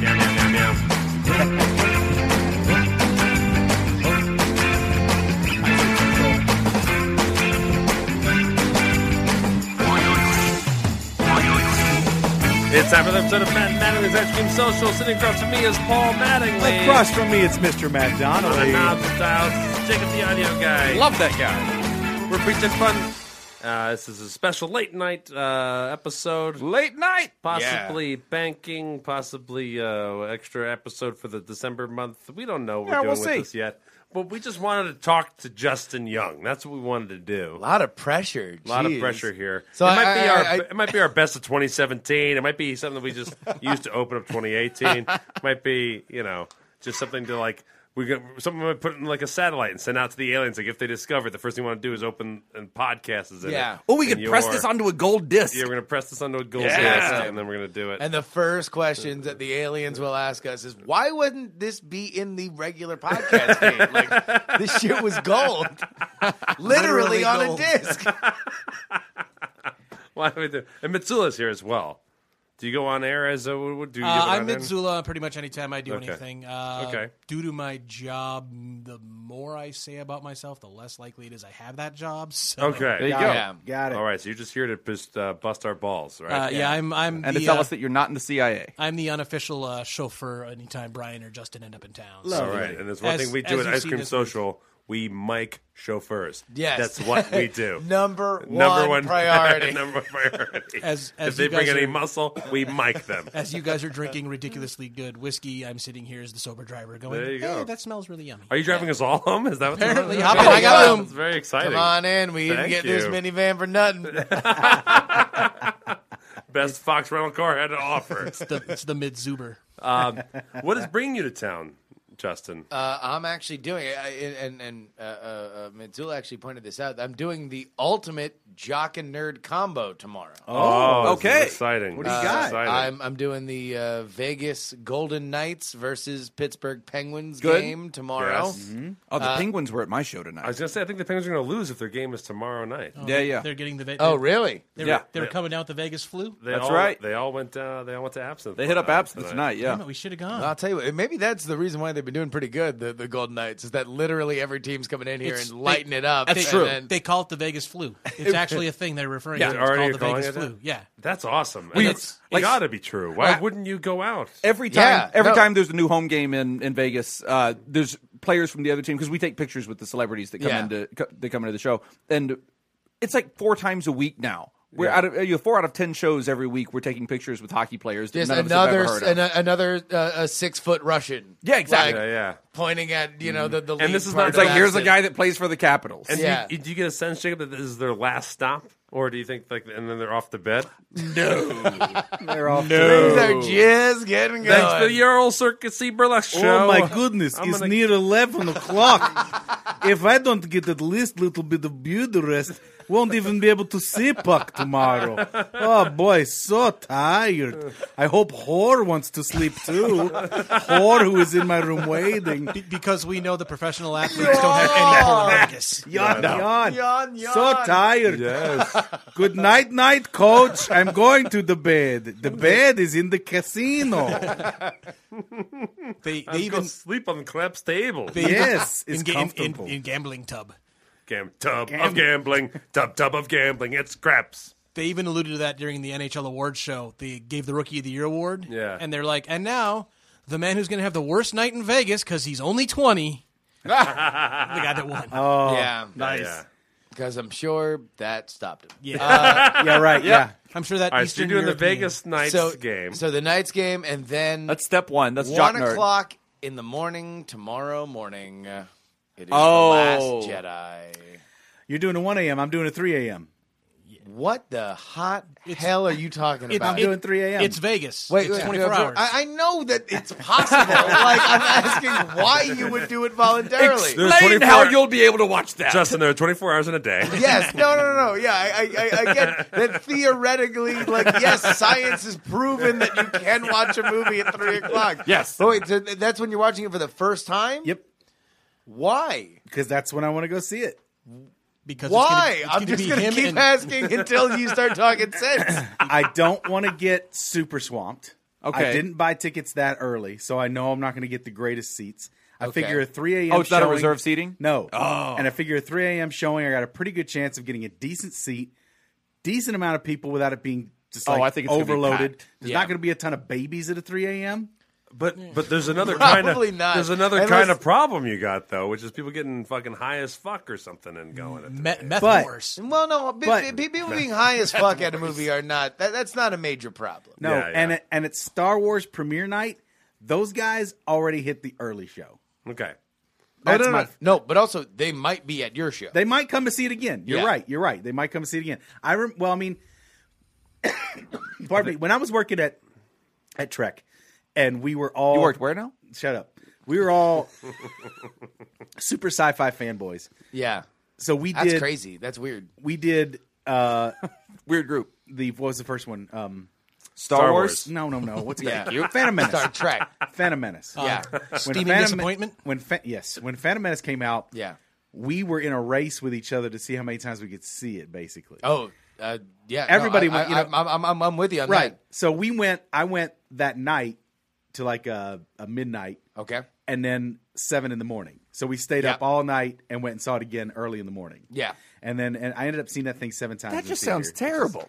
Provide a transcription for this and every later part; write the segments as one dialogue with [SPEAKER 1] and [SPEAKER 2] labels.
[SPEAKER 1] Meow, meow, meow, meow. It's time for the episode of Matt and Mattingly's Ice Cream Social. Sitting across from me is Paul Mattingly.
[SPEAKER 2] Across from me, it's Mr. Matt
[SPEAKER 1] On the
[SPEAKER 2] Donnelly.
[SPEAKER 1] knob style, Jacob the audio guy.
[SPEAKER 2] Love that guy.
[SPEAKER 1] We're preaching fun. Uh, this is a special late night uh, episode.
[SPEAKER 2] Late night.
[SPEAKER 1] possibly banking, possibly uh, extra episode for the December month. We don't know what
[SPEAKER 2] Yeah,
[SPEAKER 1] we're doing
[SPEAKER 2] we'll
[SPEAKER 1] with
[SPEAKER 2] see.
[SPEAKER 1] this yet. But we just wanted to talk to Justin Young. That's what we wanted to do.
[SPEAKER 3] A lot of pressure.
[SPEAKER 1] A lot of
[SPEAKER 3] Jeez.
[SPEAKER 1] pressure here.
[SPEAKER 3] So
[SPEAKER 1] it
[SPEAKER 3] I-
[SPEAKER 1] might be
[SPEAKER 3] I-
[SPEAKER 1] our
[SPEAKER 3] I-
[SPEAKER 1] it might be our best of 2017. It might be something that we just used to open up 2018. might be you know just something to like we got something we might put in like a satellite and send out to the aliens. Like if they discover it, the first thing we want to do is open and podcast is in
[SPEAKER 3] Yeah.
[SPEAKER 1] it.
[SPEAKER 2] Oh, we
[SPEAKER 1] And
[SPEAKER 2] could press
[SPEAKER 1] your-
[SPEAKER 2] this onto a gold disc.
[SPEAKER 1] Yeah, we're gonna press this onto a gold
[SPEAKER 2] Yeah.
[SPEAKER 1] disc, and then we're gonna do it.
[SPEAKER 3] And the first questions that the aliens will ask us is, why wouldn't this be in the regular podcast feed? Like, this shit was gold. Literally,
[SPEAKER 2] Literally
[SPEAKER 3] on
[SPEAKER 2] gold.
[SPEAKER 3] a disc.
[SPEAKER 1] Why do we do? And Mitsula's here as well. Do you go on air as a what do you?
[SPEAKER 4] Uh,
[SPEAKER 1] get
[SPEAKER 4] I'm
[SPEAKER 1] on air?
[SPEAKER 4] Mitsula pretty much anytime I do
[SPEAKER 1] Okay.
[SPEAKER 4] anything. Uh,
[SPEAKER 1] Okay.
[SPEAKER 4] Due to my job, the more I say about myself, the less likely it is I have that job. So,
[SPEAKER 1] Okay.
[SPEAKER 2] There you go.
[SPEAKER 3] Yeah.
[SPEAKER 5] Got it.
[SPEAKER 1] All right. So you're just here to bust, uh, bust our balls, right?
[SPEAKER 4] Uh, yeah. I'm I'm
[SPEAKER 2] And
[SPEAKER 4] the,
[SPEAKER 2] to tell
[SPEAKER 4] uh,
[SPEAKER 2] us that you're not in the CIA.
[SPEAKER 4] I'm the unofficial uh, chauffeur anytime Brian or Justin end up in town. So.
[SPEAKER 1] All right. And there's one
[SPEAKER 4] As-
[SPEAKER 1] thing we do
[SPEAKER 4] as
[SPEAKER 1] at
[SPEAKER 4] you
[SPEAKER 1] Ice
[SPEAKER 4] see
[SPEAKER 1] Cream
[SPEAKER 4] this
[SPEAKER 1] Social. We mic chauffeurs.
[SPEAKER 3] Yes.
[SPEAKER 1] That's what we do.
[SPEAKER 3] Number one,
[SPEAKER 1] Number one
[SPEAKER 3] priority.
[SPEAKER 1] number one priority.
[SPEAKER 4] As-
[SPEAKER 1] if
[SPEAKER 4] as
[SPEAKER 1] they
[SPEAKER 4] you
[SPEAKER 1] bring
[SPEAKER 4] guys
[SPEAKER 1] any
[SPEAKER 4] are-
[SPEAKER 1] muscle, we mic them.
[SPEAKER 4] As you guys are drinking ridiculously good whiskey, I'm sitting here as the sober driver going,
[SPEAKER 1] There you
[SPEAKER 4] "Hey,
[SPEAKER 1] go.
[SPEAKER 4] that smells really yummy.
[SPEAKER 1] Are you driving us all home? Is that what's
[SPEAKER 4] Apparently,
[SPEAKER 1] going on?
[SPEAKER 4] hop in, I got
[SPEAKER 1] Oh,
[SPEAKER 4] room.
[SPEAKER 1] That's very exciting.
[SPEAKER 3] Come on in. We didn't
[SPEAKER 1] Thank
[SPEAKER 3] get this
[SPEAKER 1] you.
[SPEAKER 3] minivan for nothing.
[SPEAKER 1] Best Fox rental car had to offer.
[SPEAKER 4] The, it's the mid Zuber.
[SPEAKER 1] um, what is bringing you to town, Justin?
[SPEAKER 3] Uh, I'm actually doing it, I- and and uh, uh, uh, Mitsula actually pointed this out. I'm doing the ultimate jock and nerd combo tomorrow.
[SPEAKER 1] Oh,
[SPEAKER 2] okay.
[SPEAKER 1] This is exciting.
[SPEAKER 5] What do you
[SPEAKER 1] This is
[SPEAKER 5] got?
[SPEAKER 1] exciting.
[SPEAKER 3] I'm I'm doing the uh, Vegas Golden Knights versus Pittsburgh Penguins
[SPEAKER 2] Good.
[SPEAKER 3] game tomorrow.
[SPEAKER 1] Yes.
[SPEAKER 2] Oh, the Penguins were at my show tonight.
[SPEAKER 1] Uh, I was gonna say I think the Penguins are gonna lose if their game is tomorrow night.
[SPEAKER 2] yeah, yeah.
[SPEAKER 4] They're getting the. Ve-
[SPEAKER 3] Oh,
[SPEAKER 4] they're-
[SPEAKER 3] really?
[SPEAKER 4] They were,
[SPEAKER 2] Yeah.
[SPEAKER 4] they were coming out the Vegas flu.
[SPEAKER 1] They
[SPEAKER 2] That's
[SPEAKER 1] all-
[SPEAKER 2] right.
[SPEAKER 1] They all went. Uh, they all went to Absinthe.
[SPEAKER 2] They hit up
[SPEAKER 1] uh,
[SPEAKER 2] Absinthe tonight,
[SPEAKER 4] Damn
[SPEAKER 2] yeah.
[SPEAKER 4] it, we should have gone.
[SPEAKER 3] I'll tell you what. Maybe that's the reason why they've been doing pretty good. The the Golden Knights is that literally every team's coming in here
[SPEAKER 4] It's-
[SPEAKER 3] and lighting it up.
[SPEAKER 4] That's
[SPEAKER 3] and
[SPEAKER 4] true.
[SPEAKER 3] then-
[SPEAKER 4] they call it the Vegas flu. It's actually a thing they're referring
[SPEAKER 1] Yeah,
[SPEAKER 4] to. It's
[SPEAKER 1] already
[SPEAKER 4] called the
[SPEAKER 1] calling
[SPEAKER 4] Vegas
[SPEAKER 1] it that?
[SPEAKER 4] flu. Yeah.
[SPEAKER 1] That's awesome.
[SPEAKER 4] We-
[SPEAKER 1] And it's
[SPEAKER 2] like-
[SPEAKER 1] got to be true. Why wouldn't you go out?
[SPEAKER 2] Every time,
[SPEAKER 3] Yeah,
[SPEAKER 2] every
[SPEAKER 3] no.
[SPEAKER 2] time there's a new home game in, in Vegas, uh, there's players from the other team because we take pictures with the celebrities that come
[SPEAKER 3] Yeah.
[SPEAKER 2] into co- that come into the show, and it's like four times a week now. We're
[SPEAKER 1] Yeah.
[SPEAKER 2] out of uh, you know, four out of ten shows every week. We're taking pictures with hockey players that
[SPEAKER 3] Just
[SPEAKER 2] none of us have
[SPEAKER 3] another
[SPEAKER 2] ever heard of.
[SPEAKER 3] an, another uh, a six foot Russian.
[SPEAKER 2] Yeah, Mm-hmm. exactly.
[SPEAKER 3] Like,
[SPEAKER 1] Yeah, yeah.
[SPEAKER 3] Pointing at you know the the
[SPEAKER 1] And this
[SPEAKER 3] lead
[SPEAKER 1] is
[SPEAKER 3] part
[SPEAKER 1] not-
[SPEAKER 3] of
[SPEAKER 2] It's like
[SPEAKER 3] that
[SPEAKER 2] here's a
[SPEAKER 3] that-
[SPEAKER 2] guy that plays for the Capitals.
[SPEAKER 1] And
[SPEAKER 3] Yeah.
[SPEAKER 1] do, you, do you get a sense, Jacob, that this is their last stop, or do you think like, and then they're off to bed?
[SPEAKER 5] They're off.
[SPEAKER 3] Things are just getting going.
[SPEAKER 1] Thanks for your old Circuit C burlesque show.
[SPEAKER 6] Oh my goodness,
[SPEAKER 1] I'm
[SPEAKER 6] it's
[SPEAKER 1] gonna-
[SPEAKER 6] near 11 o'clock. if I don't get at least little bit of beauty rest, won't even be able to see Puck tomorrow. Oh boy, so tired. I hope Whore wants to sleep too. Whore who is in my room waiting.
[SPEAKER 4] Be- because we know the professional athletes don't have any polaris.
[SPEAKER 6] Yawn, yawn.
[SPEAKER 3] Yawn,
[SPEAKER 6] So
[SPEAKER 3] yawn.
[SPEAKER 6] tired.
[SPEAKER 1] Yes.
[SPEAKER 6] Good night, night, coach. I'm going to the bed. The bed is in the casino.
[SPEAKER 4] They, they
[SPEAKER 1] Let's go
[SPEAKER 4] even
[SPEAKER 1] sleep on Krebs' table.
[SPEAKER 4] they
[SPEAKER 6] Yes,
[SPEAKER 4] even,
[SPEAKER 6] it's
[SPEAKER 4] in, ga- in, in,
[SPEAKER 6] comfortable.
[SPEAKER 4] in gambling tub.
[SPEAKER 1] Gam- tub of gambling. Tub tub of gambling. It's Krebs.
[SPEAKER 4] They even alluded to that during the NHL awards show. They gave the Rookie of the Year award.
[SPEAKER 1] Yeah.
[SPEAKER 4] and they're like, and now the man who's going to have the worst night in Vegas because he's only twenty. the guy that won.
[SPEAKER 2] Oh,
[SPEAKER 3] yeah,
[SPEAKER 6] Nice.
[SPEAKER 1] Yeah.
[SPEAKER 3] because I'm sure that stopped him.
[SPEAKER 6] Yeah, right. Yeah.
[SPEAKER 4] I'm sure that
[SPEAKER 1] All right, so
[SPEAKER 4] Eastern
[SPEAKER 1] you're doing
[SPEAKER 4] European-
[SPEAKER 1] the Vegas Knights
[SPEAKER 3] so
[SPEAKER 1] game.
[SPEAKER 3] So the Knights game, and then
[SPEAKER 2] That's step one. That's Jock
[SPEAKER 3] one
[SPEAKER 2] Nerd.
[SPEAKER 3] o'clock in the morning tomorrow morning. uh, It is
[SPEAKER 2] Oh.
[SPEAKER 3] the Last Jedi.
[SPEAKER 6] You're doing a 1 a.m. I'm doing a 3 a.m.
[SPEAKER 3] What the hot hell are you talking
[SPEAKER 4] It-
[SPEAKER 3] about?
[SPEAKER 6] I'm doing 3 a.m.
[SPEAKER 4] It's Vegas.
[SPEAKER 3] Wait,
[SPEAKER 4] it's
[SPEAKER 3] wait,
[SPEAKER 4] 24
[SPEAKER 3] wait,
[SPEAKER 4] hours.
[SPEAKER 3] I, I know that it's possible. like I'm asking why you would do it voluntarily.
[SPEAKER 1] There's
[SPEAKER 2] Explain
[SPEAKER 1] 24
[SPEAKER 2] how you'll be able to watch that.
[SPEAKER 1] Justin, there are 24 hours in a day.
[SPEAKER 3] yes, no, no, no, no. Yeah, I, I, I, I get that theoretically, like, yes, science has proven that you can watch a movie at three o'clock.
[SPEAKER 2] Yes.
[SPEAKER 3] But wait, so th- that's when you're watching it for the first time.
[SPEAKER 6] Yep.
[SPEAKER 3] Why?
[SPEAKER 6] because that's when I want to go see it.
[SPEAKER 4] Because
[SPEAKER 3] Why?
[SPEAKER 4] It's gonna, it's
[SPEAKER 3] I'm
[SPEAKER 4] gonna
[SPEAKER 3] just
[SPEAKER 4] be
[SPEAKER 3] going to
[SPEAKER 4] him
[SPEAKER 3] keep
[SPEAKER 4] and-
[SPEAKER 3] asking until you start talking sense.
[SPEAKER 6] I don't want to get super swamped.
[SPEAKER 2] Okay.
[SPEAKER 6] I didn't buy tickets that early, so I know I'm not going to get the greatest seats. I
[SPEAKER 3] Okay.
[SPEAKER 6] figure a 3 a.m.
[SPEAKER 2] Oh, it's not a
[SPEAKER 6] showing-
[SPEAKER 2] reserve seating?
[SPEAKER 6] No. Oh. And I figure a 3 a.m. showing, I got a pretty good chance of getting a decent seat, decent amount of people without it being just
[SPEAKER 2] Oh,
[SPEAKER 6] like
[SPEAKER 2] I think it's gonna be
[SPEAKER 6] overloaded.
[SPEAKER 2] packed.
[SPEAKER 6] There's
[SPEAKER 3] Yeah.
[SPEAKER 6] not going to be a ton of babies at a 3 a.m.
[SPEAKER 1] But but there's another kind
[SPEAKER 3] Probably
[SPEAKER 1] of
[SPEAKER 3] not.
[SPEAKER 1] there's another
[SPEAKER 3] Unless-
[SPEAKER 1] kind of problem you got though, which is people getting fucking high as fuck or something and going. At the-
[SPEAKER 4] Me- meth
[SPEAKER 6] But-
[SPEAKER 4] wars.
[SPEAKER 3] Well, no, b-
[SPEAKER 6] But-
[SPEAKER 3] b- people being high as fuck at a movie are not. That, that's not a major problem.
[SPEAKER 6] No,
[SPEAKER 1] Yeah,
[SPEAKER 6] and
[SPEAKER 1] yeah.
[SPEAKER 6] it, and it's Star Wars premiere night. Those guys already hit the early show.
[SPEAKER 1] okay,
[SPEAKER 2] Oh,
[SPEAKER 6] That's
[SPEAKER 3] no, no,
[SPEAKER 6] my
[SPEAKER 3] no, no. But also, they might be at your show.
[SPEAKER 6] They might come to see it again. You're
[SPEAKER 3] Yeah.
[SPEAKER 6] right. You're right. They might come to see it again. I rem- well, I mean, pardon me. When I was working at at Trek, and we were all
[SPEAKER 2] You worked where now?
[SPEAKER 6] Shut up. We were all super sci-fi fanboys.
[SPEAKER 3] yeah,
[SPEAKER 6] So we
[SPEAKER 3] that's
[SPEAKER 6] did.
[SPEAKER 3] crazy. That's weird.
[SPEAKER 6] We did uh
[SPEAKER 2] Weird group.
[SPEAKER 6] the what was the first one? Um
[SPEAKER 2] Star,
[SPEAKER 1] Star
[SPEAKER 2] Wars.
[SPEAKER 6] No, no, no. What's
[SPEAKER 3] Yeah.
[SPEAKER 6] that? Phantom Menace.
[SPEAKER 3] Star Trek.
[SPEAKER 6] Phantom Menace.
[SPEAKER 3] Yeah,
[SPEAKER 2] Uh,
[SPEAKER 4] Steaming
[SPEAKER 6] Phantom-
[SPEAKER 4] disappointment.
[SPEAKER 6] When Fa- yes, when Phantom Menace came out,
[SPEAKER 3] yeah.
[SPEAKER 6] we were in a race with each other to see how many times we could see it. Basically,
[SPEAKER 3] Oh, uh, yeah. no,
[SPEAKER 6] Everybody
[SPEAKER 3] I,
[SPEAKER 6] went, you
[SPEAKER 3] I,
[SPEAKER 6] know-
[SPEAKER 3] I'm, I'm, I'm, I'm with you on
[SPEAKER 6] right. So we went. I went that night to like a, a midnight,
[SPEAKER 3] that. Okay.
[SPEAKER 6] and then seven in the morning. So we stayed
[SPEAKER 3] Yeah.
[SPEAKER 6] up all night and went and saw it again early in the morning.
[SPEAKER 3] Yeah.
[SPEAKER 6] and then and I ended up seeing that thing seven times.
[SPEAKER 2] That
[SPEAKER 6] in
[SPEAKER 2] just
[SPEAKER 6] theater.
[SPEAKER 2] sounds terrible.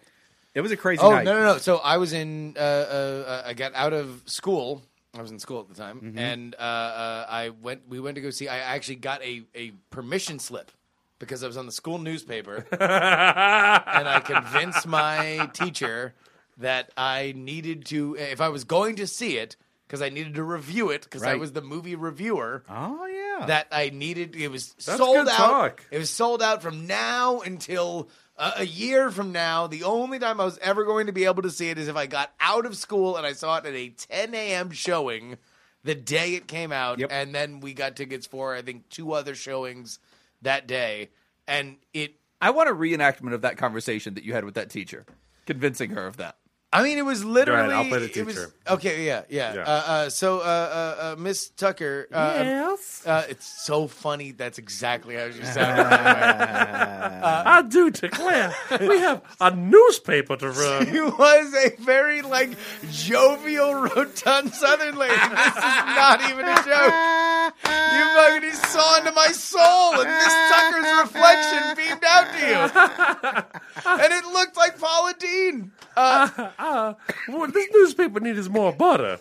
[SPEAKER 6] It was a crazy
[SPEAKER 3] Oh
[SPEAKER 6] night.
[SPEAKER 3] no, no, no. So I was in. Uh, uh, uh, I got out of school. I was in school at the time,
[SPEAKER 6] Mm-hmm.
[SPEAKER 3] and uh, uh, I went. We went to go see. I actually got a, a permission slip because I was on the school newspaper, and I convinced my teacher that I needed to, if I was going to see it, because I needed to review it, because I
[SPEAKER 6] Right.
[SPEAKER 3] was the movie reviewer.
[SPEAKER 6] Oh yeah.
[SPEAKER 3] That I needed. It was
[SPEAKER 1] That's
[SPEAKER 3] sold
[SPEAKER 1] good
[SPEAKER 3] out.
[SPEAKER 1] talk.
[SPEAKER 3] It was sold out from now until uh, a year from now. The only time I was ever going to be able to see it is if I got out of school and I saw it at a 10 a.m. showing the day it came out.
[SPEAKER 6] Yep.
[SPEAKER 3] And then we got tickets for, I think, two other showings that day. And it,
[SPEAKER 2] I want a reenactment of that conversation that you had with that teacher, convincing her of that.
[SPEAKER 3] I mean, it was literally.
[SPEAKER 1] I'll play the
[SPEAKER 3] it was-
[SPEAKER 1] teacher.
[SPEAKER 3] okay, yeah, yeah.
[SPEAKER 1] Yeah.
[SPEAKER 3] Uh, uh, so, uh, uh, uh, Miss Tucker. Uh, Uh, it's so funny. That's exactly how she sounded. by the way.
[SPEAKER 1] I do declare we have a newspaper to run.
[SPEAKER 3] She was a very like jovial, rotund Southern lady. This is not even a joke. You fucking just saw into my soul, and Miss Tucker's reflection beamed out to you, and it looked like Paula Dean.
[SPEAKER 1] What this newspaper needs is more butter.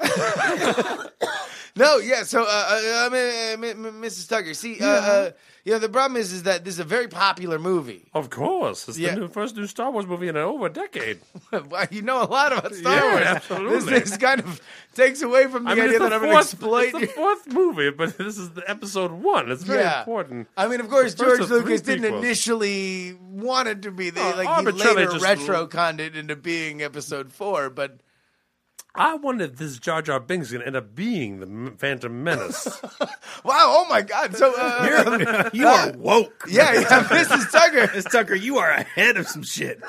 [SPEAKER 3] No, yeah. So, uh, uh, I mean, uh, M- M- Mrs. Tucker, see, uh, uh, you know, the problem is, is that this is a very popular movie.
[SPEAKER 1] Of course, it's
[SPEAKER 3] Yeah.
[SPEAKER 1] the new, first new Star Wars movie in over a decade.
[SPEAKER 3] Well, you know a lot about Star
[SPEAKER 1] Yeah,
[SPEAKER 3] Wars.
[SPEAKER 1] absolutely.
[SPEAKER 3] This, this kind of takes away from the
[SPEAKER 1] I mean,
[SPEAKER 3] idea that
[SPEAKER 1] it's the,
[SPEAKER 3] I'm going to
[SPEAKER 1] fourth,
[SPEAKER 3] exploit.
[SPEAKER 1] it's
[SPEAKER 3] you.
[SPEAKER 1] the fourth movie, but this is the episode one. It's very important.
[SPEAKER 3] I mean, of course,
[SPEAKER 1] The first
[SPEAKER 3] George
[SPEAKER 1] of three
[SPEAKER 3] Lucas didn't
[SPEAKER 1] prequels.
[SPEAKER 3] initially want it to be the
[SPEAKER 1] Uh,
[SPEAKER 3] like he
[SPEAKER 1] arbitrarily
[SPEAKER 3] later
[SPEAKER 1] just-
[SPEAKER 3] retroconned it into being Episode Four, but
[SPEAKER 1] I wonder if this Jar Jar Binks is going to end up being the M- Phantom Menace.
[SPEAKER 3] wow, oh my God! So uh,
[SPEAKER 6] you are woke.
[SPEAKER 3] yeah, yeah, Mrs. Tucker.
[SPEAKER 6] Miss Tucker, you are ahead of some shit.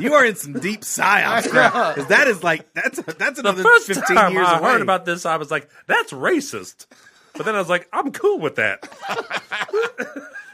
[SPEAKER 6] you are in some deep psyops, bro. 'Cause that is like that's that's
[SPEAKER 1] the
[SPEAKER 6] another
[SPEAKER 1] first
[SPEAKER 6] fifteen
[SPEAKER 1] time
[SPEAKER 6] years
[SPEAKER 1] I
[SPEAKER 6] away.
[SPEAKER 1] heard about this, I was like, "That's racist." But then I was like, "I'm cool with that."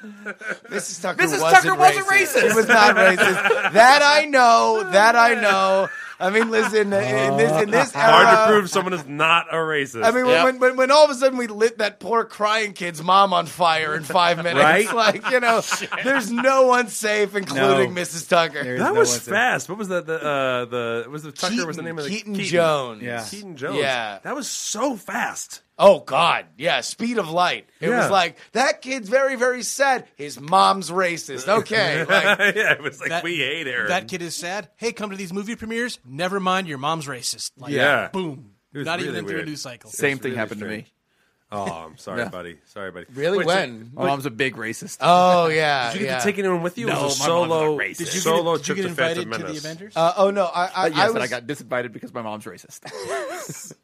[SPEAKER 3] Mrs. Tucker,
[SPEAKER 2] Mrs.
[SPEAKER 3] wasn't,
[SPEAKER 2] Tucker wasn't racist.
[SPEAKER 3] She was not racist. That I know. That I know. I mean, listen. In this, in this era,
[SPEAKER 1] Oh. Hard to prove someone is not a racist.
[SPEAKER 3] Uh, I mean, when- when, when, when all of a sudden we lit that poor crying kid's mom on fire in five minutes,
[SPEAKER 6] Right?
[SPEAKER 3] like, you know, there's no one safe, including Mrs. Tucker.
[SPEAKER 6] There's
[SPEAKER 1] that
[SPEAKER 6] no
[SPEAKER 1] was
[SPEAKER 6] one said-
[SPEAKER 1] fast. What was that? The uh, the was the Tucker was the name of the
[SPEAKER 3] Keaton Jones.
[SPEAKER 6] Yeah.
[SPEAKER 1] Keaton Jones.
[SPEAKER 3] Yeah.
[SPEAKER 1] that was so fast.
[SPEAKER 3] Oh God, yeah, speed of light. It
[SPEAKER 1] Yeah.
[SPEAKER 3] was like that kid's very, very sad. His mom's racist. Okay, like,
[SPEAKER 1] yeah, it was like
[SPEAKER 4] That-
[SPEAKER 1] we hate Aaron.
[SPEAKER 4] That kid is sad. Hey, come to these movie premieres. Never mind, your mom's racist. Like,
[SPEAKER 1] Yeah.
[SPEAKER 4] Boom.
[SPEAKER 1] It was
[SPEAKER 4] Not
[SPEAKER 1] really
[SPEAKER 4] even through a
[SPEAKER 1] weird.
[SPEAKER 4] news cycle.
[SPEAKER 2] Same thing
[SPEAKER 1] really
[SPEAKER 2] happened
[SPEAKER 1] strange.
[SPEAKER 2] to me.
[SPEAKER 1] oh, I'm sorry,
[SPEAKER 2] Yeah.
[SPEAKER 1] buddy. Sorry, buddy.
[SPEAKER 3] really?
[SPEAKER 1] Wait, so-
[SPEAKER 3] when?
[SPEAKER 2] My mom's a big racist.
[SPEAKER 3] Oh yeah.
[SPEAKER 1] Did you get
[SPEAKER 3] yeah.
[SPEAKER 1] to take anyone with you? it
[SPEAKER 2] No,
[SPEAKER 1] was a
[SPEAKER 2] my mom's
[SPEAKER 1] solo,
[SPEAKER 2] not racist. Did you
[SPEAKER 4] Did you
[SPEAKER 1] solo
[SPEAKER 4] get, did you
[SPEAKER 1] trip
[SPEAKER 4] get
[SPEAKER 1] to Phantom
[SPEAKER 4] invited to the
[SPEAKER 1] Menace.
[SPEAKER 4] Avengers?
[SPEAKER 3] Uh, oh no, I I,
[SPEAKER 2] Uh, yes,
[SPEAKER 3] I
[SPEAKER 2] and
[SPEAKER 3] was
[SPEAKER 2] I got disinvited because my mom's racist.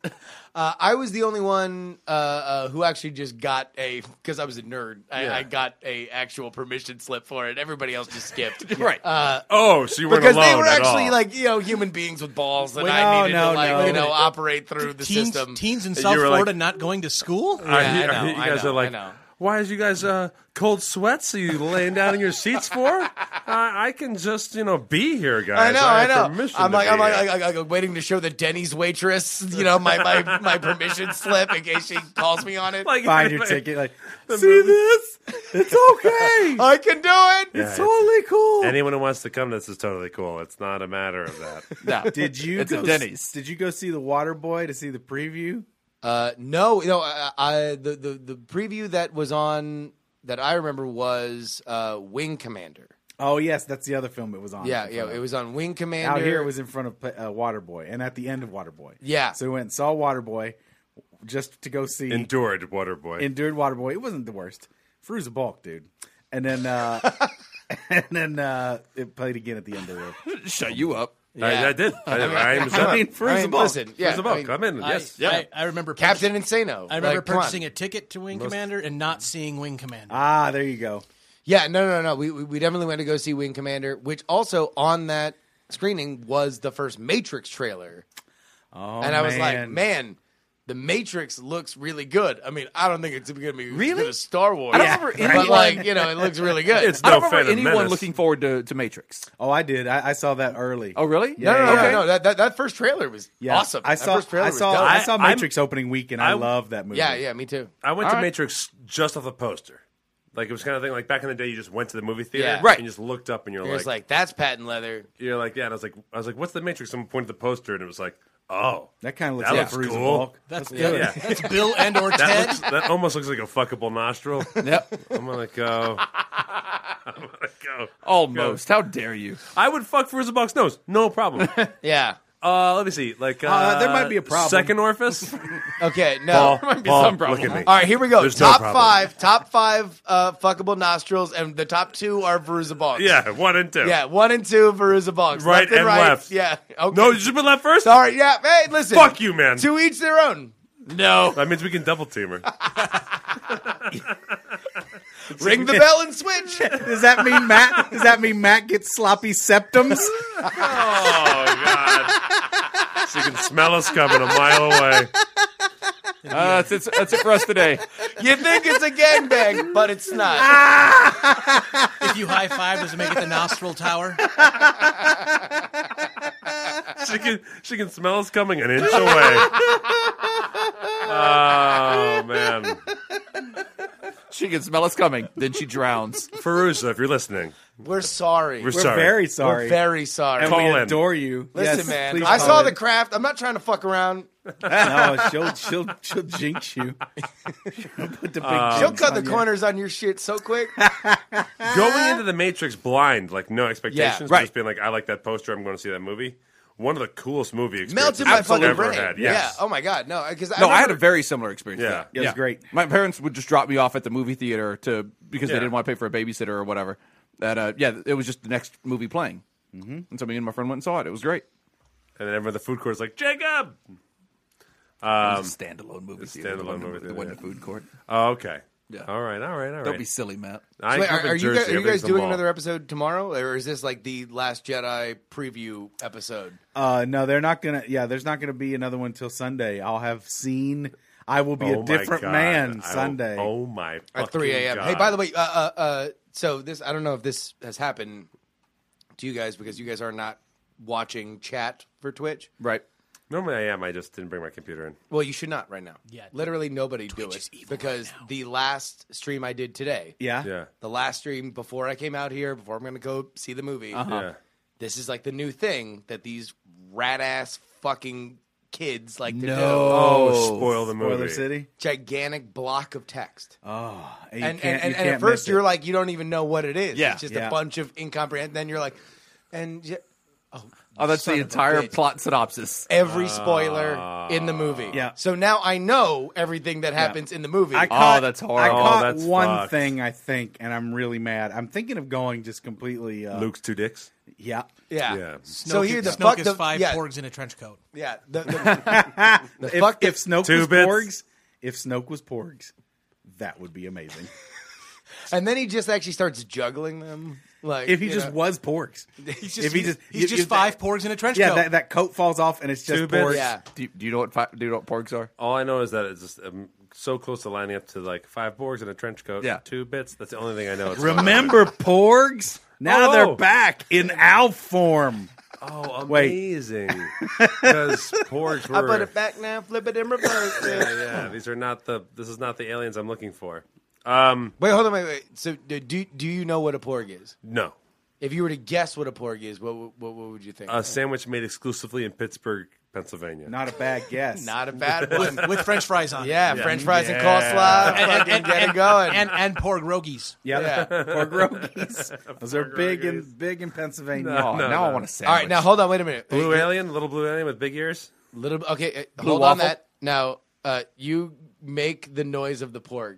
[SPEAKER 3] uh, I was the only one uh, uh, who actually just got a because I was a nerd. I,
[SPEAKER 1] Yeah.
[SPEAKER 3] I got a actual permission slip for it. Everybody else just skipped.
[SPEAKER 2] right.
[SPEAKER 1] Oh, so you weren't
[SPEAKER 3] Because
[SPEAKER 1] alone
[SPEAKER 3] they were
[SPEAKER 1] at
[SPEAKER 3] actually
[SPEAKER 1] all.
[SPEAKER 3] like you know human beings with balls, and
[SPEAKER 6] Wait,
[SPEAKER 3] I
[SPEAKER 6] no,
[SPEAKER 3] needed
[SPEAKER 6] no,
[SPEAKER 3] to like
[SPEAKER 6] no.
[SPEAKER 3] you know operate through the
[SPEAKER 4] teens,
[SPEAKER 3] system.
[SPEAKER 4] teens in South
[SPEAKER 1] were like-
[SPEAKER 4] Florida not going to school?
[SPEAKER 3] Yeah,
[SPEAKER 1] I hear-
[SPEAKER 3] I
[SPEAKER 1] I hear
[SPEAKER 3] know,
[SPEAKER 1] you guys
[SPEAKER 3] I know,
[SPEAKER 1] are like,
[SPEAKER 3] I know.
[SPEAKER 1] why is you guys uh, cold sweats? Are you laying down in your seats for? I, I can just you know be here, guys.
[SPEAKER 3] I know, I,
[SPEAKER 1] have
[SPEAKER 3] know.
[SPEAKER 1] permission
[SPEAKER 3] I'm
[SPEAKER 1] to
[SPEAKER 3] like,
[SPEAKER 1] be
[SPEAKER 3] I'm like,
[SPEAKER 1] here.
[SPEAKER 3] like, like, like, waiting to show the Denny's waitress, you know, my, my, my permission slip in case she calls me on it.
[SPEAKER 1] Like,
[SPEAKER 6] Find your ticket. Like, see this? It's okay.
[SPEAKER 3] I can do it.
[SPEAKER 6] it's totally cool.
[SPEAKER 1] Anyone who wants to come, this is totally cool. It's not a matter of that.
[SPEAKER 2] No.
[SPEAKER 6] Did you
[SPEAKER 2] It's
[SPEAKER 6] go,
[SPEAKER 2] a Denny's.
[SPEAKER 6] Did you go see the Water Boy to see the preview?
[SPEAKER 3] Uh, no, no. I, I the, the the preview that was on that I remember was uh, Wing Commander.
[SPEAKER 6] Oh yes, that's the other film it was on.
[SPEAKER 3] Yeah, yeah. It was on Wing Commander.
[SPEAKER 6] out here. It was in front of uh, Water Boy and at the end of Water Boy.
[SPEAKER 3] Yeah.
[SPEAKER 6] so we went and saw Water Boy just to go see
[SPEAKER 1] Endured Waterboy.
[SPEAKER 6] endured water boy. It wasn't the worst. Fru's a bulk, dude. And then uh and then uh it played again at the end of the
[SPEAKER 2] Shut you up.
[SPEAKER 1] I,
[SPEAKER 3] Yeah.
[SPEAKER 1] I did. I, I am
[SPEAKER 6] I mean
[SPEAKER 1] done.
[SPEAKER 6] Fru's
[SPEAKER 3] I
[SPEAKER 6] a
[SPEAKER 3] mean,
[SPEAKER 6] bulk.
[SPEAKER 3] listen, yeah,
[SPEAKER 1] Here's the
[SPEAKER 3] I
[SPEAKER 1] book.
[SPEAKER 3] mean,
[SPEAKER 1] I'm in. Yes.
[SPEAKER 4] I,
[SPEAKER 1] yeah.
[SPEAKER 4] I, I remember purchasing-
[SPEAKER 3] Captain Insano.
[SPEAKER 4] I remember
[SPEAKER 3] Like, come on.
[SPEAKER 4] purchasing a ticket to Wing Commander and not seeing Wing Commander.
[SPEAKER 6] Ah, there you go.
[SPEAKER 3] Yeah, no, no, no. We, we we definitely went to go see Wing Commander, which also on that screening was the first Matrix trailer.
[SPEAKER 6] Oh,
[SPEAKER 3] and I was like,
[SPEAKER 6] man.
[SPEAKER 3] man, the Matrix looks really good. I mean, I don't think it's going to be really good as Star Wars.
[SPEAKER 2] I don't remember
[SPEAKER 3] but
[SPEAKER 2] anyone-
[SPEAKER 3] like, you know, it looks really good.
[SPEAKER 1] It's
[SPEAKER 2] I
[SPEAKER 1] no
[SPEAKER 2] don't remember
[SPEAKER 1] Phantom
[SPEAKER 2] anyone
[SPEAKER 1] Menace.
[SPEAKER 2] looking forward to, to Matrix.
[SPEAKER 6] Oh, I did. I, I saw that early.
[SPEAKER 2] Oh, really?
[SPEAKER 3] no,
[SPEAKER 6] Yeah,
[SPEAKER 3] no,
[SPEAKER 6] yeah,
[SPEAKER 3] no,
[SPEAKER 6] yeah.
[SPEAKER 3] no. That, that that first trailer was
[SPEAKER 6] Yeah.
[SPEAKER 3] awesome.
[SPEAKER 6] I
[SPEAKER 3] That
[SPEAKER 6] saw.
[SPEAKER 3] first trailer
[SPEAKER 6] I
[SPEAKER 3] was
[SPEAKER 6] saw.
[SPEAKER 3] dope.
[SPEAKER 6] I saw
[SPEAKER 1] I- I'm-
[SPEAKER 6] Matrix opening week, and I,
[SPEAKER 1] I-
[SPEAKER 6] love that movie.
[SPEAKER 3] yeah, yeah, me too.
[SPEAKER 1] I went
[SPEAKER 2] All
[SPEAKER 1] to
[SPEAKER 2] right.
[SPEAKER 1] Matrix just off the poster. Like it was kind of thing. Like back in the day, you just went to the movie theater,
[SPEAKER 3] Yeah.
[SPEAKER 2] Right.
[SPEAKER 1] And just looked up, and you're
[SPEAKER 3] It was
[SPEAKER 1] like,
[SPEAKER 3] like that's patent leather.
[SPEAKER 1] you're like, yeah. And I was like, I was like, wooks the Matrix? Someone pointed at the poster, and it was like, oh,
[SPEAKER 6] That kind of looks
[SPEAKER 1] That
[SPEAKER 6] like
[SPEAKER 1] looks
[SPEAKER 6] Fru's a
[SPEAKER 1] cool.
[SPEAKER 6] bulk.
[SPEAKER 4] That's
[SPEAKER 1] yeah,
[SPEAKER 4] good.
[SPEAKER 1] yeah.
[SPEAKER 4] That's Bill and or
[SPEAKER 1] that
[SPEAKER 4] Ted.
[SPEAKER 1] looks, that almost looks like a fuckable nostril.
[SPEAKER 2] Yep.
[SPEAKER 1] I'm uh, gonna go. I'm gonna go.
[SPEAKER 2] Almost. How dare you?
[SPEAKER 1] I would fuck for his box nose, no problem.
[SPEAKER 3] Yeah.
[SPEAKER 1] Uh, let me see. Like, uh,
[SPEAKER 6] there might be a problem.
[SPEAKER 1] Second orifice.
[SPEAKER 3] Okay. No.
[SPEAKER 1] Paul,
[SPEAKER 2] be
[SPEAKER 1] Paul,
[SPEAKER 2] some problem.
[SPEAKER 1] Look at me.
[SPEAKER 3] All right, here we go.
[SPEAKER 1] There's no
[SPEAKER 3] top
[SPEAKER 1] problem.
[SPEAKER 3] five, top five uh, fuckable nostrils, and the top two are Veruza Bogs.
[SPEAKER 1] Yeah, one and two.
[SPEAKER 3] yeah, one and two Veruza Bogs.
[SPEAKER 1] Right
[SPEAKER 3] and
[SPEAKER 1] and left.
[SPEAKER 3] Yeah. Okay.
[SPEAKER 1] No, you should put left first.
[SPEAKER 3] Sorry. Yeah. Hey, listen.
[SPEAKER 1] Fuck you, man.
[SPEAKER 3] To each their own. No.
[SPEAKER 1] That means we can double team her.
[SPEAKER 3] Ring the bell and switch.
[SPEAKER 6] Does that mean Matt? Does that mean Matt gets sloppy septums?
[SPEAKER 1] Oh God! she can smell us coming a mile away.
[SPEAKER 2] Uh, that's, it's, that's it for us today.
[SPEAKER 3] You think it's a gangbang, but it's not.
[SPEAKER 4] if you high five, does it make it the nostril tower?
[SPEAKER 1] She can she can smell us coming an inch away. Oh man,
[SPEAKER 2] She can smell us coming. Then she drowns.
[SPEAKER 1] Feruza, if you're listening,
[SPEAKER 3] We're sorry. We're,
[SPEAKER 1] we're,
[SPEAKER 6] We're
[SPEAKER 1] sorry.
[SPEAKER 6] very sorry.
[SPEAKER 3] very sorry.
[SPEAKER 6] and
[SPEAKER 1] Call
[SPEAKER 6] we
[SPEAKER 1] in.
[SPEAKER 6] adore you.
[SPEAKER 3] Listen,
[SPEAKER 6] Yes,
[SPEAKER 3] man.
[SPEAKER 6] please
[SPEAKER 3] I
[SPEAKER 6] call
[SPEAKER 3] saw
[SPEAKER 6] in.
[SPEAKER 3] the craft. I'm not trying to fuck around.
[SPEAKER 6] No, she'll she'll she'll jinx you. she'll put the big
[SPEAKER 1] Um,
[SPEAKER 3] She'll
[SPEAKER 6] jinx
[SPEAKER 3] cut
[SPEAKER 6] on
[SPEAKER 3] the
[SPEAKER 6] you.
[SPEAKER 3] corners on your shit so quick.
[SPEAKER 1] going into the Matrix blind, like no expectations,
[SPEAKER 3] Yeah,
[SPEAKER 1] but just being like, I like that poster, I'm going to see that movie. One of the coolest movie
[SPEAKER 3] Melted
[SPEAKER 1] experiences
[SPEAKER 3] my
[SPEAKER 1] I've
[SPEAKER 3] fucking
[SPEAKER 1] ever
[SPEAKER 3] brain.
[SPEAKER 1] had.
[SPEAKER 3] Yeah.
[SPEAKER 1] Yes.
[SPEAKER 3] Oh my god. No, because
[SPEAKER 2] No, I had a very similar experience. to
[SPEAKER 1] Yeah.
[SPEAKER 2] that.
[SPEAKER 6] It was great.
[SPEAKER 2] My parents would just drop me off at the movie theater to because
[SPEAKER 1] Yeah.
[SPEAKER 2] they didn't want to pay for a babysitter or whatever. That uh, yeah, it was just the next movie playing, mm-hmm. and so me and my friend went and saw it. It was great.
[SPEAKER 1] And then everyone at the food court is like, Jacob.
[SPEAKER 2] it was a standalone movie theater.
[SPEAKER 1] standalone movie
[SPEAKER 2] It
[SPEAKER 1] theater,
[SPEAKER 2] wasn't a
[SPEAKER 1] yeah.
[SPEAKER 2] food court.
[SPEAKER 1] Oh, okay.
[SPEAKER 2] Yeah.
[SPEAKER 1] All right. All right. All right.
[SPEAKER 2] Don't be silly, Matt.
[SPEAKER 1] I
[SPEAKER 3] Wait,
[SPEAKER 1] grew
[SPEAKER 3] are,
[SPEAKER 1] up in
[SPEAKER 3] are you
[SPEAKER 1] Jersey,
[SPEAKER 3] guys, are you guys
[SPEAKER 1] everything's a
[SPEAKER 3] doing
[SPEAKER 1] mall.
[SPEAKER 3] another episode tomorrow, or is this like the Last Jedi preview episode?
[SPEAKER 6] Uh, no, they're not gonna. Yeah, there's not gonna be another one till Sunday. I'll have seen. I will be
[SPEAKER 1] Oh
[SPEAKER 6] a
[SPEAKER 1] my
[SPEAKER 6] different
[SPEAKER 1] God.
[SPEAKER 6] man
[SPEAKER 1] I-
[SPEAKER 6] Sunday.
[SPEAKER 1] Oh my!
[SPEAKER 3] At three a.m. Hey, by the way, uh, uh, uh, so this I don't know if this has happened to you guys because you guys are not watching chat for Twitch.
[SPEAKER 2] Right.
[SPEAKER 1] normally I am. I just didn't bring my computer in.
[SPEAKER 3] Well, you should not right now.
[SPEAKER 4] Yeah.
[SPEAKER 3] literally nobody do it because the last stream I did today,
[SPEAKER 6] Yeah.
[SPEAKER 1] Yeah.
[SPEAKER 3] the last stream before I came out here, before I'm going to go see the movie.
[SPEAKER 6] Uh-huh.
[SPEAKER 1] Yeah.
[SPEAKER 3] This is like the new thing that these rat ass fucking kids like to do.
[SPEAKER 1] Oh, spoil the movie.
[SPEAKER 6] Boiler City.
[SPEAKER 3] Gigantic block of text.
[SPEAKER 6] Oh, and, you
[SPEAKER 3] and
[SPEAKER 6] can't-
[SPEAKER 3] and, and,
[SPEAKER 6] you
[SPEAKER 3] and
[SPEAKER 6] can't
[SPEAKER 3] at first
[SPEAKER 6] miss it.
[SPEAKER 3] you're like you don't even know what it is.
[SPEAKER 2] Yeah.
[SPEAKER 3] It's just
[SPEAKER 6] Yeah.
[SPEAKER 3] a bunch of incomprehensible. Then you're like, and y-
[SPEAKER 2] Oh, that's
[SPEAKER 3] Son
[SPEAKER 2] the
[SPEAKER 3] of a
[SPEAKER 2] entire
[SPEAKER 3] bitch.
[SPEAKER 2] plot synopsis.
[SPEAKER 3] every spoiler in the movie.
[SPEAKER 6] Yeah.
[SPEAKER 3] So now I know everything that happens in the movie.
[SPEAKER 6] I
[SPEAKER 3] I,
[SPEAKER 6] caught,
[SPEAKER 2] that's
[SPEAKER 6] I
[SPEAKER 2] horrible.
[SPEAKER 6] caught
[SPEAKER 1] Oh, that's
[SPEAKER 6] one
[SPEAKER 1] fucked.
[SPEAKER 6] thing, I think, and I'm really mad. I'm thinking of going just completely. Uh,
[SPEAKER 1] Luke's two dicks.
[SPEAKER 6] Yeah.
[SPEAKER 3] yeah.
[SPEAKER 1] Yeah.
[SPEAKER 3] So
[SPEAKER 4] Snoke-
[SPEAKER 3] here the
[SPEAKER 4] Snoke
[SPEAKER 3] fuck
[SPEAKER 4] is
[SPEAKER 3] the
[SPEAKER 4] five
[SPEAKER 3] yeah,
[SPEAKER 4] porgs in a trench coat.
[SPEAKER 3] yeah the, the, the
[SPEAKER 6] If,
[SPEAKER 3] fuck the-
[SPEAKER 6] if Snoke
[SPEAKER 1] Two
[SPEAKER 6] was
[SPEAKER 1] bits.
[SPEAKER 6] Porgs, if Snoke was Porgs, that would be amazing.
[SPEAKER 3] and then he just actually starts juggling them. Like,
[SPEAKER 6] if he
[SPEAKER 3] you
[SPEAKER 6] just
[SPEAKER 3] know.
[SPEAKER 6] was porgs.
[SPEAKER 4] He's just,
[SPEAKER 6] if he just
[SPEAKER 4] he's
[SPEAKER 6] you-
[SPEAKER 4] just
[SPEAKER 6] you-
[SPEAKER 4] five porgs in a trench
[SPEAKER 6] Yeah,
[SPEAKER 4] coat.
[SPEAKER 6] that, that coat falls off and it's just
[SPEAKER 1] Two bits.
[SPEAKER 6] porgs.
[SPEAKER 3] Yeah.
[SPEAKER 2] Do you, do you know what fi- do you know what porgs are?
[SPEAKER 1] All I know is that it's just um so close to lining up to like five boards and a trench coat.
[SPEAKER 2] Yeah.
[SPEAKER 1] Two bits. That's the only thing I know. It's
[SPEAKER 6] Remember porgs? Now
[SPEAKER 1] Oh.
[SPEAKER 6] they're back in owl form.
[SPEAKER 1] Oh,
[SPEAKER 6] Wait.
[SPEAKER 1] amazing. Because porgs were.
[SPEAKER 3] I put it back now, flip it in reverse.
[SPEAKER 1] yeah, yeah, these are not the. This is not the aliens I'm looking for. Um,
[SPEAKER 3] Wait, hold on, wait, wait. So, do do you know what a porg is?
[SPEAKER 1] no,
[SPEAKER 3] If you were to guess what a porg is, what what, what would you think?
[SPEAKER 1] a sandwich made exclusively in Pittsburgh, Pennsylvania.
[SPEAKER 6] Not a bad guess.
[SPEAKER 3] Not a bad one.
[SPEAKER 4] with French fries on. it.
[SPEAKER 3] yeah, French fries and coleslaw.
[SPEAKER 4] and,
[SPEAKER 3] fucking
[SPEAKER 4] and,
[SPEAKER 3] get
[SPEAKER 4] and,
[SPEAKER 3] it going.
[SPEAKER 4] and and porg rogies.
[SPEAKER 6] yeah.
[SPEAKER 3] yeah.
[SPEAKER 6] Porg rogies. Those are big in big in Pennsylvania.
[SPEAKER 2] Oh, now I want to say.
[SPEAKER 3] All right, now hold on. Wait a minute.
[SPEAKER 1] blue alien, little blue alien with big ears.
[SPEAKER 3] Little okay. uh,
[SPEAKER 2] Blue
[SPEAKER 3] hold on
[SPEAKER 2] waffle?
[SPEAKER 3] that. Now, uh, you make the noise of the porg.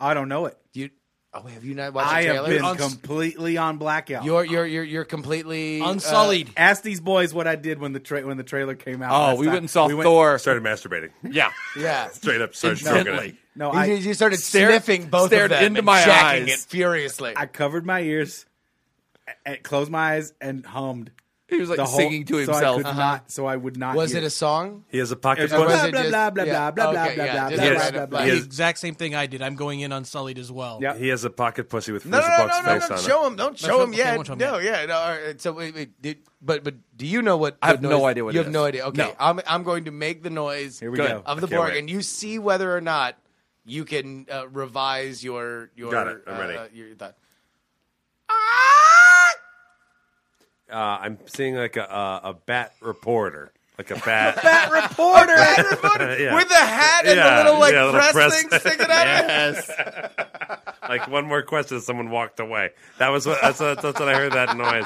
[SPEAKER 6] I don't know it.
[SPEAKER 3] You. Oh, wait, have you not watched
[SPEAKER 6] I
[SPEAKER 3] the
[SPEAKER 6] have
[SPEAKER 3] trailer?
[SPEAKER 6] been
[SPEAKER 4] Uns-
[SPEAKER 6] completely on blackout.
[SPEAKER 3] You're you're you're you're completely uh,
[SPEAKER 4] Unsullied.
[SPEAKER 6] Ask these boys what I did when the tra- when the trailer came out.
[SPEAKER 2] Oh,
[SPEAKER 6] last
[SPEAKER 2] we
[SPEAKER 6] time.
[SPEAKER 2] went and saw
[SPEAKER 6] We went-
[SPEAKER 2] Thor.
[SPEAKER 1] Started masturbating.
[SPEAKER 2] Yeah,
[SPEAKER 3] uh, yeah.
[SPEAKER 1] Straight up started stroking it.
[SPEAKER 2] instantly.
[SPEAKER 6] No,
[SPEAKER 3] You,
[SPEAKER 6] I,
[SPEAKER 3] you started
[SPEAKER 2] Stared-
[SPEAKER 3] sniffing both
[SPEAKER 2] stared
[SPEAKER 3] of them
[SPEAKER 2] into
[SPEAKER 3] and
[SPEAKER 2] my
[SPEAKER 3] jacking
[SPEAKER 2] eyes.
[SPEAKER 3] it furiously.
[SPEAKER 6] I covered my ears, a- and closed my eyes, and hummed.
[SPEAKER 2] He was like
[SPEAKER 6] the whole-
[SPEAKER 2] singing to
[SPEAKER 6] so I
[SPEAKER 2] himself. Uh-huh.
[SPEAKER 6] could not, so I would not.
[SPEAKER 3] was
[SPEAKER 6] hear.
[SPEAKER 3] it a song?
[SPEAKER 1] He has a pocket
[SPEAKER 6] Or
[SPEAKER 3] was
[SPEAKER 1] puss.
[SPEAKER 3] it
[SPEAKER 6] blah,
[SPEAKER 3] just-
[SPEAKER 6] blah, blah,
[SPEAKER 3] yeah,
[SPEAKER 6] blah, blah,
[SPEAKER 3] okay,
[SPEAKER 6] blah,
[SPEAKER 3] yeah,
[SPEAKER 6] blah,
[SPEAKER 3] just
[SPEAKER 6] blah,
[SPEAKER 1] a
[SPEAKER 6] blah,
[SPEAKER 1] random-
[SPEAKER 6] blah,
[SPEAKER 1] he
[SPEAKER 4] The
[SPEAKER 6] blah.
[SPEAKER 1] is-
[SPEAKER 4] exact same thing I did. I'm going in unsullied as well.
[SPEAKER 6] Yeah.
[SPEAKER 1] He has a pocket pussy with
[SPEAKER 3] No,
[SPEAKER 1] Freezer
[SPEAKER 3] no, no,
[SPEAKER 1] Buck's
[SPEAKER 3] no, no,
[SPEAKER 1] face
[SPEAKER 3] no,
[SPEAKER 1] on
[SPEAKER 3] show
[SPEAKER 1] it.
[SPEAKER 3] him. Don't
[SPEAKER 4] okay,
[SPEAKER 3] show him
[SPEAKER 4] I
[SPEAKER 3] yet.
[SPEAKER 4] won't show him
[SPEAKER 3] No,
[SPEAKER 4] yet.
[SPEAKER 3] yeah. No, all right. So wait, wait. Did, but but do you know what?
[SPEAKER 2] I have
[SPEAKER 3] the
[SPEAKER 2] no
[SPEAKER 3] noise-
[SPEAKER 2] idea what
[SPEAKER 3] you
[SPEAKER 2] it
[SPEAKER 3] have no
[SPEAKER 2] is.
[SPEAKER 3] idea. Okay,
[SPEAKER 2] No.
[SPEAKER 3] I'm I'm going to make the noise.
[SPEAKER 6] Here we
[SPEAKER 2] Good.
[SPEAKER 6] go.
[SPEAKER 3] of the
[SPEAKER 1] I can't
[SPEAKER 3] Borg,
[SPEAKER 1] wait.
[SPEAKER 3] and you see whether or not you can uh, revise your your
[SPEAKER 1] Got it. I'm
[SPEAKER 3] uh,
[SPEAKER 1] ready.
[SPEAKER 3] uh, your thought. Ah!
[SPEAKER 1] Uh, I'm seeing like a, a a bat reporter, like a bat.
[SPEAKER 6] Fat reporter.
[SPEAKER 1] Yeah.
[SPEAKER 3] With the hat and
[SPEAKER 1] Yeah,
[SPEAKER 3] the little like
[SPEAKER 1] yeah, little
[SPEAKER 3] press,
[SPEAKER 1] press.
[SPEAKER 3] thing sticking out. of it.
[SPEAKER 1] like one more question, someone walked away. That was what that's, that's what I heard that noise.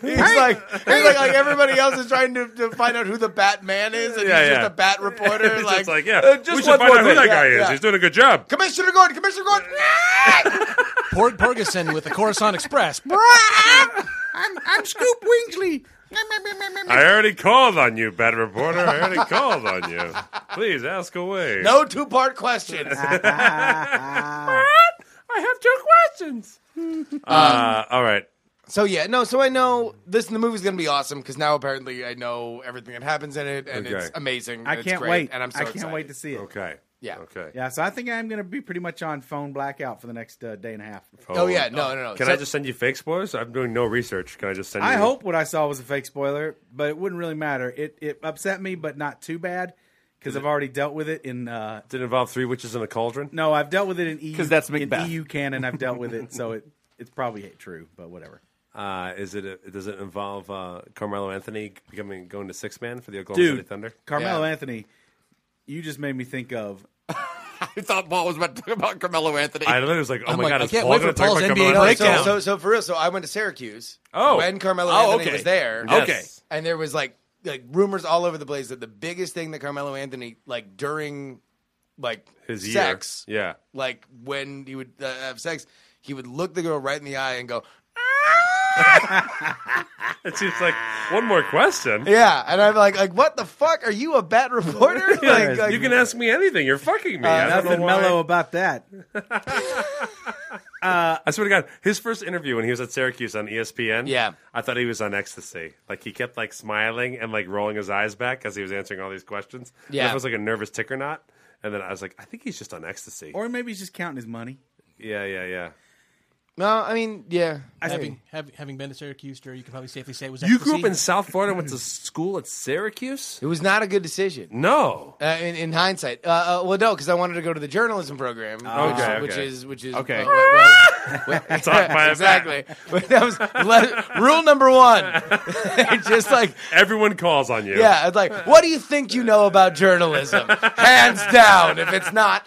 [SPEAKER 3] He's like, he's like, like everybody else is trying to, to find out who the Batman is, and
[SPEAKER 1] Yeah,
[SPEAKER 3] he's
[SPEAKER 1] yeah.
[SPEAKER 3] just a bat reporter.
[SPEAKER 1] It's
[SPEAKER 3] like,
[SPEAKER 1] just like, yeah,
[SPEAKER 3] "Uh,
[SPEAKER 1] we
[SPEAKER 3] just
[SPEAKER 1] should
[SPEAKER 3] one
[SPEAKER 1] find
[SPEAKER 3] more
[SPEAKER 1] out who
[SPEAKER 3] thing."
[SPEAKER 1] that
[SPEAKER 3] Yeah,
[SPEAKER 1] guy is.
[SPEAKER 3] yeah.
[SPEAKER 1] He's doing a good job.
[SPEAKER 3] Commissioner Gordon, Commissioner Gordon.
[SPEAKER 4] Porg Porgeson with the Coruscant Express.
[SPEAKER 6] I'm I'm Scoop Wingsley.
[SPEAKER 1] I already called on you, bad reporter. I already called on you. Please ask away.
[SPEAKER 3] no two part questions.
[SPEAKER 1] I have two questions.
[SPEAKER 3] Um,
[SPEAKER 1] uh, all right.
[SPEAKER 3] So yeah, no. So I know this. The movie's gonna be awesome because now apparently I know everything that happens in it, and
[SPEAKER 1] Okay.
[SPEAKER 3] it's amazing.
[SPEAKER 6] I
[SPEAKER 3] and it's
[SPEAKER 6] can't
[SPEAKER 3] great,
[SPEAKER 6] wait.
[SPEAKER 3] and I'm so
[SPEAKER 6] I can't
[SPEAKER 3] excited.
[SPEAKER 6] wait to see it.
[SPEAKER 1] Okay.
[SPEAKER 3] Yeah.
[SPEAKER 1] Okay.
[SPEAKER 6] Yeah, so I think I'm going to be pretty much on phone blackout for the next uh, day and a half.
[SPEAKER 3] Oh yeah, no, no, no.
[SPEAKER 1] Can
[SPEAKER 3] So-
[SPEAKER 1] I just send you fake spoilers? I'm doing no research. Can I just send you?
[SPEAKER 6] I hope what I saw was a fake spoiler, but it wouldn't really matter. It it upset me, but not too bad because I've already dealt with it in. Uh,
[SPEAKER 1] Did it involve three witches in a cauldron?
[SPEAKER 6] no, I've dealt with it in EU
[SPEAKER 2] 'Cause that's
[SPEAKER 6] in
[SPEAKER 2] Macbeth.
[SPEAKER 6] EU canon. I've dealt with it, so it it's probably true, but whatever.
[SPEAKER 1] Uh, is it? A, does it involve uh, Carmelo Anthony becoming going to six man for the Oklahoma City
[SPEAKER 6] Dude,
[SPEAKER 1] Thunder?
[SPEAKER 6] Carmelo
[SPEAKER 3] Yeah.
[SPEAKER 6] Anthony, you just made me think of.
[SPEAKER 2] I thought Paul was about to talk about Carmelo Anthony.
[SPEAKER 1] I literally was like, oh
[SPEAKER 4] I'm
[SPEAKER 1] my
[SPEAKER 4] like,
[SPEAKER 1] god,
[SPEAKER 4] I
[SPEAKER 1] is
[SPEAKER 4] can't
[SPEAKER 1] Paul
[SPEAKER 4] wait
[SPEAKER 1] going
[SPEAKER 4] for
[SPEAKER 1] to talk
[SPEAKER 4] Paul's
[SPEAKER 1] about
[SPEAKER 4] NBA
[SPEAKER 1] Carmelo?
[SPEAKER 3] No,
[SPEAKER 1] Anthony?
[SPEAKER 4] breakdown.
[SPEAKER 3] so, so, so for real, so I went to Syracuse.
[SPEAKER 1] Oh.
[SPEAKER 3] when Carmelo
[SPEAKER 2] Oh,
[SPEAKER 3] Anthony
[SPEAKER 2] okay.
[SPEAKER 3] was there.
[SPEAKER 1] Yes.
[SPEAKER 2] Okay.
[SPEAKER 3] and there was like like rumors all over the place that the biggest thing that Carmelo Anthony like during like
[SPEAKER 1] His year.
[SPEAKER 3] sex,
[SPEAKER 1] Yeah.
[SPEAKER 3] like when he would uh, have sex, he would look the girl right in the eye and go,
[SPEAKER 1] It seems like one more question.
[SPEAKER 3] "Yeah," and I'm like, "Like what the fuck? Are you a bad reporter? like, like-
[SPEAKER 1] you can ask me anything. You're fucking me.
[SPEAKER 3] Uh,
[SPEAKER 1] I don't
[SPEAKER 6] Nothing
[SPEAKER 1] know why.
[SPEAKER 6] mellow about that.
[SPEAKER 1] I swear to God, his first interview when he was at Syracuse on E ESPN.
[SPEAKER 3] Yeah.
[SPEAKER 1] I thought he was on ecstasy. Like he kept like smiling and like rolling his eyes back as he was answering all these questions. I don't know
[SPEAKER 3] Yeah.
[SPEAKER 1] if it was like a nervous tick or not. And then I was like, I think he's just on ecstasy.
[SPEAKER 6] Or maybe he's just counting his money.
[SPEAKER 1] yeah, yeah, yeah.
[SPEAKER 3] No, I mean, yeah,
[SPEAKER 4] having, having having been to Syracuse, Drew, you can probably safely say it was.
[SPEAKER 1] You grew up
[SPEAKER 4] ecstasy.
[SPEAKER 1] in South Florida, went to school at Syracuse.
[SPEAKER 3] it was not a good decision."
[SPEAKER 1] No,
[SPEAKER 3] Uh, in, in hindsight, uh, uh, well, no, because I wanted to go to the journalism program, which,
[SPEAKER 1] Okay, okay.
[SPEAKER 3] which is which is
[SPEAKER 2] Okay.
[SPEAKER 3] uh, well- well-
[SPEAKER 1] not my
[SPEAKER 3] exactly. But that was le- rule number one. Just like
[SPEAKER 1] everyone calls on you.
[SPEAKER 3] yeah, it's like what do you think you know about journalism? Hands down, if it's not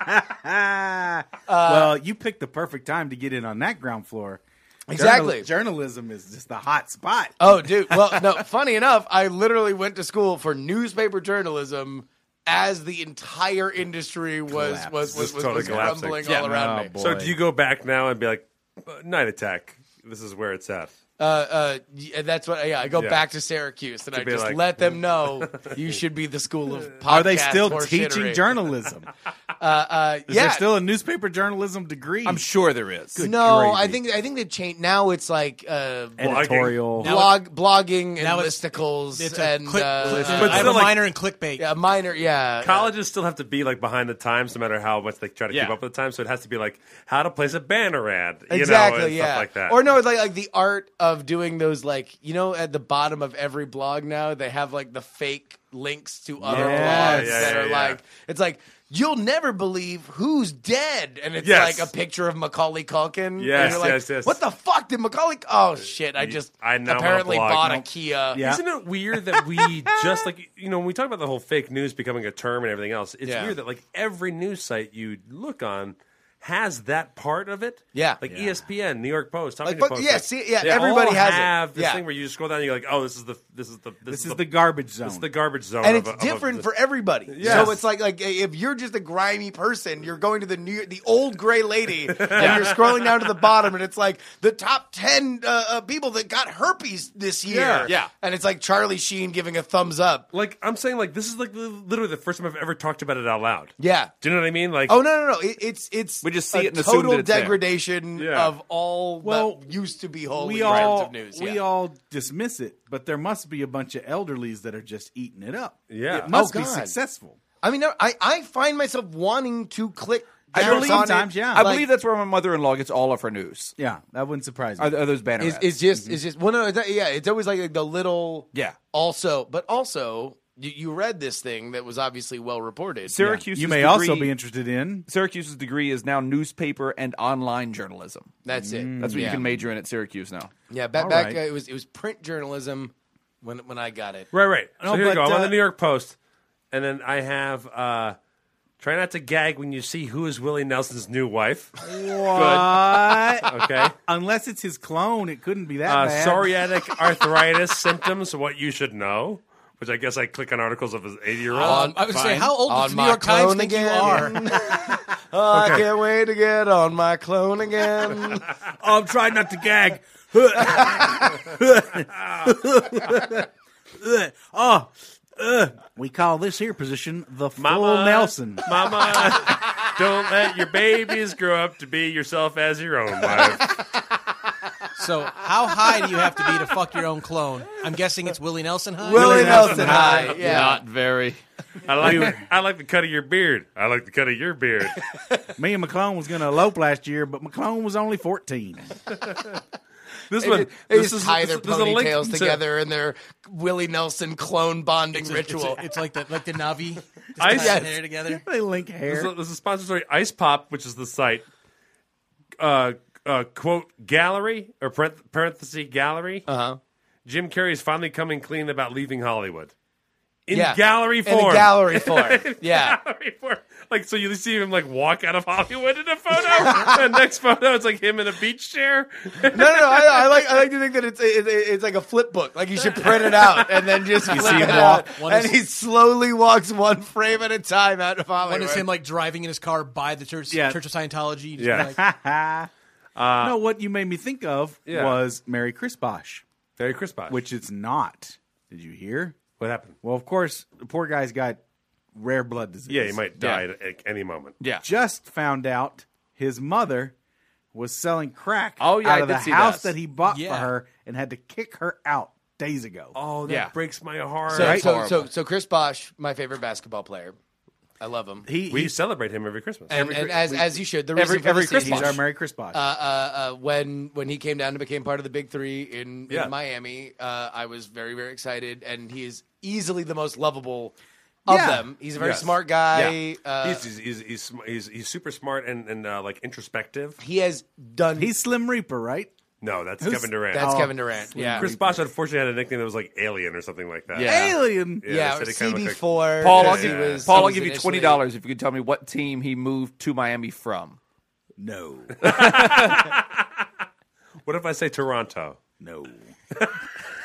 [SPEAKER 6] Ah, well, you picked the perfect time to get in on that ground floor.
[SPEAKER 3] Exactly.
[SPEAKER 6] Journal- journalism is just the hot spot.
[SPEAKER 3] oh, dude. Well, no. Funny enough, I literally went to school for newspaper journalism. As the entire industry was
[SPEAKER 6] Collapsed.
[SPEAKER 3] was was,
[SPEAKER 1] Just
[SPEAKER 3] was,
[SPEAKER 1] totally
[SPEAKER 3] was
[SPEAKER 1] collapsing.
[SPEAKER 3] crumbling
[SPEAKER 1] Yeah.
[SPEAKER 3] all around
[SPEAKER 6] Oh,
[SPEAKER 3] me.
[SPEAKER 6] boy.
[SPEAKER 1] So do you go back now and be like, "Uh, Night Attack? This is where it's at.
[SPEAKER 3] Uh, uh, y- and that's what. Yeah, I go
[SPEAKER 1] Yeah.
[SPEAKER 3] back to Syracuse and I
[SPEAKER 1] be
[SPEAKER 3] just
[SPEAKER 1] like-
[SPEAKER 3] let them know you should be the school of. Podcast
[SPEAKER 6] Are they still
[SPEAKER 3] horse
[SPEAKER 6] teaching
[SPEAKER 3] shittery.
[SPEAKER 6] journalism?
[SPEAKER 3] Uh,
[SPEAKER 6] Is
[SPEAKER 3] yeah,
[SPEAKER 6] there still a newspaper journalism degree?
[SPEAKER 2] I'm sure there is.
[SPEAKER 3] no, I
[SPEAKER 6] gravy.
[SPEAKER 3] think I think they changed. Now it's like uh,
[SPEAKER 6] editorial.
[SPEAKER 4] Now
[SPEAKER 3] blog blogging and
[SPEAKER 4] now it's-
[SPEAKER 3] listicles
[SPEAKER 4] It's a
[SPEAKER 3] and
[SPEAKER 4] click,
[SPEAKER 3] uh,
[SPEAKER 1] But
[SPEAKER 4] I have
[SPEAKER 1] still,
[SPEAKER 4] a
[SPEAKER 1] like-
[SPEAKER 4] minor in clickbait.
[SPEAKER 3] yeah, minor. Yeah,
[SPEAKER 1] Colleges still have to be like behind the times, no matter how much they try to
[SPEAKER 2] Yeah.
[SPEAKER 1] keep up with the times. So it has to be like how to place a banner ad, you
[SPEAKER 3] exactly
[SPEAKER 1] know, and
[SPEAKER 3] yeah
[SPEAKER 1] stuff like that.
[SPEAKER 3] or no like like the art of doing those like you know at the bottom of every blog now they have like the fake links to other
[SPEAKER 6] Yeah,
[SPEAKER 3] blogs
[SPEAKER 1] yeah,
[SPEAKER 3] that
[SPEAKER 1] yeah,
[SPEAKER 3] are
[SPEAKER 1] yeah.
[SPEAKER 3] like it's like you'll never believe who's dead and it's
[SPEAKER 1] Yes.
[SPEAKER 3] like a picture of Macaulay Culkin and
[SPEAKER 1] Yes,
[SPEAKER 3] you're like,
[SPEAKER 1] yes, yes.
[SPEAKER 3] what the fuck did Macaulay oh shit I just
[SPEAKER 1] I now wanna
[SPEAKER 3] apparently
[SPEAKER 1] blog.
[SPEAKER 3] bought a
[SPEAKER 1] Nope.
[SPEAKER 3] Kia
[SPEAKER 6] Yeah.
[SPEAKER 1] Isn't it weird that we just like you know when we talk about the whole fake news becoming a term and everything else? It's
[SPEAKER 3] Yeah.
[SPEAKER 1] weird that like every news site you look on has that part of it.
[SPEAKER 3] Yeah.
[SPEAKER 1] like E
[SPEAKER 3] Yeah.
[SPEAKER 1] ESPN, New York Post, Huffington
[SPEAKER 3] Like, fuck-
[SPEAKER 1] Post.
[SPEAKER 3] yeah,
[SPEAKER 1] like,
[SPEAKER 3] see, yeah,
[SPEAKER 1] they
[SPEAKER 3] everybody
[SPEAKER 1] all
[SPEAKER 3] has it.
[SPEAKER 1] have this
[SPEAKER 3] Yeah.
[SPEAKER 1] thing where you scroll down and you're like, oh, this is the this is the this,
[SPEAKER 6] This is the garbage zone.
[SPEAKER 1] this is the garbage zone,
[SPEAKER 3] and
[SPEAKER 1] of
[SPEAKER 3] it's
[SPEAKER 1] a- of a-
[SPEAKER 3] different for everybody.
[SPEAKER 1] Yes.
[SPEAKER 3] So it's like like if you're just a grimy person, you're going to the new the old gray lady, and you're scrolling down to the bottom, and it's like the top ten uh, uh, people that got herpes this year.
[SPEAKER 1] Yeah. Yeah.
[SPEAKER 3] and it's like Charlie Sheen giving a thumbs up.
[SPEAKER 1] Like I'm saying, like this is like li- literally the first time I've ever talked about it out loud.
[SPEAKER 3] Yeah.
[SPEAKER 1] Do you know what I mean? Like,
[SPEAKER 3] Oh no no no! It, it's it's
[SPEAKER 2] We just see
[SPEAKER 3] a
[SPEAKER 2] it and assume
[SPEAKER 3] total
[SPEAKER 2] that it's there.
[SPEAKER 3] degradation
[SPEAKER 1] Yeah.
[SPEAKER 3] of all
[SPEAKER 6] Well,
[SPEAKER 3] that used to be holy
[SPEAKER 6] we
[SPEAKER 3] in terms
[SPEAKER 6] all
[SPEAKER 3] of news.
[SPEAKER 6] we
[SPEAKER 3] yeah.
[SPEAKER 6] all dismiss it, but there must be a bunch of elderlies that are just eating it up.
[SPEAKER 1] Yeah.
[SPEAKER 6] it must
[SPEAKER 3] Oh,
[SPEAKER 6] be
[SPEAKER 3] God.
[SPEAKER 6] successful.
[SPEAKER 3] I mean, no, I I find myself wanting to click.
[SPEAKER 6] I
[SPEAKER 3] down
[SPEAKER 6] believe-
[SPEAKER 3] on it.
[SPEAKER 6] Sometimes, yeah.
[SPEAKER 2] I
[SPEAKER 3] Like-
[SPEAKER 2] believe that's where my mother-in-law gets all of her news.
[SPEAKER 6] Yeah, that wouldn't surprise me.
[SPEAKER 2] Are, are those banner
[SPEAKER 3] It's,
[SPEAKER 2] ads?
[SPEAKER 3] it's just, it's just. Well, no, it's, not- yeah, it's always like the little.
[SPEAKER 2] Yeah.
[SPEAKER 3] Also, but also, you, you read this thing that was obviously well reported.
[SPEAKER 2] Syracuse's
[SPEAKER 6] you may
[SPEAKER 2] degree,
[SPEAKER 6] also be interested in.
[SPEAKER 2] Syracuse's degree is now newspaper and online journalism.
[SPEAKER 3] That's it.
[SPEAKER 2] That's what
[SPEAKER 3] yeah.
[SPEAKER 2] you can major in at Syracuse now.
[SPEAKER 3] Yeah, back,
[SPEAKER 6] All
[SPEAKER 3] back
[SPEAKER 6] right.
[SPEAKER 3] uh, it was it was print journalism when when I got it.
[SPEAKER 1] right, right.
[SPEAKER 6] No,
[SPEAKER 1] so here you
[SPEAKER 6] but,
[SPEAKER 1] go. I'm on
[SPEAKER 6] uh,
[SPEAKER 1] the New York Post, and then I have uh try not to gag when you see who is Willie Nelson's new wife.
[SPEAKER 6] What?
[SPEAKER 1] Okay.
[SPEAKER 6] Unless it's his clone, it couldn't be that
[SPEAKER 1] uh,
[SPEAKER 6] bad.
[SPEAKER 1] psoriatic arthritis symptoms, what you should know, which I guess I click on articles of his 80 year old.
[SPEAKER 4] I would say,
[SPEAKER 3] Fine.
[SPEAKER 4] how old
[SPEAKER 3] On
[SPEAKER 4] does the New
[SPEAKER 3] my
[SPEAKER 4] York Times
[SPEAKER 3] clone
[SPEAKER 4] think
[SPEAKER 3] again.
[SPEAKER 4] you are?
[SPEAKER 3] Oh, I can't wait to get on my clone again.
[SPEAKER 6] Oh, I'm trying not to gag. oh, uh, we call this here position the full Nelson.
[SPEAKER 1] Mama, don't let your babies grow up to be yourself as your own wife.
[SPEAKER 4] So, how high do you have to be to fuck your own clone? I'm guessing it's Willie Nelson high.
[SPEAKER 3] Willie Nelson High. Yeah.
[SPEAKER 2] very.
[SPEAKER 1] I like, I like the cut of your beard. I like the cut of your beard.
[SPEAKER 6] Me and McClone was going to elope last year, but McClone was only 14.
[SPEAKER 1] This
[SPEAKER 3] They
[SPEAKER 1] one,
[SPEAKER 3] ju- they
[SPEAKER 1] this
[SPEAKER 3] just
[SPEAKER 1] is,
[SPEAKER 3] tie
[SPEAKER 1] this,
[SPEAKER 3] their
[SPEAKER 1] this is a link
[SPEAKER 3] ponytails
[SPEAKER 1] to-
[SPEAKER 3] together in their Willie Nelson clone bonding
[SPEAKER 4] It's, a- it's a-
[SPEAKER 3] ritual.
[SPEAKER 4] it's like the like the Navi. Just
[SPEAKER 1] I-
[SPEAKER 4] tied
[SPEAKER 1] yes.
[SPEAKER 4] there together.
[SPEAKER 6] they link hair.
[SPEAKER 1] There's a, there's a sponsor story, Ice Pop, which is the site. Uh, uh, quote gallery or parenth- parenthesis gallery. Uh
[SPEAKER 3] Uh-huh.
[SPEAKER 1] huh. Jim Carrey is finally coming clean about leaving Hollywood in
[SPEAKER 3] yeah.
[SPEAKER 1] gallery form.
[SPEAKER 3] In a gallery form. Yeah.
[SPEAKER 1] Gallery form. Like so, you see him like walk out of Hollywood in a photo. the next photo, it's like him in a beach chair.
[SPEAKER 3] No, no, no. I, I like. I like to think that it's it, it- it's like a flip book. Like you should print it out and then just flip
[SPEAKER 4] see
[SPEAKER 3] it
[SPEAKER 4] him
[SPEAKER 3] out.
[SPEAKER 4] walk- one
[SPEAKER 3] and
[SPEAKER 4] is-
[SPEAKER 3] he slowly walks one frame at a time out of Hollywood.
[SPEAKER 4] One is him like driving in his car by the Church,
[SPEAKER 6] Yeah.
[SPEAKER 4] church of Scientology. Just
[SPEAKER 1] Yeah.
[SPEAKER 4] like,
[SPEAKER 6] no, what you made me think of
[SPEAKER 1] Yeah.
[SPEAKER 6] was Mary Chris Bosch,
[SPEAKER 1] Very crisp. Bosch.
[SPEAKER 6] which it's not. Did you hear?
[SPEAKER 1] what happened?
[SPEAKER 6] Well, of course, the poor guy's got rare blood disease.
[SPEAKER 1] Yeah, he might die at, at any moment.
[SPEAKER 2] Yeah.
[SPEAKER 6] Just found out his mother was selling crack
[SPEAKER 2] Oh, yeah,
[SPEAKER 6] out
[SPEAKER 2] I
[SPEAKER 6] of
[SPEAKER 2] did
[SPEAKER 6] the
[SPEAKER 2] see
[SPEAKER 6] house
[SPEAKER 2] this.
[SPEAKER 6] that he bought
[SPEAKER 4] Yeah.
[SPEAKER 6] for her and had to kick her out days ago.
[SPEAKER 1] Oh, that
[SPEAKER 2] Yeah.
[SPEAKER 1] breaks my heart.
[SPEAKER 3] So,
[SPEAKER 6] Right?
[SPEAKER 3] so, so, so Chris Bosch, my favorite basketball player. I love him.
[SPEAKER 6] he,
[SPEAKER 1] we
[SPEAKER 6] he's,
[SPEAKER 1] celebrate him every Christmas.
[SPEAKER 3] and and as as you should. The reason
[SPEAKER 2] every-
[SPEAKER 3] for
[SPEAKER 2] every
[SPEAKER 3] this is-
[SPEAKER 6] he's our Mary Chris Bosch.
[SPEAKER 3] uh, uh, uh, when when he came down and became part of the Big Three in,
[SPEAKER 1] Yeah.
[SPEAKER 3] in Miami, uh, I was very very excited, and he is easily the most lovable of
[SPEAKER 6] Yeah.
[SPEAKER 3] them. He's a very
[SPEAKER 1] Yes.
[SPEAKER 3] smart guy. Uh,
[SPEAKER 1] he's, he's, he's, he's, sm- he's, he's super smart and, and uh, like introspective.
[SPEAKER 3] he has done.
[SPEAKER 6] he's Slim Reaper, right?
[SPEAKER 1] No, that's Kevin Durant.
[SPEAKER 3] that's
[SPEAKER 6] Oh,
[SPEAKER 3] Kevin Durant. Yeah,
[SPEAKER 1] Chris Bosch unfortunately had a nickname that was like Alien or something like that.
[SPEAKER 2] Yeah.
[SPEAKER 6] Alien.
[SPEAKER 3] Yeah,
[SPEAKER 1] they
[SPEAKER 3] or
[SPEAKER 1] said it kinda looked like-
[SPEAKER 3] CB4.
[SPEAKER 2] Paul, I'll
[SPEAKER 3] because
[SPEAKER 2] give,
[SPEAKER 3] he was-
[SPEAKER 2] Paul,
[SPEAKER 3] he
[SPEAKER 2] I'll
[SPEAKER 3] was
[SPEAKER 2] give you twenty
[SPEAKER 3] initially-
[SPEAKER 2] dollars if you can tell me what team he moved to Miami from.
[SPEAKER 6] No.
[SPEAKER 1] What if I say Toronto?
[SPEAKER 6] No.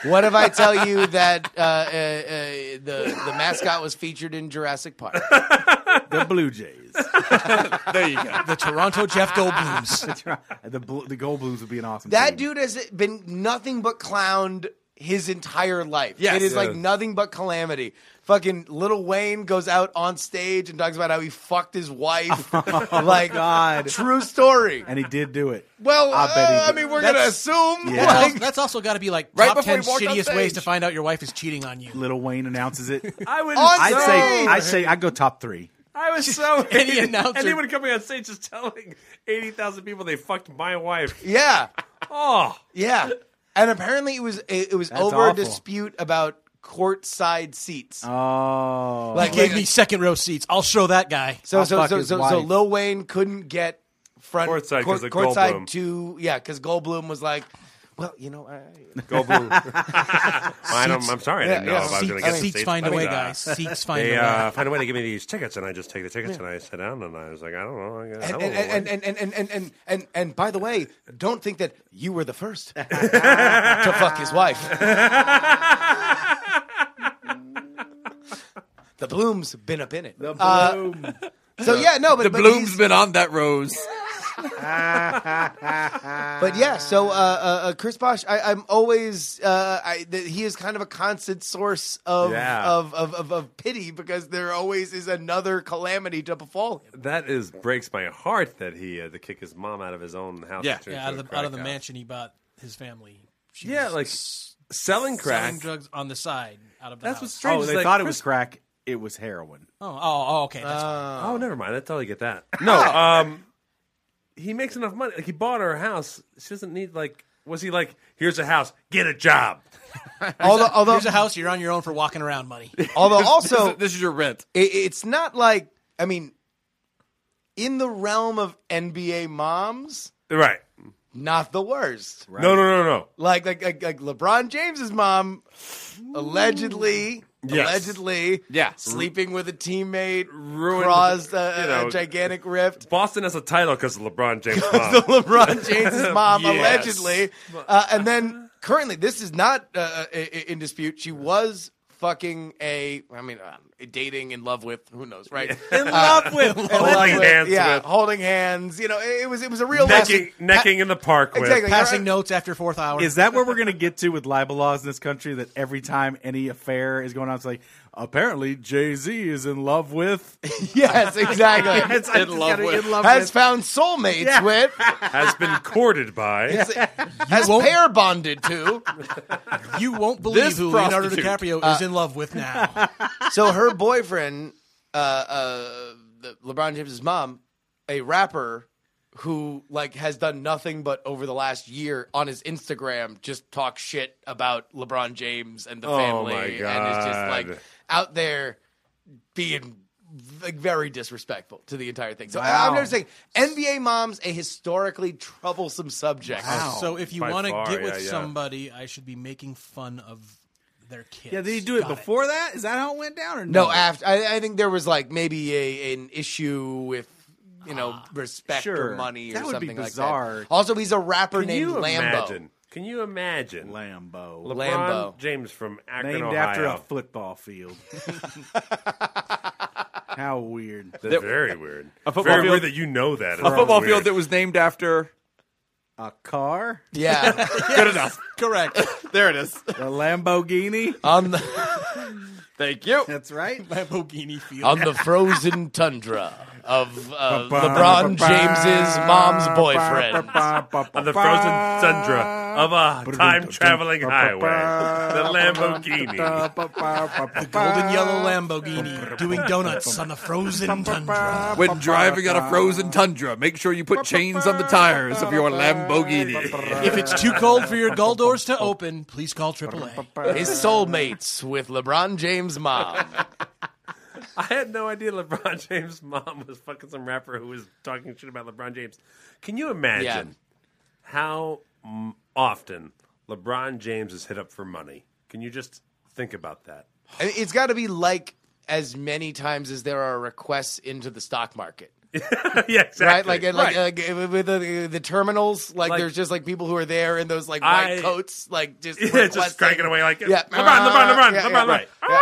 [SPEAKER 3] What if I tell you that uh, uh, uh, the the mascot was featured in Jurassic Park?
[SPEAKER 6] the Blue Jays. there you go.
[SPEAKER 4] The Toronto Jeff Goldblums.
[SPEAKER 6] That's right. The Blue, the Goldblues would be an awesome.
[SPEAKER 3] That
[SPEAKER 6] team.
[SPEAKER 3] dude has been nothing but clowned his entire life.
[SPEAKER 2] Yes.
[SPEAKER 3] It is
[SPEAKER 2] Yeah.
[SPEAKER 3] like nothing but calamity. Fucking Little Wayne goes out on stage and talks about how he fucked his wife. like,
[SPEAKER 6] Oh God.
[SPEAKER 3] true story.
[SPEAKER 6] and he did do it.
[SPEAKER 3] Well,
[SPEAKER 6] I
[SPEAKER 3] I,
[SPEAKER 6] bet he
[SPEAKER 3] uh, I
[SPEAKER 6] did.
[SPEAKER 3] mean, we're
[SPEAKER 6] That's-
[SPEAKER 3] going to assume.
[SPEAKER 6] Yeah.
[SPEAKER 3] like-
[SPEAKER 4] That's also got to be like
[SPEAKER 3] Right
[SPEAKER 4] top
[SPEAKER 3] before
[SPEAKER 4] ten
[SPEAKER 3] he walked on
[SPEAKER 4] shittiest ways
[SPEAKER 3] stage.
[SPEAKER 4] to find out your wife is cheating on you.
[SPEAKER 6] Little Wayne announces it.
[SPEAKER 1] I would.
[SPEAKER 3] On
[SPEAKER 6] I'd
[SPEAKER 3] No.
[SPEAKER 6] say I say I go top three.
[SPEAKER 1] I was so
[SPEAKER 4] Any
[SPEAKER 1] hated.
[SPEAKER 4] announcer.
[SPEAKER 1] Anyone coming on stage just telling eighty thousand people they fucked my wife.
[SPEAKER 3] yeah.
[SPEAKER 1] Oh,
[SPEAKER 3] Yeah. And apparently it was it, it was
[SPEAKER 6] That's
[SPEAKER 3] over a
[SPEAKER 6] awful.
[SPEAKER 3] dispute about courtside seats.
[SPEAKER 6] Oh,
[SPEAKER 3] like,
[SPEAKER 4] Give me second row seats. I'll show that guy.
[SPEAKER 3] So
[SPEAKER 6] I'll
[SPEAKER 3] so
[SPEAKER 6] fuck
[SPEAKER 3] so
[SPEAKER 6] his
[SPEAKER 3] so, so
[SPEAKER 6] wife.
[SPEAKER 3] Lil Wayne couldn't get front
[SPEAKER 1] Courtside 'cause of Goldblum.
[SPEAKER 3] courtside to yeah because Goldblum was like, well you know I,
[SPEAKER 1] go blue. I don't, I'm sorry, I didn't
[SPEAKER 3] Yeah,
[SPEAKER 1] know
[SPEAKER 3] yeah.
[SPEAKER 1] if I was going to
[SPEAKER 4] Seats,
[SPEAKER 1] get
[SPEAKER 4] seats
[SPEAKER 1] stage
[SPEAKER 4] find a
[SPEAKER 1] money.
[SPEAKER 4] way,
[SPEAKER 1] Uh,
[SPEAKER 4] guys. Seats find
[SPEAKER 1] They
[SPEAKER 4] a way.
[SPEAKER 1] uh, find a way to give me these tickets, and I just take the tickets and I sit down, and I was like, I don't know. I guess, I
[SPEAKER 3] and,
[SPEAKER 1] don't know what-
[SPEAKER 3] and, and, and, and, and, and, and, and by the way don't think that you were the first to fuck his wife. the Bloom's been up in it.
[SPEAKER 6] the
[SPEAKER 3] Uh,
[SPEAKER 6] bloom.
[SPEAKER 3] so yeah no but
[SPEAKER 2] The
[SPEAKER 3] but
[SPEAKER 2] bloom's
[SPEAKER 3] he's-
[SPEAKER 2] been on that rose.
[SPEAKER 3] But yeah, so uh, uh, uh, Chris Bosch, I, I'm always uh, I, th- he is kind of a constant source of,
[SPEAKER 1] Yeah.
[SPEAKER 3] of, of of of pity because there always is another calamity to befall him.
[SPEAKER 1] that is breaks my heart that he had to kick his mom out of his own house.
[SPEAKER 2] Yeah.
[SPEAKER 1] and turn into
[SPEAKER 4] Yeah, out of
[SPEAKER 1] a
[SPEAKER 4] the
[SPEAKER 1] crack
[SPEAKER 4] out of the
[SPEAKER 1] house.
[SPEAKER 4] mansion he bought his family. She
[SPEAKER 1] Yeah,
[SPEAKER 4] was
[SPEAKER 1] like s- selling crack.
[SPEAKER 4] selling drugs on the side out of the
[SPEAKER 1] That's
[SPEAKER 4] house.
[SPEAKER 1] what's strange.
[SPEAKER 6] oh,
[SPEAKER 1] is
[SPEAKER 6] they
[SPEAKER 1] like
[SPEAKER 6] thought it
[SPEAKER 1] Chris-
[SPEAKER 6] was crack. It was heroin.
[SPEAKER 4] Oh, oh, oh, okay. That's
[SPEAKER 1] Oh, never mind. I totally get that. No, um, he makes enough money. Like he bought her a house. She doesn't need like. Was he like? Here's a house. Get a job.
[SPEAKER 3] Although, although,
[SPEAKER 4] Here's a house. You're on your own for walking around money.
[SPEAKER 3] although also,
[SPEAKER 2] So this is your rent.
[SPEAKER 3] it, it's not like I mean, in the realm of NBA moms,
[SPEAKER 1] Right.
[SPEAKER 3] not the worst.
[SPEAKER 1] No, no, no, no.
[SPEAKER 3] Like like like, like LeBron James's mom, allegedly.
[SPEAKER 1] Yes.
[SPEAKER 3] Allegedly,
[SPEAKER 2] Yeah.
[SPEAKER 3] sleeping with a teammate
[SPEAKER 1] Ruined-
[SPEAKER 3] caused a,
[SPEAKER 1] you know,
[SPEAKER 3] a gigantic rift.
[SPEAKER 1] Boston has a title because of LeBron James.
[SPEAKER 3] the
[SPEAKER 1] Mom.
[SPEAKER 3] LeBron James's mom,
[SPEAKER 1] Yes.
[SPEAKER 3] allegedly. Uh, and then currently, this is not uh, i- i- in dispute. She was fucking a, I mean, uh, dating, in love with, who knows, right?
[SPEAKER 6] In
[SPEAKER 4] Uh,
[SPEAKER 6] love with
[SPEAKER 3] In love
[SPEAKER 1] Holding
[SPEAKER 3] with,
[SPEAKER 1] hands
[SPEAKER 3] yeah,
[SPEAKER 1] with.
[SPEAKER 3] holding hands. You know, it, it was it was a real
[SPEAKER 1] necking,
[SPEAKER 3] messy-
[SPEAKER 1] necking in the park with.
[SPEAKER 3] Exactly.
[SPEAKER 4] Passing
[SPEAKER 3] You're-
[SPEAKER 4] notes after fourth hour.
[SPEAKER 6] Is that where we're going to get to with libel laws in this country? That every time any affair is going on, it's like apparently Jay Z is in love with.
[SPEAKER 3] Yes, exactly.
[SPEAKER 6] It's- I just
[SPEAKER 2] love
[SPEAKER 6] gotta-
[SPEAKER 2] with.
[SPEAKER 6] in love
[SPEAKER 3] Has
[SPEAKER 6] with.
[SPEAKER 3] found soulmates
[SPEAKER 6] Yeah.
[SPEAKER 3] with,
[SPEAKER 1] Has been courted by.
[SPEAKER 3] has pair bonded to.
[SPEAKER 4] you won't believe
[SPEAKER 2] This
[SPEAKER 4] who Leonardo
[SPEAKER 2] prostitute.
[SPEAKER 4] DiCaprio is in love with now.
[SPEAKER 3] So her boyfriend, uh, uh, the- LeBron James's mom, a rapper who like has done nothing but over the last year on his Instagram just talk shit about LeBron James and the
[SPEAKER 1] Oh,
[SPEAKER 3] family,
[SPEAKER 1] my
[SPEAKER 3] and is just like
[SPEAKER 1] God.
[SPEAKER 3] out there being like very disrespectful to the entire thing. So
[SPEAKER 6] Wow.
[SPEAKER 3] I'm just saying, NBA moms a historically troublesome subject.
[SPEAKER 4] So if you
[SPEAKER 1] By
[SPEAKER 4] want to
[SPEAKER 1] far,
[SPEAKER 4] get
[SPEAKER 1] yeah,
[SPEAKER 4] with
[SPEAKER 1] yeah.
[SPEAKER 4] somebody, I should be making fun of their kids.
[SPEAKER 6] Yeah, did he do it
[SPEAKER 4] Got
[SPEAKER 6] before that? Is that how it went down? Or no?
[SPEAKER 3] No, after I, I think there was like maybe a an issue with you know respect
[SPEAKER 6] sure.
[SPEAKER 3] or money or
[SPEAKER 6] That would be
[SPEAKER 3] something
[SPEAKER 6] bizarre.
[SPEAKER 3] like that. Also, he's a rapper
[SPEAKER 1] Can
[SPEAKER 3] named
[SPEAKER 1] you
[SPEAKER 3] Lambo.
[SPEAKER 1] imagine? Can you imagine?
[SPEAKER 6] Lambo,
[SPEAKER 1] LeBron
[SPEAKER 3] Lambo.
[SPEAKER 1] James from Akron,
[SPEAKER 6] named
[SPEAKER 1] Ohio.
[SPEAKER 6] after a football field. how weird.
[SPEAKER 1] That's very weird. A
[SPEAKER 2] football
[SPEAKER 1] very weird
[SPEAKER 2] field-
[SPEAKER 1] that you know that.
[SPEAKER 2] A football field that was named after.
[SPEAKER 6] A car,
[SPEAKER 3] Yeah,
[SPEAKER 2] Good enough.
[SPEAKER 4] Correct.
[SPEAKER 2] There it is.
[SPEAKER 6] a Lamborghini.
[SPEAKER 3] on the
[SPEAKER 2] Thank you.
[SPEAKER 6] That's right.
[SPEAKER 4] Lamborghini Field.
[SPEAKER 3] on the frozen tundra of uh,
[SPEAKER 6] Ba-ba-ba-ba.
[SPEAKER 3] LeBron James's mom's boyfriend.
[SPEAKER 1] on the frozen tundra of a time traveling highway, the Lamborghini.
[SPEAKER 6] the
[SPEAKER 4] Golden yellow
[SPEAKER 2] Uh,
[SPEAKER 4] Lamborghini doing donuts on the frozen tundra.
[SPEAKER 2] When driving on a frozen tundra, make sure you put chains on the tires of your Lamborghini.
[SPEAKER 4] If it's too cold for your gull doors to open, please call AAA.
[SPEAKER 3] His soulmates with LeBron James' mom.
[SPEAKER 1] I had no idea LeBron James' mom was fucking some rapper who was talking shit about LeBron James. Can you imagine
[SPEAKER 3] Yeah.
[SPEAKER 1] how m- often LeBron James is hit up for money? Can you just think about that?
[SPEAKER 3] I mean, It's got to be like as many times as there are requests into the stock market.
[SPEAKER 1] yeah, exactly.
[SPEAKER 3] right? Like, and like, like uh, with the, the terminals, like,
[SPEAKER 1] Like-
[SPEAKER 3] there's just like people who are there in those like white
[SPEAKER 1] I-
[SPEAKER 3] coats, like just
[SPEAKER 1] yeah, just
[SPEAKER 3] requesting-
[SPEAKER 1] cranking away like
[SPEAKER 3] Yeah.
[SPEAKER 1] LeBron, LeBron, LeBron,
[SPEAKER 3] Yeah,
[SPEAKER 1] LeBron.
[SPEAKER 3] yeah.
[SPEAKER 1] Right.
[SPEAKER 3] Yeah.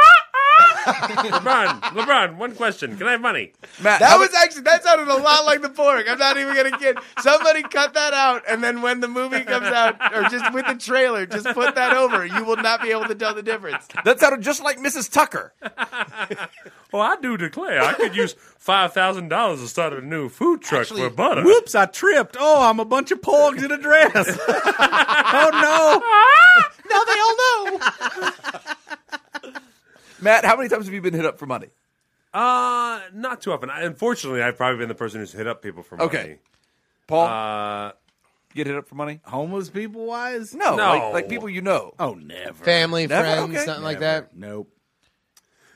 [SPEAKER 1] LeBron, LeBron, one question. Can I have money?
[SPEAKER 2] Matt,
[SPEAKER 3] That
[SPEAKER 2] how-
[SPEAKER 3] was actually that sounded a lot like the Borg. I'm not even gonna kid. Somebody cut that out, and then when the movie comes out, or just with the trailer, just put that over. You will not be able to tell the difference.
[SPEAKER 2] that sounded just like Mrs. Tucker.
[SPEAKER 1] Well, I do declare, I could use five thousand dollars to start a new food truck for butter.
[SPEAKER 6] Whoops, I tripped. Oh, I'm a bunch of pogs in a dress. oh,
[SPEAKER 1] Ah!
[SPEAKER 3] Now they all know.
[SPEAKER 2] Matt, how many times have you been hit up for money?
[SPEAKER 1] Uh, not too often. I, unfortunately, I've probably been the person who's hit up people for money.
[SPEAKER 2] Okay. Paul,
[SPEAKER 1] Uh,
[SPEAKER 2] get hit up for money?
[SPEAKER 6] no. Homeless people wise?
[SPEAKER 2] No,
[SPEAKER 1] No.
[SPEAKER 2] Like, like people you know.
[SPEAKER 6] Oh, never.
[SPEAKER 3] Family,
[SPEAKER 2] Never?
[SPEAKER 3] friends,
[SPEAKER 2] Okay.
[SPEAKER 3] something like that.
[SPEAKER 6] Nope.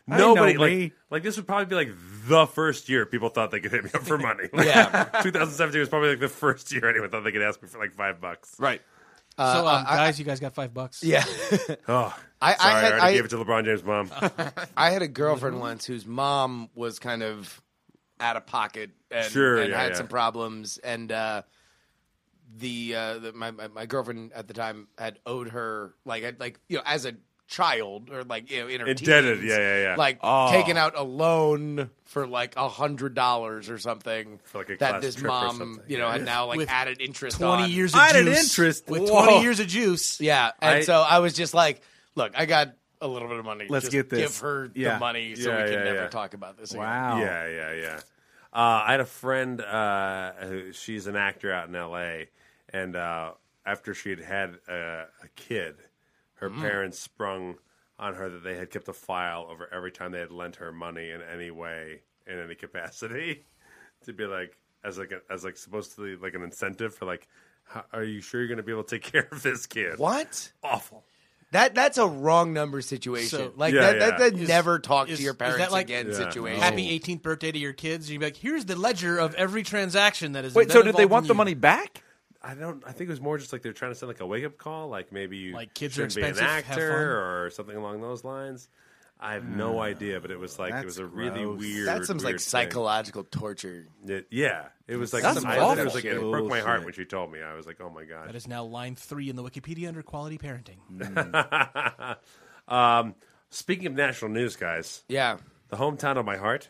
[SPEAKER 1] nobody
[SPEAKER 6] know
[SPEAKER 1] like
[SPEAKER 6] me.
[SPEAKER 1] like this would probably be like the first year people thought they could hit me up for money.
[SPEAKER 3] Yeah.
[SPEAKER 1] 2017 was probably like the first year anyone thought they could ask me for like five bucks.
[SPEAKER 2] Right.
[SPEAKER 4] so, um, guys, you guys got five bucks.
[SPEAKER 3] Yeah,
[SPEAKER 1] Oh,
[SPEAKER 3] I,
[SPEAKER 1] sorry, I,
[SPEAKER 3] I, had,
[SPEAKER 1] already
[SPEAKER 3] I,
[SPEAKER 1] gave it to LeBron James' mom.
[SPEAKER 3] I had a girlfriend
[SPEAKER 1] Mm-hmm.
[SPEAKER 3] once whose mom was kind of out of pocket and,
[SPEAKER 1] Sure,
[SPEAKER 3] and
[SPEAKER 1] yeah,
[SPEAKER 3] had
[SPEAKER 1] yeah.
[SPEAKER 3] some problems, and uh, the, uh, the my, my my girlfriend at the time had owed her like had, like you know as a child or like you know in her
[SPEAKER 1] Indebted,
[SPEAKER 3] teens,
[SPEAKER 1] yeah, yeah, Oh. yeah.
[SPEAKER 3] like taking out a loan for like a hundred dollars or something
[SPEAKER 1] For, like, a
[SPEAKER 3] that
[SPEAKER 1] class
[SPEAKER 3] this
[SPEAKER 1] trip or
[SPEAKER 3] mom
[SPEAKER 1] something,
[SPEAKER 3] you know
[SPEAKER 1] yeah.
[SPEAKER 3] had now like
[SPEAKER 4] With
[SPEAKER 3] added interest
[SPEAKER 4] Twenty
[SPEAKER 3] on.
[SPEAKER 4] years of
[SPEAKER 6] Added
[SPEAKER 4] juice.
[SPEAKER 6] interest.
[SPEAKER 4] With
[SPEAKER 6] Whoa.
[SPEAKER 4] twenty years of juice.
[SPEAKER 3] Yeah, and
[SPEAKER 1] I-
[SPEAKER 3] so I was just like, look, I got a little bit of money.
[SPEAKER 6] Let's
[SPEAKER 3] Just
[SPEAKER 6] get this.
[SPEAKER 3] Give her
[SPEAKER 6] Yeah.
[SPEAKER 3] the money so
[SPEAKER 1] Yeah,
[SPEAKER 3] we can
[SPEAKER 1] yeah,
[SPEAKER 3] never
[SPEAKER 1] yeah.
[SPEAKER 3] talk about this. again.
[SPEAKER 6] Wow.
[SPEAKER 1] Yeah, yeah, yeah. Uh, I had a friend uh, who she's an actor out in L.A. and uh, after she had had a, a kid, her parents sprung on her that they had kept a file over every time they had lent her money in any way, in any capacity, to be like as like a, as like supposed to be like an incentive for like, "How- are you sure you're going to be able to take care of this kid?
[SPEAKER 3] What?
[SPEAKER 1] Awful.
[SPEAKER 3] That that's a wrong number situation.
[SPEAKER 4] So-
[SPEAKER 3] like
[SPEAKER 1] Yeah,
[SPEAKER 3] that,
[SPEAKER 1] yeah.
[SPEAKER 3] that, that
[SPEAKER 4] Is-
[SPEAKER 3] never talk
[SPEAKER 4] is-
[SPEAKER 3] to your
[SPEAKER 4] is
[SPEAKER 3] parents
[SPEAKER 4] that like-
[SPEAKER 3] again
[SPEAKER 1] Yeah.
[SPEAKER 3] situation.
[SPEAKER 4] Happy 18th birthday to your kids. You'd be like, here's the ledger of every transaction that is.
[SPEAKER 2] Wait, so did they want the money back?
[SPEAKER 1] I don't. I think it was more just like they're trying to send like a wake up call, like maybe you
[SPEAKER 4] Like, kids are
[SPEAKER 1] shouldn't be an
[SPEAKER 4] expensive, have fun.
[SPEAKER 1] actor or something along those lines. I have no idea, but it was like it was a
[SPEAKER 6] Ah, that's
[SPEAKER 1] really
[SPEAKER 6] gross.
[SPEAKER 1] weird.
[SPEAKER 3] that sounds like
[SPEAKER 1] weird thing.
[SPEAKER 3] psychological torture.
[SPEAKER 1] It- yeah, it was like
[SPEAKER 2] That's
[SPEAKER 1] some- I- it was
[SPEAKER 2] awful.
[SPEAKER 1] like it broke my heart
[SPEAKER 6] Bullshit.
[SPEAKER 1] when she told me. I was like, oh my god.
[SPEAKER 4] That is now line three in the Wikipedia under quality parenting.
[SPEAKER 1] um, speaking of national news, guys,
[SPEAKER 3] Yeah.
[SPEAKER 1] the hometown of my heart,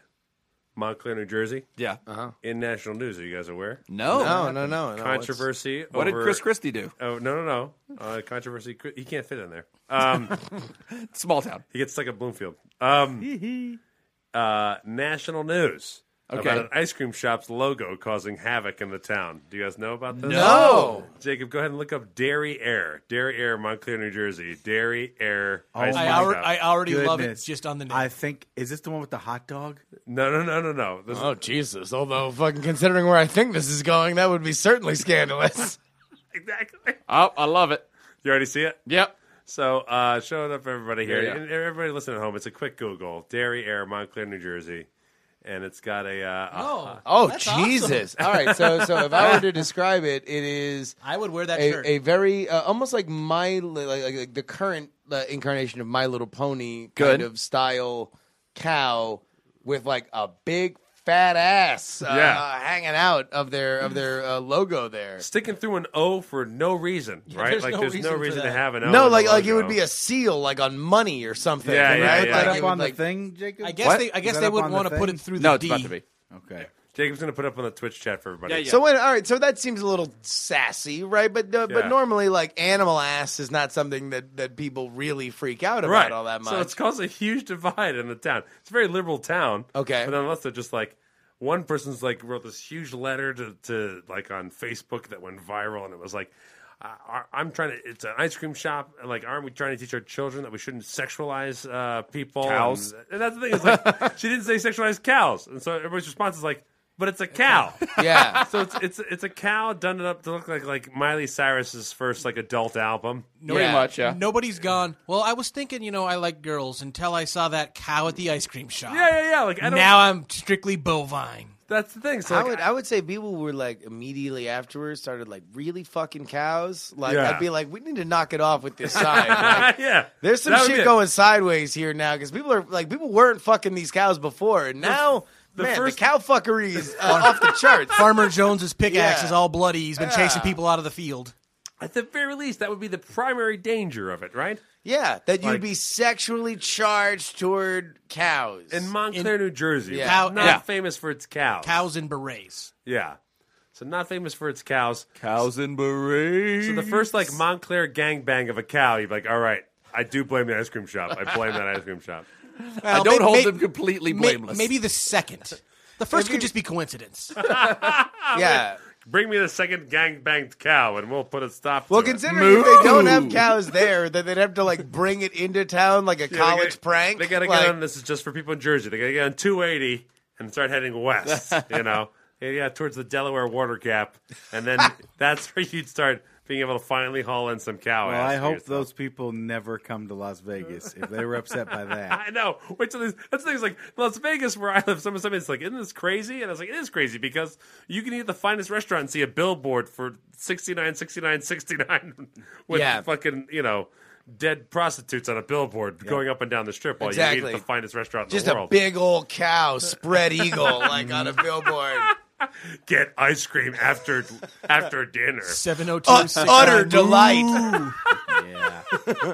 [SPEAKER 1] Montclair, New Jersey,
[SPEAKER 2] Yeah.
[SPEAKER 1] in national news. Are you guys aware?
[SPEAKER 2] No.
[SPEAKER 3] No, no, no. no
[SPEAKER 1] Controversy.
[SPEAKER 2] What did
[SPEAKER 1] over-
[SPEAKER 2] Chris Christie do?
[SPEAKER 1] Oh no, no, no. Uh, controversy. He can't fit in there. Um,
[SPEAKER 2] Small town.
[SPEAKER 1] He gets stuck at Bloomfield. Um, uh, national news
[SPEAKER 2] Okay.
[SPEAKER 1] about an ice cream shop's logo causing havoc in the town. Do you guys know about this?
[SPEAKER 3] No.
[SPEAKER 1] Jacob, go ahead and look up Dairy Air. Dairy Air, Montclear, New Jersey. Dairy Air ice cream
[SPEAKER 4] I, alre-
[SPEAKER 1] shop.
[SPEAKER 4] I already love it
[SPEAKER 6] Goodness.
[SPEAKER 4] just on the name.
[SPEAKER 6] I think, is this the one with the hot dog?
[SPEAKER 1] no, no, no, no, no. This
[SPEAKER 3] Oh Jesus! Although fucking considering where I think this is going, that would be certainly scandalous.
[SPEAKER 1] exactly.
[SPEAKER 2] Oh, I love it.
[SPEAKER 1] You already see it?
[SPEAKER 2] Yep.
[SPEAKER 1] So, uh, show it up for everybody here.
[SPEAKER 2] Yeah, yeah.
[SPEAKER 1] And everybody listening at home, it's a quick Google. Dairy Air, Montclair, New Jersey. And it's got a. Uh, a-
[SPEAKER 4] oh,
[SPEAKER 3] Oh
[SPEAKER 4] That's
[SPEAKER 3] Jesus! All right, so so if I were to describe it, it is
[SPEAKER 4] I would wear that shirt.
[SPEAKER 3] a, a very uh, almost like my Li- like, like, like the current uh, incarnation of My Little Pony
[SPEAKER 2] Good.
[SPEAKER 3] kind of style cow with like a big fat ass uh,
[SPEAKER 1] Yeah.
[SPEAKER 3] hanging out of their of their uh, logo there.
[SPEAKER 1] Sticking through an O for no reason, right?
[SPEAKER 4] there's
[SPEAKER 1] like,
[SPEAKER 4] no
[SPEAKER 1] there's
[SPEAKER 4] reason
[SPEAKER 1] no
[SPEAKER 4] for
[SPEAKER 1] reason to
[SPEAKER 4] that.
[SPEAKER 1] have an O.
[SPEAKER 3] No,
[SPEAKER 1] in
[SPEAKER 3] like like it
[SPEAKER 1] logo.
[SPEAKER 3] would be a seal like on money or something.
[SPEAKER 1] Yeah,
[SPEAKER 3] It would
[SPEAKER 1] yeah,
[SPEAKER 3] look
[SPEAKER 1] yeah.
[SPEAKER 3] like
[SPEAKER 6] Put
[SPEAKER 3] it
[SPEAKER 6] up
[SPEAKER 3] would,
[SPEAKER 6] on
[SPEAKER 3] like-
[SPEAKER 6] the thing, Jacob?
[SPEAKER 4] I guess
[SPEAKER 2] What?
[SPEAKER 4] they I guess
[SPEAKER 6] Is
[SPEAKER 4] they
[SPEAKER 6] that up
[SPEAKER 4] wouldn't
[SPEAKER 6] on
[SPEAKER 4] want to
[SPEAKER 6] the
[SPEAKER 4] put
[SPEAKER 6] thing?
[SPEAKER 4] it through the
[SPEAKER 2] No, it's
[SPEAKER 4] D.
[SPEAKER 2] about to be.
[SPEAKER 6] Okay.
[SPEAKER 1] Jacob's going to put up on the Twitch chat for everybody.
[SPEAKER 2] Yeah, yeah.
[SPEAKER 3] So when, all right, so that seems a little sassy, right? But uh,
[SPEAKER 1] Yeah.
[SPEAKER 3] but normally, like animal ass is not something that, that people really freak out about
[SPEAKER 1] right.
[SPEAKER 3] all that much.
[SPEAKER 1] So it's caused a huge divide in the town. It's a very liberal town.
[SPEAKER 3] Okay.
[SPEAKER 1] But unless they're just like, one person's like wrote this huge letter to, to like on Facebook that went viral, and it was like, I, I- I'm trying to. It's an ice cream shop. and, Like, aren't we trying to teach our children that we shouldn't sexualize uh, people?
[SPEAKER 2] Cows.
[SPEAKER 1] And, and that's the thing. Is like, she didn't say sexualize cows, and so everybody's response is like, but it's a cow.
[SPEAKER 3] yeah,
[SPEAKER 1] so it's it's it's a cow done it up to look like like Miley Cyrus's first like adult album.
[SPEAKER 2] Pretty
[SPEAKER 3] Yeah.
[SPEAKER 2] much, yeah.
[SPEAKER 4] Nobody's gone. Well, I was thinking, you know, I like girls until I saw that cow at the ice cream shop.
[SPEAKER 1] Yeah, yeah, yeah. Like I don't,
[SPEAKER 4] Now I'm strictly bovine.
[SPEAKER 1] that's the thing. So
[SPEAKER 3] I
[SPEAKER 1] like,
[SPEAKER 3] would I would say people were like immediately afterwards started like really fucking cows. Like
[SPEAKER 1] Yeah.
[SPEAKER 3] I'd be like, we need to knock it off with this sign. Like,
[SPEAKER 1] yeah.
[SPEAKER 3] there's some
[SPEAKER 1] That would be
[SPEAKER 3] shit
[SPEAKER 1] it.
[SPEAKER 3] going sideways here now because people are like people weren't fucking these cows before, and now
[SPEAKER 1] the
[SPEAKER 3] man,
[SPEAKER 1] first-
[SPEAKER 3] the cow fuckery is uh, off the charts.
[SPEAKER 4] Farmer Jones's pickaxe
[SPEAKER 3] Yeah.
[SPEAKER 4] is all bloody. He's been chasing people out of the field.
[SPEAKER 1] At the very least, that would be the primary danger of it, right?
[SPEAKER 3] Yeah, that you'd
[SPEAKER 1] Like-
[SPEAKER 3] be sexually charged toward cows.
[SPEAKER 1] In Montclair, New Jersey,
[SPEAKER 3] Yeah.
[SPEAKER 1] which is
[SPEAKER 4] Cow-
[SPEAKER 1] not
[SPEAKER 4] yeah.
[SPEAKER 1] famous for its cows.
[SPEAKER 4] Cows in berets.
[SPEAKER 1] yeah, so not famous for its cows.
[SPEAKER 2] Cows and berets.
[SPEAKER 1] So the first like Montclair gangbang of a cow, you'd be like, all right, I do blame the ice cream shop. I blame that ice cream shop.
[SPEAKER 2] I don't hold them completely
[SPEAKER 4] May-
[SPEAKER 2] blameless.
[SPEAKER 4] Maybe the second. The first could just be coincidence.
[SPEAKER 1] Uh,
[SPEAKER 3] yeah.
[SPEAKER 1] Bring me the second gangbanged cow, and we'll put a stop.
[SPEAKER 3] Well,
[SPEAKER 1] to it.
[SPEAKER 3] considering if they don't have cows there, then they'd have to like bring it into town like a
[SPEAKER 1] Yeah,
[SPEAKER 3] college
[SPEAKER 1] they gotta-
[SPEAKER 3] prank.
[SPEAKER 1] They gotta
[SPEAKER 3] like,
[SPEAKER 1] get on. This is just for people in Jersey. They gotta get on 280 and start heading west. you know, yeah, yeah, towards the Delaware water gap, and then that's where you'd start being able to finally haul in some cow.
[SPEAKER 6] Well,
[SPEAKER 1] ass
[SPEAKER 6] I
[SPEAKER 1] for
[SPEAKER 6] hope
[SPEAKER 1] yourself.
[SPEAKER 6] those people never come to Las Vegas if they were upset by that.
[SPEAKER 1] I know. Which is that's the thing. It's like Las Vegas, where I live. Some of it's like, isn't this crazy? And I was like, it is crazy because you can eat at the finest restaurant and see a billboard for 69, 69, 69 with
[SPEAKER 3] Yeah.
[SPEAKER 1] fucking you know dead prostitutes on a billboard going up and down the strip while you
[SPEAKER 3] Exactly.
[SPEAKER 1] eat at the finest restaurant in
[SPEAKER 3] just
[SPEAKER 1] the
[SPEAKER 3] a
[SPEAKER 1] world.
[SPEAKER 3] big old cow, spread eagle, like on a billboard.
[SPEAKER 1] Get ice cream after after dinner.
[SPEAKER 4] 702
[SPEAKER 3] Utter delight.
[SPEAKER 6] Yeah,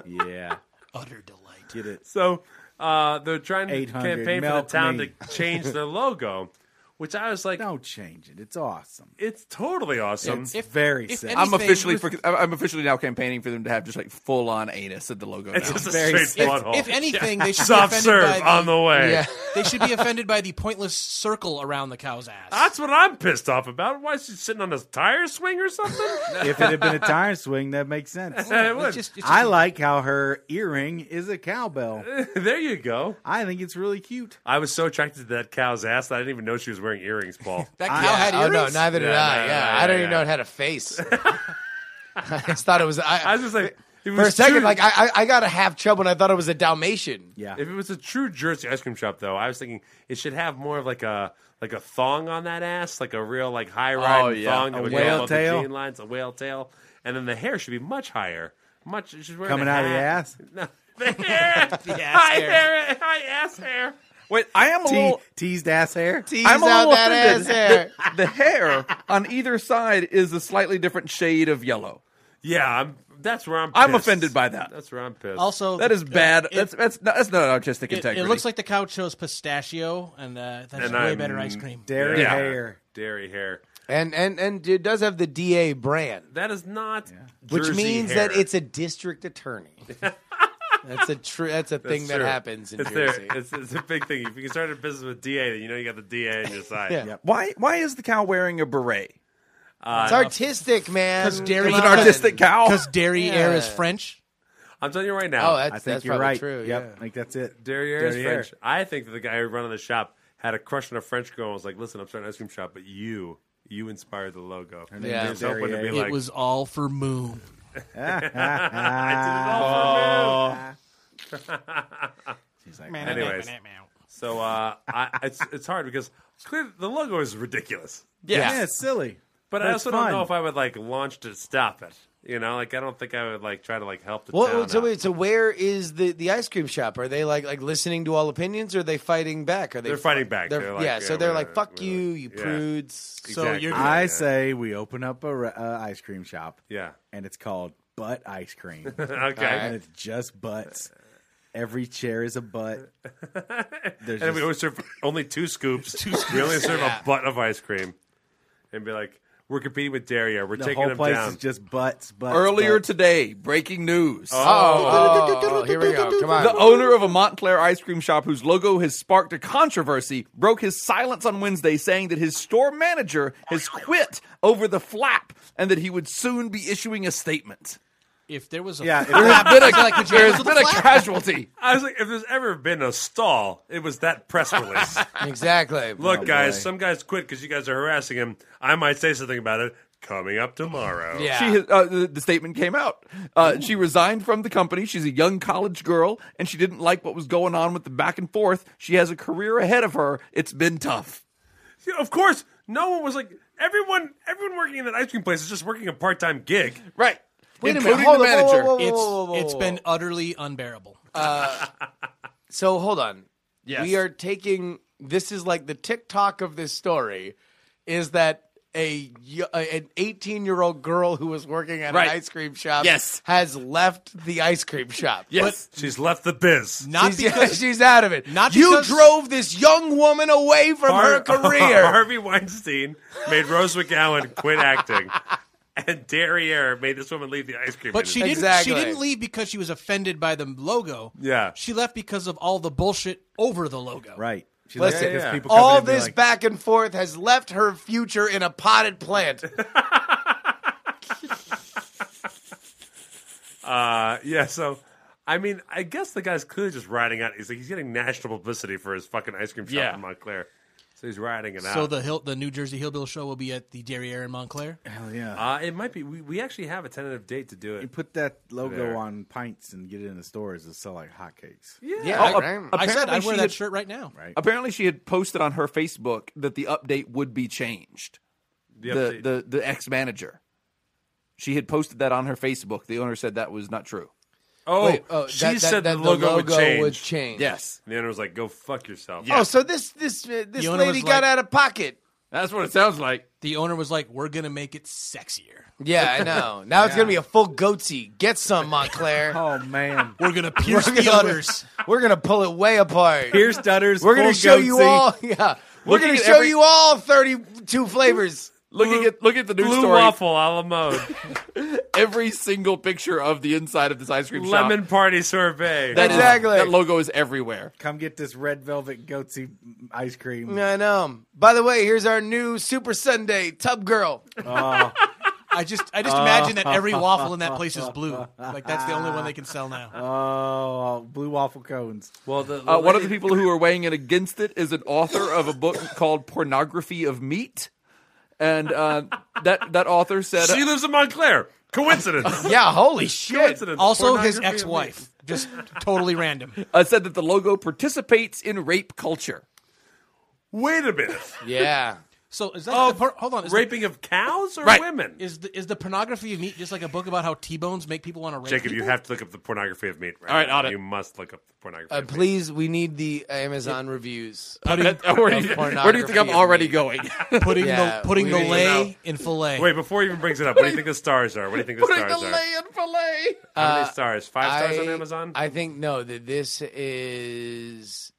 [SPEAKER 6] yeah,
[SPEAKER 4] Utter delight.
[SPEAKER 6] get it.
[SPEAKER 1] So uh, they're trying to
[SPEAKER 6] 800,
[SPEAKER 1] campaign for the
[SPEAKER 6] milk
[SPEAKER 1] town
[SPEAKER 6] me.
[SPEAKER 1] to change their logo, which I was like,
[SPEAKER 6] Don't change it. It's awesome.
[SPEAKER 1] it's totally awesome.
[SPEAKER 6] It's very
[SPEAKER 4] if
[SPEAKER 6] sexy.
[SPEAKER 4] any-
[SPEAKER 2] I'm
[SPEAKER 4] anything
[SPEAKER 2] officially
[SPEAKER 4] with-
[SPEAKER 2] for, I'm officially now campaigning for them to have just like full on anus at the logo.
[SPEAKER 1] It's
[SPEAKER 2] now.
[SPEAKER 1] just a
[SPEAKER 6] very
[SPEAKER 1] straight butthole.
[SPEAKER 4] If anything, they should
[SPEAKER 1] Soft
[SPEAKER 4] be offended
[SPEAKER 1] serve
[SPEAKER 4] by
[SPEAKER 1] on the way.
[SPEAKER 3] yeah.
[SPEAKER 4] They should be offended by the pointless circle around the cow's ass.
[SPEAKER 1] That's what I'm pissed off about. Why is she sitting on a tire swing or something?
[SPEAKER 6] if it had been a tire swing, that makes sense.
[SPEAKER 1] Eh, what?
[SPEAKER 4] It's just- it's just-
[SPEAKER 6] I like how her earring is a cowbell.
[SPEAKER 1] there you go.
[SPEAKER 6] I think it's really cute.
[SPEAKER 1] I was so attracted to that cow's ass that I didn't even know she was wearing earrings, Paul.
[SPEAKER 4] that cow
[SPEAKER 3] Yeah.
[SPEAKER 4] had
[SPEAKER 3] oh
[SPEAKER 4] earrings.
[SPEAKER 3] no, neither did
[SPEAKER 1] Yeah,
[SPEAKER 3] I.
[SPEAKER 1] no,
[SPEAKER 3] Yeah,
[SPEAKER 1] no,
[SPEAKER 3] I don't
[SPEAKER 1] yeah,
[SPEAKER 3] even
[SPEAKER 1] yeah.
[SPEAKER 3] know it had a face. I just thought it was. I,
[SPEAKER 1] I was just like, it
[SPEAKER 3] for
[SPEAKER 1] was
[SPEAKER 3] a second,
[SPEAKER 1] true-
[SPEAKER 3] like I, I I got a half chub when I thought it was a Dalmatian.
[SPEAKER 6] Yeah.
[SPEAKER 1] If it was a true Jersey ice cream shop, though, I was thinking it should have more of like a like a thong on that ass, like a real like high ride
[SPEAKER 2] Oh, yeah.
[SPEAKER 1] thong,
[SPEAKER 6] A
[SPEAKER 1] that would
[SPEAKER 6] whale
[SPEAKER 1] go above the
[SPEAKER 6] tail.
[SPEAKER 1] jean lines, a whale tail, and then the hair should be much higher, much. She's wearing
[SPEAKER 6] Coming
[SPEAKER 1] a
[SPEAKER 6] out of the
[SPEAKER 1] hat.
[SPEAKER 6] ass?
[SPEAKER 1] No, the hair, the
[SPEAKER 4] ass
[SPEAKER 1] high
[SPEAKER 4] hair.
[SPEAKER 1] hair, high ass hair.
[SPEAKER 2] Wait, I am a
[SPEAKER 6] Te-
[SPEAKER 2] little.
[SPEAKER 6] teased ass hair.
[SPEAKER 3] Tease
[SPEAKER 2] I'm a
[SPEAKER 3] out
[SPEAKER 2] little
[SPEAKER 3] that ass
[SPEAKER 2] offended.
[SPEAKER 3] hair.
[SPEAKER 2] The, the hair on either side is a slightly different shade of yellow.
[SPEAKER 1] Yeah, I'm, that's where I'm. Pissed.
[SPEAKER 2] I'm offended by that.
[SPEAKER 1] That's where I'm pissed.
[SPEAKER 4] Also,
[SPEAKER 2] That is bad.
[SPEAKER 4] It,
[SPEAKER 2] that's that's not, that's not artistic
[SPEAKER 4] it,
[SPEAKER 2] integrity.
[SPEAKER 4] it looks like the cow chose pistachio, and uh, that's
[SPEAKER 1] And
[SPEAKER 4] way
[SPEAKER 1] I'm
[SPEAKER 4] better ice cream.
[SPEAKER 6] Dairy
[SPEAKER 1] Yeah.
[SPEAKER 6] hair.
[SPEAKER 1] dairy hair.
[SPEAKER 3] And and and it does have the DA brand,
[SPEAKER 1] That is not.
[SPEAKER 3] which
[SPEAKER 1] Jersey
[SPEAKER 3] means
[SPEAKER 1] hair.
[SPEAKER 3] that it's a district attorney. that's a true. That's a thing that
[SPEAKER 1] true.
[SPEAKER 3] happens in
[SPEAKER 1] It's, there.
[SPEAKER 3] Jersey.
[SPEAKER 1] It's, it's a big thing. If you can start a business with DA, then you know you got the DA on your side.
[SPEAKER 3] Yeah.
[SPEAKER 2] why why is the cow wearing a beret?
[SPEAKER 3] It's artistic, man.
[SPEAKER 4] 'Cause dairy-
[SPEAKER 3] Come
[SPEAKER 4] It's an
[SPEAKER 3] on.
[SPEAKER 2] Artistic cow.
[SPEAKER 4] Because dairy air is
[SPEAKER 3] Yeah.
[SPEAKER 4] French.
[SPEAKER 1] I'm telling you right now.
[SPEAKER 3] Oh, that's,
[SPEAKER 6] I think
[SPEAKER 3] that's
[SPEAKER 6] you're
[SPEAKER 3] probably
[SPEAKER 6] right.
[SPEAKER 3] true.
[SPEAKER 6] Yep,
[SPEAKER 3] yeah.
[SPEAKER 6] I think that's it.
[SPEAKER 1] Derriere is
[SPEAKER 6] Derriere.
[SPEAKER 1] French. I think that the guy who running the shop had a crush on a French girl and was like, listen, I'm starting an ice cream shop, but you, you inspired the logo. And
[SPEAKER 3] Yeah.
[SPEAKER 1] he was hoping to be
[SPEAKER 6] Derriere.
[SPEAKER 1] like,
[SPEAKER 4] it was all for moon.
[SPEAKER 1] I did it all for you.
[SPEAKER 6] She's like,
[SPEAKER 1] Anyways, so uh, I, it's, it's hard because clearly the logo is ridiculous.
[SPEAKER 6] yeah. it's silly.
[SPEAKER 1] But I
[SPEAKER 6] That's
[SPEAKER 1] also
[SPEAKER 6] fun.
[SPEAKER 1] don't know if I would like launch to stop it. You know, like I don't think I would like try to like help the
[SPEAKER 3] Well,
[SPEAKER 1] town.
[SPEAKER 3] so
[SPEAKER 1] out.
[SPEAKER 3] wait, so where is the, the ice cream shop? Are they like like listening to all opinions? or Are they fighting back? Are they?
[SPEAKER 1] They're fighting back.
[SPEAKER 3] they're-
[SPEAKER 1] They're like,
[SPEAKER 3] yeah,
[SPEAKER 1] yeah,
[SPEAKER 3] so they're
[SPEAKER 1] we're-
[SPEAKER 3] like, "Fuck
[SPEAKER 1] we're
[SPEAKER 3] you,
[SPEAKER 1] like-
[SPEAKER 3] you
[SPEAKER 1] yeah.
[SPEAKER 3] prudes."
[SPEAKER 4] So
[SPEAKER 1] Exactly.
[SPEAKER 4] you're-
[SPEAKER 6] I
[SPEAKER 1] Yeah.
[SPEAKER 6] say we open up a re- uh, ice cream shop,
[SPEAKER 1] yeah.
[SPEAKER 6] and it's called Butt Ice Cream,
[SPEAKER 1] Okay.
[SPEAKER 6] and it's just butts. Every chair is a butt. There's
[SPEAKER 1] And we
[SPEAKER 6] just-
[SPEAKER 1] always serve only two scoops. We only serve a butt of ice cream, and be like, we're competing with Derriere. We're
[SPEAKER 6] the
[SPEAKER 1] taking
[SPEAKER 6] whole
[SPEAKER 1] them
[SPEAKER 6] place
[SPEAKER 1] down.
[SPEAKER 6] is just butts. butts
[SPEAKER 2] Earlier
[SPEAKER 6] butts.
[SPEAKER 2] today, breaking news. Uh,
[SPEAKER 3] Oh, oh, here we go. Come on.
[SPEAKER 2] The owner of a Montclair ice cream shop whose logo has sparked a controversy broke his silence on Wednesday, saying that his store manager has quit over the flap and that he would soon be issuing a statement.
[SPEAKER 4] If there was a
[SPEAKER 6] yeah, if
[SPEAKER 2] There
[SPEAKER 6] that-
[SPEAKER 2] has been a, there has
[SPEAKER 4] with
[SPEAKER 2] been
[SPEAKER 4] the
[SPEAKER 2] a
[SPEAKER 4] flap.
[SPEAKER 2] casualty.
[SPEAKER 1] I was like, if there's ever been a stall, it was that press release.
[SPEAKER 3] exactly.
[SPEAKER 1] Look, guys,
[SPEAKER 6] Oh, boy.
[SPEAKER 1] some guys quit because you guys are harassing him. I might say something about it coming up tomorrow.
[SPEAKER 3] Yeah.
[SPEAKER 2] She has, uh, the, the statement came out. Uh, she resigned from the company. She's a young college girl, and she didn't like what was going on with the back and forth. She has a career ahead of her. It's been tough.
[SPEAKER 1] You know, of course, no one was like everyone. Everyone working in that ice cream place is just working a part-time gig.
[SPEAKER 2] Right.
[SPEAKER 3] Wait a
[SPEAKER 2] Including
[SPEAKER 3] minute. Hold
[SPEAKER 2] the
[SPEAKER 3] on. Whoa,
[SPEAKER 2] manager.
[SPEAKER 3] whoa, whoa,
[SPEAKER 4] it's
[SPEAKER 3] whoa, whoa, whoa,
[SPEAKER 4] it's
[SPEAKER 3] whoa.
[SPEAKER 4] been utterly unbearable.
[SPEAKER 3] So hold on.
[SPEAKER 2] Yes.
[SPEAKER 3] We are taking this is like the TikTok of this story is that a y- a- an 18 year old girl who was working at
[SPEAKER 2] Right.
[SPEAKER 3] an ice cream shop
[SPEAKER 2] Yes.
[SPEAKER 3] has left the ice cream shop.
[SPEAKER 2] Yes.
[SPEAKER 1] She's left the biz.
[SPEAKER 4] Not
[SPEAKER 3] She's,
[SPEAKER 4] because
[SPEAKER 3] she's out of it.
[SPEAKER 4] not
[SPEAKER 3] you
[SPEAKER 4] because-
[SPEAKER 3] drove this young woman away from her career.
[SPEAKER 1] Harvey Weinstein made Rose McGowan quit acting, and Derriere made this woman leave the ice cream.
[SPEAKER 4] But she
[SPEAKER 1] industry.
[SPEAKER 4] didn't.
[SPEAKER 3] Exactly.
[SPEAKER 4] She didn't leave because she was offended by the logo.
[SPEAKER 1] Yeah.
[SPEAKER 4] She left because of all the bullshit over the logo.
[SPEAKER 6] Right. She
[SPEAKER 3] Listen,
[SPEAKER 6] likes it 'cause
[SPEAKER 1] yeah.
[SPEAKER 6] people come in
[SPEAKER 3] All
[SPEAKER 6] and be
[SPEAKER 3] this
[SPEAKER 6] like,
[SPEAKER 3] back and forth has left her future in a potted plant.
[SPEAKER 1] Uh, yeah, so I mean, I guess the guy's clearly just riding out. He's like he's getting national publicity for his fucking ice cream shop
[SPEAKER 2] Yeah.
[SPEAKER 1] in Montclair, so he's riding it out.
[SPEAKER 4] So the Hill, the New Jersey Hillbill show will be at the Derriere in Montclair.
[SPEAKER 6] Hell yeah.
[SPEAKER 1] uh, it might be. We, we actually have a tentative date to do
[SPEAKER 6] You
[SPEAKER 1] it.
[SPEAKER 6] put that logo
[SPEAKER 1] There.
[SPEAKER 6] on pints and get it in the stores and sell like hotcakes.
[SPEAKER 3] yeah, right.
[SPEAKER 4] I said
[SPEAKER 2] oh, Apparently
[SPEAKER 4] I wear
[SPEAKER 2] she
[SPEAKER 4] that
[SPEAKER 2] had-
[SPEAKER 4] shirt right now.
[SPEAKER 6] Right.
[SPEAKER 2] Apparently, she had posted on her Facebook that the update would be changed.
[SPEAKER 1] The
[SPEAKER 2] the
[SPEAKER 1] update-
[SPEAKER 2] the, the ex manager. She had posted that on her Facebook. The owner said that was not true.
[SPEAKER 1] oh,
[SPEAKER 3] Wait, oh,
[SPEAKER 1] she
[SPEAKER 3] that- that-
[SPEAKER 1] said
[SPEAKER 3] that
[SPEAKER 1] the logo, would change.
[SPEAKER 3] change.
[SPEAKER 2] Yes,
[SPEAKER 1] And the owner was like, "Go fuck yourself."
[SPEAKER 3] Oh, so this this uh, this
[SPEAKER 4] Yona
[SPEAKER 3] lady
[SPEAKER 4] was
[SPEAKER 3] got
[SPEAKER 4] like-
[SPEAKER 3] out of pocket.
[SPEAKER 2] that's what it sounds like.
[SPEAKER 4] The owner was like, "We're gonna make it sexier.
[SPEAKER 3] Yeah, I know. Now it's gonna be a full goatsy. Get some, Montclair.
[SPEAKER 6] Oh man.
[SPEAKER 4] We're gonna pierce the
[SPEAKER 3] gonna-
[SPEAKER 4] udders."
[SPEAKER 3] We're gonna pull it way apart.
[SPEAKER 6] Here stutters.
[SPEAKER 3] We're gonna
[SPEAKER 6] full
[SPEAKER 3] show you
[SPEAKER 6] goatee.
[SPEAKER 3] all. Yeah, we're
[SPEAKER 2] Looking
[SPEAKER 3] gonna
[SPEAKER 2] at
[SPEAKER 3] show
[SPEAKER 2] every-
[SPEAKER 3] you all thirty-two flavors.
[SPEAKER 2] Looking at look at the news
[SPEAKER 1] Blue
[SPEAKER 2] story.
[SPEAKER 1] waffle a la mode,
[SPEAKER 2] Every single picture of the inside of this ice cream
[SPEAKER 1] lemon
[SPEAKER 2] shop.
[SPEAKER 1] party sorbet.
[SPEAKER 2] that is-
[SPEAKER 3] Exactly.
[SPEAKER 2] that logo is everywhere.
[SPEAKER 6] Come get this red velvet goatsy ice cream.
[SPEAKER 3] I know. By the way, here's our new Super Sunday Tub Girl.
[SPEAKER 4] I just, I just imagine that every waffle in that place is blue. Like that's the only one they can sell now.
[SPEAKER 1] Uh,
[SPEAKER 6] Oh, blue waffle cones.
[SPEAKER 1] well, the,
[SPEAKER 2] Uh, one of the people who are weighing in against it is an author of a book called Pornography of Meat, and uh, that that author said
[SPEAKER 1] she lives in Montclair. Coincidence.
[SPEAKER 3] Yeah, holy shit.
[SPEAKER 1] Coincidence.
[SPEAKER 4] Also, his
[SPEAKER 1] Pornography of me.
[SPEAKER 4] ex-wife, just totally random.
[SPEAKER 2] uh, said that the logo participates in rape culture.
[SPEAKER 1] Wait a minute.
[SPEAKER 3] Yeah.
[SPEAKER 4] So is that?
[SPEAKER 1] Oh,
[SPEAKER 4] the part, hold on. Is,
[SPEAKER 1] Raping of cows or
[SPEAKER 2] Right.
[SPEAKER 1] women?
[SPEAKER 4] the, is the is the pornography of meat just like a book about how T-bones make people want to rape?
[SPEAKER 1] Jacob,
[SPEAKER 4] people?
[SPEAKER 1] you have to look up the pornography of meat. Right
[SPEAKER 2] All right,
[SPEAKER 1] now.
[SPEAKER 2] audit.
[SPEAKER 1] You must look up the pornography.
[SPEAKER 3] Uh,
[SPEAKER 1] of meat.
[SPEAKER 3] please, we need the Amazon reviews.
[SPEAKER 2] where, do you,
[SPEAKER 3] Of
[SPEAKER 2] where do you think
[SPEAKER 3] pornography
[SPEAKER 2] I'm
[SPEAKER 3] of
[SPEAKER 2] already
[SPEAKER 3] meat.
[SPEAKER 2] going?
[SPEAKER 4] putting
[SPEAKER 3] Yeah,
[SPEAKER 4] the putting
[SPEAKER 3] we
[SPEAKER 4] the
[SPEAKER 3] need to
[SPEAKER 1] know.
[SPEAKER 4] lay in fillet.
[SPEAKER 1] Wait, before he even brings it up, what do you think the stars are? What do you think the
[SPEAKER 2] Putting
[SPEAKER 1] stars
[SPEAKER 2] the
[SPEAKER 1] are?
[SPEAKER 2] lay in fillet.
[SPEAKER 1] How many stars? Five stars on
[SPEAKER 3] I-
[SPEAKER 1] Amazon?
[SPEAKER 3] I think no. That this is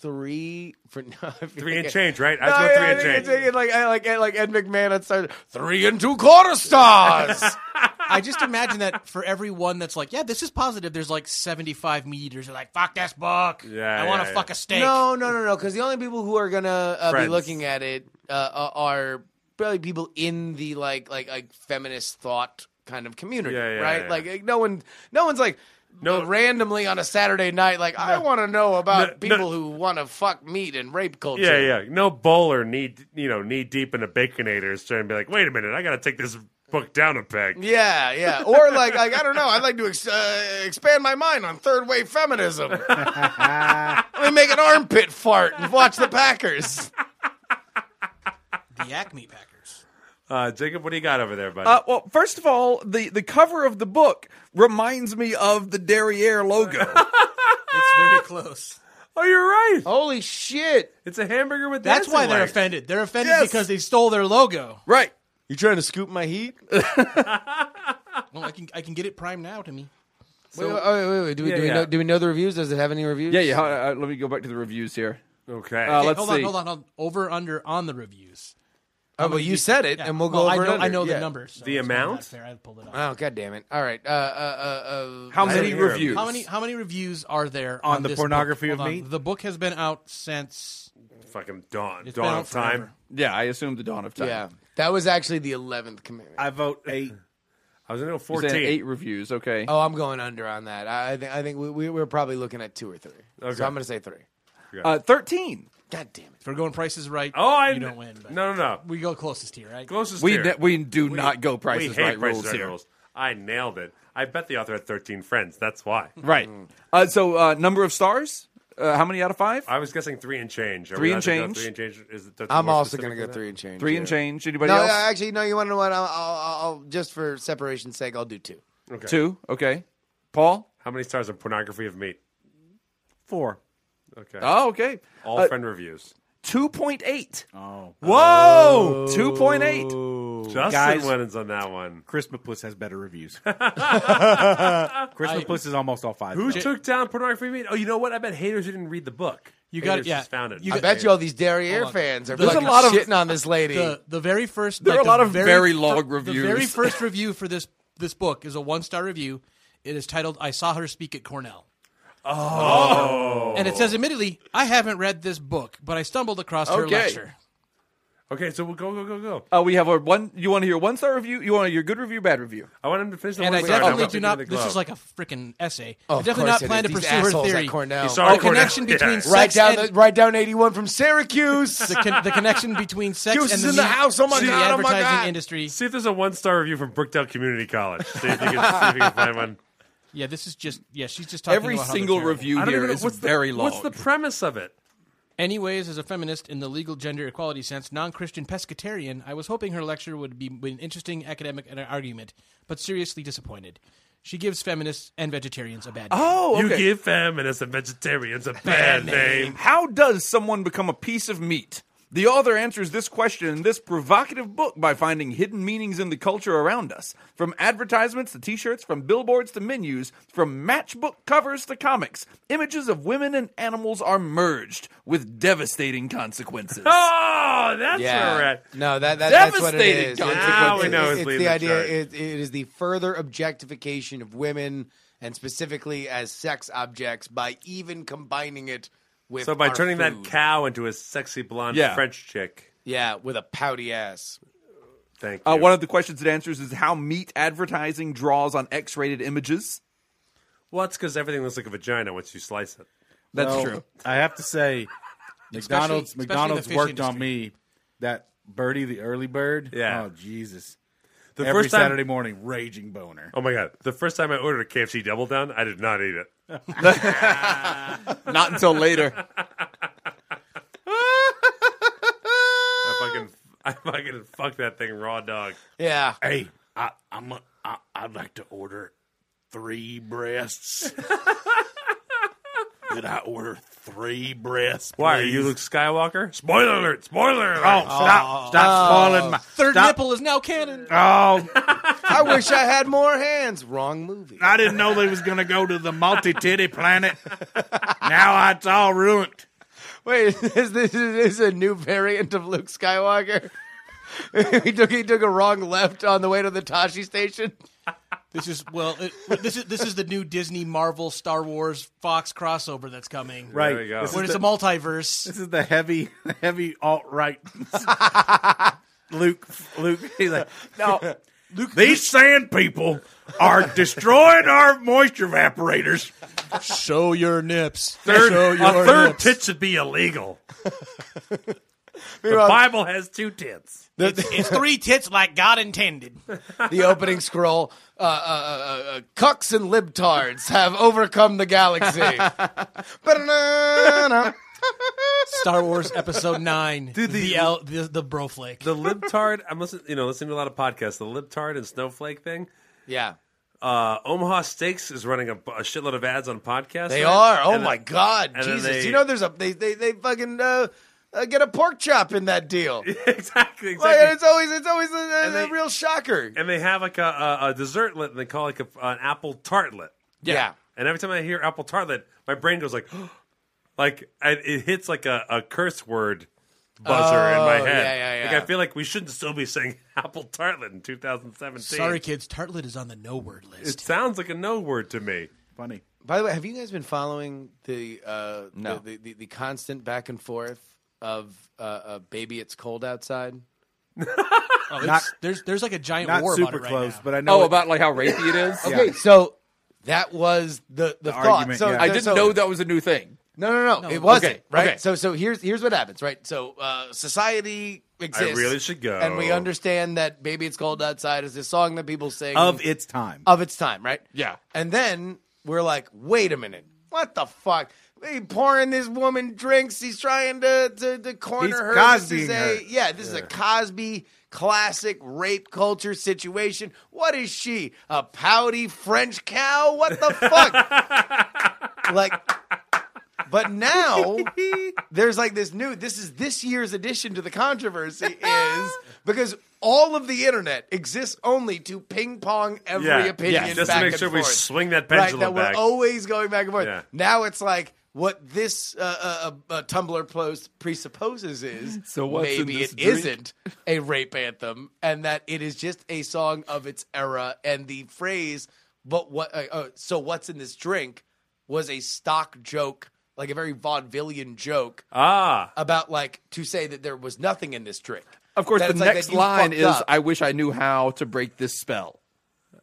[SPEAKER 3] three for no,
[SPEAKER 1] three and change, right? I
[SPEAKER 3] No,
[SPEAKER 1] was going
[SPEAKER 3] I, I
[SPEAKER 1] three
[SPEAKER 3] think
[SPEAKER 1] and
[SPEAKER 3] it's
[SPEAKER 1] change.
[SPEAKER 3] like like I- like I- like Ed McMahon had started three and two quarter stars.
[SPEAKER 4] I just imagine that for every one that's like, yeah, this is positive. There's like 75 meat eaters. They're like, fuck this book.
[SPEAKER 1] Yeah,
[SPEAKER 4] I want to
[SPEAKER 1] yeah,
[SPEAKER 4] fuck
[SPEAKER 1] yeah.
[SPEAKER 4] a steak.
[SPEAKER 3] no, no, no, no. Because the only people who are gonna uh, be
[SPEAKER 1] Friends.
[SPEAKER 3] looking at it uh, are probably people in the like like like feminist thought kind of community,
[SPEAKER 1] Yeah, yeah,
[SPEAKER 3] right?
[SPEAKER 1] yeah.
[SPEAKER 3] Like, like, no one, no one's like.
[SPEAKER 1] No.
[SPEAKER 3] No, randomly on a Saturday night, like I want to know about
[SPEAKER 1] No, no.
[SPEAKER 3] people who want to fuck meat and rape culture.
[SPEAKER 1] Yeah, yeah. No bowler knee, you know, knee deep in a baconator is trying to be like, wait a minute, I got to take this book down a peg.
[SPEAKER 3] Yeah, yeah. Or like, like I don't know. I'd like to ex- uh, expand my mind on third wave feminism. Let me make an armpit fart and watch the Packers.
[SPEAKER 4] The Acme Packers.
[SPEAKER 1] Uh, Jacob, what do you got over there, buddy?
[SPEAKER 2] Uh, well, first of all, the, the cover of the book reminds me of the Derriere logo.
[SPEAKER 4] It's very close.
[SPEAKER 1] oh, you're right.
[SPEAKER 3] Holy shit!
[SPEAKER 1] It's a hamburger with
[SPEAKER 4] That's
[SPEAKER 1] dancing
[SPEAKER 4] why they're
[SPEAKER 1] legs.
[SPEAKER 4] offended. They're offended
[SPEAKER 2] Yes.
[SPEAKER 4] because they stole their logo.
[SPEAKER 2] right.
[SPEAKER 3] You trying to scoop my heat?
[SPEAKER 4] Well, I can I can get it primed now to
[SPEAKER 3] Uh,
[SPEAKER 4] me.
[SPEAKER 3] wait, wait, wait, wait, wait. Do we,
[SPEAKER 1] Yeah,
[SPEAKER 3] do, we
[SPEAKER 1] yeah.
[SPEAKER 3] Know, do we know the reviews? Does it have any reviews?
[SPEAKER 2] Yeah, yeah. Uh, uh, let me go back to the reviews here.
[SPEAKER 1] Okay.
[SPEAKER 2] Uh,
[SPEAKER 4] Okay,
[SPEAKER 2] let's
[SPEAKER 4] hold
[SPEAKER 2] see.
[SPEAKER 4] on, hold on, hold on. Over under on the reviews.
[SPEAKER 3] Oh, well, you said it,
[SPEAKER 4] Yeah.
[SPEAKER 3] and we'll go
[SPEAKER 4] Well,
[SPEAKER 3] over
[SPEAKER 4] I know,
[SPEAKER 3] under.
[SPEAKER 4] I know
[SPEAKER 3] Yeah.
[SPEAKER 4] the numbers. so
[SPEAKER 1] The
[SPEAKER 4] it's not
[SPEAKER 1] amount?
[SPEAKER 4] fair. I pulled it up.
[SPEAKER 3] Oh god damn it! All right. Uh, uh, uh, uh,
[SPEAKER 2] How
[SPEAKER 1] I
[SPEAKER 2] many
[SPEAKER 1] didn't hear 'em.
[SPEAKER 2] reviews?
[SPEAKER 4] How many how many reviews are there
[SPEAKER 6] On
[SPEAKER 4] on,
[SPEAKER 6] the
[SPEAKER 4] this
[SPEAKER 6] pornography
[SPEAKER 4] book?
[SPEAKER 6] of
[SPEAKER 4] Hold on.
[SPEAKER 6] meat?
[SPEAKER 4] The book has been out since
[SPEAKER 1] Fucking dawn.
[SPEAKER 4] it's been
[SPEAKER 1] dawn
[SPEAKER 4] out
[SPEAKER 1] of time.
[SPEAKER 4] forever.
[SPEAKER 2] Yeah, I assume the dawn of time.
[SPEAKER 3] yeah, that was actually the eleventh commandment.
[SPEAKER 6] I vote eight.
[SPEAKER 1] I was going to go
[SPEAKER 2] You're saying
[SPEAKER 1] 14.
[SPEAKER 2] eight reviews. Okay.
[SPEAKER 3] Oh, I'm going under on that. I, I think I think we, we we're probably looking at two or three.
[SPEAKER 1] Okay.
[SPEAKER 3] So I'm gonna say three.
[SPEAKER 2] Uh, Thirteen.
[SPEAKER 3] God damn it!
[SPEAKER 4] If we're going prices right,
[SPEAKER 1] Oh, I
[SPEAKER 4] you don't win. But
[SPEAKER 1] No, no, no.
[SPEAKER 4] We go closest here, right?
[SPEAKER 1] Closest
[SPEAKER 2] We
[SPEAKER 1] tier.
[SPEAKER 2] ne- we do not go
[SPEAKER 1] We
[SPEAKER 2] prices
[SPEAKER 1] hate
[SPEAKER 2] right
[SPEAKER 1] Price is
[SPEAKER 2] rules
[SPEAKER 1] Right
[SPEAKER 2] here.
[SPEAKER 1] rules. I nailed it. I bet the author had 13 friends. That's why.
[SPEAKER 2] Right. Uh, so uh, number of stars. Uh, how many out of five?
[SPEAKER 1] I was guessing three and change. Are we
[SPEAKER 2] Three
[SPEAKER 1] allowed
[SPEAKER 2] and
[SPEAKER 1] to go
[SPEAKER 2] change?
[SPEAKER 1] Three and change. Is that's
[SPEAKER 3] I'm
[SPEAKER 1] more
[SPEAKER 3] also
[SPEAKER 1] specific
[SPEAKER 3] gonna go
[SPEAKER 1] than
[SPEAKER 3] three and change.
[SPEAKER 2] Three and
[SPEAKER 3] yeah.
[SPEAKER 2] change. Anybody
[SPEAKER 3] No,
[SPEAKER 2] else?
[SPEAKER 3] uh, actually, no. You want to know what? I'll, I'll, I'll just for separation's sake, I'll do two.
[SPEAKER 1] that. Okay.
[SPEAKER 2] Two. Okay. Paul.
[SPEAKER 1] How many stars on pornography of meat?
[SPEAKER 6] Four.
[SPEAKER 1] Okay.
[SPEAKER 2] Oh, okay.
[SPEAKER 1] All
[SPEAKER 2] Uh,
[SPEAKER 1] friend reviews.
[SPEAKER 2] 2.8.
[SPEAKER 1] Oh.
[SPEAKER 6] Whoa!
[SPEAKER 2] Oh. 2.8.
[SPEAKER 1] Justin
[SPEAKER 6] Guys-
[SPEAKER 1] wins on that one.
[SPEAKER 6] Christmas Puss has better reviews. Christmas Puss is almost all five.
[SPEAKER 1] Who
[SPEAKER 6] though.
[SPEAKER 1] took down pornography? Media? Oh, you know what? I bet haters who didn't read the book.
[SPEAKER 4] You got
[SPEAKER 1] Haters
[SPEAKER 4] it, yeah.
[SPEAKER 1] Just found it.
[SPEAKER 4] You
[SPEAKER 3] I
[SPEAKER 4] got-
[SPEAKER 3] bet you all these Derriere
[SPEAKER 4] on.
[SPEAKER 3] fans are
[SPEAKER 4] There's a
[SPEAKER 3] fucking
[SPEAKER 2] lot of-
[SPEAKER 3] shitting on this lady.
[SPEAKER 4] the the very first
[SPEAKER 2] There are
[SPEAKER 4] like,
[SPEAKER 2] a lot
[SPEAKER 4] the
[SPEAKER 2] of very
[SPEAKER 4] fir-
[SPEAKER 2] long
[SPEAKER 4] The very
[SPEAKER 2] reviews.
[SPEAKER 4] first review for this this book is a one star review. It is titled "I Saw Her Speak at Cornell." Oh, and it says, admittedly, I haven't read this book, but I stumbled across her
[SPEAKER 2] Okay.
[SPEAKER 4] lecture.
[SPEAKER 3] Oh,
[SPEAKER 1] okay, so we'll go, go, go, go.
[SPEAKER 2] Uh, we have a one. You want to hear one star review? You want to hear good review, bad review?
[SPEAKER 1] I want him to finish the
[SPEAKER 4] And
[SPEAKER 1] one
[SPEAKER 4] I
[SPEAKER 1] we already
[SPEAKER 4] definitely
[SPEAKER 1] have
[SPEAKER 4] do
[SPEAKER 1] about
[SPEAKER 4] not.
[SPEAKER 1] the
[SPEAKER 4] This
[SPEAKER 1] globe.
[SPEAKER 4] is like a freaking essay.
[SPEAKER 3] Oh,
[SPEAKER 4] I
[SPEAKER 3] of
[SPEAKER 4] definitely
[SPEAKER 3] course
[SPEAKER 4] not
[SPEAKER 3] it
[SPEAKER 4] plan
[SPEAKER 3] is.
[SPEAKER 4] to
[SPEAKER 3] These
[SPEAKER 4] pursue her
[SPEAKER 3] assholes at
[SPEAKER 4] theory.
[SPEAKER 3] Oh, Cornell.
[SPEAKER 1] Sorry,
[SPEAKER 4] the connection
[SPEAKER 1] Cornell.
[SPEAKER 4] between
[SPEAKER 1] Yeah.
[SPEAKER 4] sex
[SPEAKER 3] Write down,
[SPEAKER 4] and
[SPEAKER 3] the, write down 81 from Syracuse.
[SPEAKER 4] the, con- the connection between sex
[SPEAKER 3] Juice
[SPEAKER 4] and
[SPEAKER 3] is
[SPEAKER 4] the,
[SPEAKER 3] in the
[SPEAKER 4] media-
[SPEAKER 3] house. Oh my
[SPEAKER 4] the
[SPEAKER 3] God, oh my
[SPEAKER 4] advertising
[SPEAKER 3] God.
[SPEAKER 4] industry.
[SPEAKER 1] See if there's a one star review from Brookdale Community College. See if you can, see if you can find one.
[SPEAKER 4] Yeah, this is just yeah. She's just talking
[SPEAKER 2] Every
[SPEAKER 4] about how they're
[SPEAKER 2] single
[SPEAKER 4] terrible.
[SPEAKER 2] review
[SPEAKER 1] I don't
[SPEAKER 2] here
[SPEAKER 1] even know
[SPEAKER 2] is
[SPEAKER 1] what's the-
[SPEAKER 2] very long.
[SPEAKER 1] What's the premise of it?
[SPEAKER 4] Anyways, as a feminist in the legal gender equality sense, non Christian pescatarian, I was hoping her lecture would be an interesting academic and an argument, but seriously disappointed. She gives feminists and vegetarians a bad name.
[SPEAKER 2] oh,
[SPEAKER 1] You
[SPEAKER 2] okay.
[SPEAKER 1] give feminists and vegetarians a bad name.
[SPEAKER 2] How does someone become a piece of meat? The author answers this question in this provocative book by finding hidden meanings in the culture around us. From advertisements to t shirts, from billboards to menus, from matchbook covers to comics, images of women and animals are merged with devastating consequences.
[SPEAKER 1] Oh, that's
[SPEAKER 3] Yeah.
[SPEAKER 1] where we're at.
[SPEAKER 3] No, that, that that's what it
[SPEAKER 2] Devastating
[SPEAKER 3] is.
[SPEAKER 2] consequences.
[SPEAKER 1] Now we know it's
[SPEAKER 3] it's
[SPEAKER 1] leading
[SPEAKER 3] the
[SPEAKER 1] the
[SPEAKER 3] idea.
[SPEAKER 1] charge.
[SPEAKER 3] It, it is the further objectification of women and specifically as sex objects by even combining it with.
[SPEAKER 1] So by
[SPEAKER 3] our
[SPEAKER 1] turning that
[SPEAKER 3] food.
[SPEAKER 1] cow into a sexy blonde
[SPEAKER 2] Yeah.
[SPEAKER 1] French chick.
[SPEAKER 3] yeah, with a pouty ass.
[SPEAKER 1] Thank you.
[SPEAKER 2] Uh, one of the questions it answers is how meat advertising draws on X rated images.
[SPEAKER 1] well, it's because everything looks like a vagina once you slice it.
[SPEAKER 2] That's
[SPEAKER 6] Well,
[SPEAKER 2] true.
[SPEAKER 6] I have to say, McDonald's
[SPEAKER 4] especially in the
[SPEAKER 6] McDonald's
[SPEAKER 4] fish
[SPEAKER 6] worked on
[SPEAKER 4] industry.
[SPEAKER 6] me. That birdie, the early bird.
[SPEAKER 1] Yeah.
[SPEAKER 6] Oh Jesus!
[SPEAKER 1] The
[SPEAKER 6] Every
[SPEAKER 1] first time,
[SPEAKER 6] Saturday morning, raging boner.
[SPEAKER 1] Oh my god! The first time I ordered a KFC double down, I did not eat it.
[SPEAKER 2] Not until later.
[SPEAKER 1] I fucking, I fucking fucked that thing raw dog.
[SPEAKER 3] Yeah.
[SPEAKER 5] Hey, I, I'm a, I, I'd like to order three breasts. Did I order three breasts?
[SPEAKER 1] Why are
[SPEAKER 5] please?
[SPEAKER 1] you Luke Skywalker? Spoiler alert! Spoiler alert!
[SPEAKER 5] Oh, stop! Stop spoiling my
[SPEAKER 4] Third
[SPEAKER 5] stop.
[SPEAKER 4] nipple is now canon.
[SPEAKER 5] Oh,
[SPEAKER 3] I wish I had more hands. Wrong movie.
[SPEAKER 5] I didn't know they was gonna go to the multi titty planet. now it's all ruined.
[SPEAKER 3] Wait, is this is this a new variant of Luke Skywalker? he took he took a wrong left on the way to the Tashi station.
[SPEAKER 4] This is well. It, this is this is the new Disney, Marvel, Star Wars, Fox crossover that's coming.
[SPEAKER 6] Right.
[SPEAKER 1] There you go.
[SPEAKER 6] This
[SPEAKER 4] when
[SPEAKER 6] is
[SPEAKER 4] it's a
[SPEAKER 6] the,
[SPEAKER 4] multiverse.
[SPEAKER 6] this is the heavy, heavy alt right. Luke, Luke, he's like,
[SPEAKER 2] Now,
[SPEAKER 5] These sand people are destroying our moisture evaporators.
[SPEAKER 4] Show your nips.
[SPEAKER 1] Third,
[SPEAKER 4] Show your
[SPEAKER 1] a third
[SPEAKER 4] nips.
[SPEAKER 1] tit should be illegal. the
[SPEAKER 3] Meanwhile-
[SPEAKER 1] Bible has two tits.
[SPEAKER 4] It's three tits like God intended.
[SPEAKER 3] the opening scroll. Uh, uh, uh, uh, cucks and libtards have overcome the galaxy. Ba-da-na-na.
[SPEAKER 4] Star Wars Episode Nine. Dude, the the, L, the, the bro flick.
[SPEAKER 1] The libtard. I'm listening. You know, listening to a lot of podcasts. The libtard and snowflake thing.
[SPEAKER 3] yeah,
[SPEAKER 1] Uh, Omaha Steaks is running a, a shitload of ads on podcasts.
[SPEAKER 3] they
[SPEAKER 1] right?
[SPEAKER 3] are. Oh
[SPEAKER 1] And
[SPEAKER 3] my
[SPEAKER 1] then-
[SPEAKER 3] god,
[SPEAKER 1] and then
[SPEAKER 3] Jesus!
[SPEAKER 1] they-
[SPEAKER 3] you know, there's a they they they fucking uh, uh, get a pork chop in that deal.
[SPEAKER 1] exactly. Exactly.
[SPEAKER 3] Like, it's always it's always a, a,
[SPEAKER 1] And they-
[SPEAKER 3] a real shocker.
[SPEAKER 1] and they have like a, a, a dessertlet, and they call it like a, an apple tartlet.
[SPEAKER 3] yeah.
[SPEAKER 1] And every time I hear apple tartlet, my brain goes like, like I, it hits like a, a curse word buzzer in my
[SPEAKER 3] Oh,
[SPEAKER 1] head.
[SPEAKER 3] yeah, yeah,
[SPEAKER 1] Like
[SPEAKER 3] yeah.
[SPEAKER 1] I feel like we shouldn't still be saying apple tartlet in 2017.
[SPEAKER 4] Sorry, kids. Tartlet is on the no word
[SPEAKER 1] It
[SPEAKER 4] list.
[SPEAKER 1] sounds like a no word to me.
[SPEAKER 6] funny.
[SPEAKER 3] By the way, have you guys been following the uh,
[SPEAKER 2] No.
[SPEAKER 3] the, the, the, the constant back and forth of uh, uh, "Baby, it's cold outside"?
[SPEAKER 4] Oh, it's- there's there's like a giant
[SPEAKER 6] Not
[SPEAKER 4] war about
[SPEAKER 6] super
[SPEAKER 4] it right
[SPEAKER 6] close,
[SPEAKER 4] now.
[SPEAKER 6] but I know.
[SPEAKER 2] oh,
[SPEAKER 6] it-
[SPEAKER 2] about like how rapey it is.
[SPEAKER 3] Okay, so that was the the, thought.
[SPEAKER 6] argument,
[SPEAKER 3] so
[SPEAKER 6] yeah.
[SPEAKER 2] I
[SPEAKER 3] so-
[SPEAKER 2] didn't
[SPEAKER 3] so-
[SPEAKER 2] know that was a new thing.
[SPEAKER 3] No, no, no, it wasn't.
[SPEAKER 2] okay,
[SPEAKER 3] Right.
[SPEAKER 2] okay.
[SPEAKER 3] So, so here's here's what happens. Right. So, uh, society exists.
[SPEAKER 1] really should go.
[SPEAKER 3] And we understand that "Baby, It's Cold Outside" is this song that people sing
[SPEAKER 6] of its time.
[SPEAKER 3] of its time. Right.
[SPEAKER 2] Yeah.
[SPEAKER 3] And then we're like, wait a minute, what the fuck? He pouring this woman drinks. He's trying to to, to corner
[SPEAKER 6] He's
[SPEAKER 3] her. this
[SPEAKER 6] Cosbying
[SPEAKER 3] is
[SPEAKER 6] her.
[SPEAKER 3] a yeah. This is a Cosby classic rape culture situation. What is she? A pouty French cow? What the fuck? like But now there's like this new this is this year's addition to the controversy is because all of the internet exists only to ping pong every
[SPEAKER 1] Yeah.
[SPEAKER 3] opinion
[SPEAKER 1] Yeah. Just to
[SPEAKER 3] back
[SPEAKER 1] make
[SPEAKER 3] and
[SPEAKER 1] sure we
[SPEAKER 3] forth.
[SPEAKER 1] swing
[SPEAKER 3] right,
[SPEAKER 1] that
[SPEAKER 3] that
[SPEAKER 1] pendulum
[SPEAKER 3] we're oh,
[SPEAKER 1] back.
[SPEAKER 3] always going back and forth.
[SPEAKER 1] Yeah.
[SPEAKER 3] Now it's like what this uh, uh, uh, Tumblr post presupposes is
[SPEAKER 2] So what's in
[SPEAKER 3] maybe
[SPEAKER 2] this
[SPEAKER 3] it
[SPEAKER 2] drink?
[SPEAKER 3] not a rape anthem, and that it is just a song of its era. And the phrase "but what uh, uh, so what's in this drink" was a stock joke, like a very vaudevillian joke
[SPEAKER 2] Uh.
[SPEAKER 1] Ah,
[SPEAKER 3] about like to say that there was nothing in this drink.
[SPEAKER 2] Of course,
[SPEAKER 3] That
[SPEAKER 2] the
[SPEAKER 3] it's like
[SPEAKER 2] next
[SPEAKER 3] that you
[SPEAKER 2] line
[SPEAKER 3] fucked
[SPEAKER 2] is,
[SPEAKER 3] up.
[SPEAKER 2] "I wish I knew how to break this spell."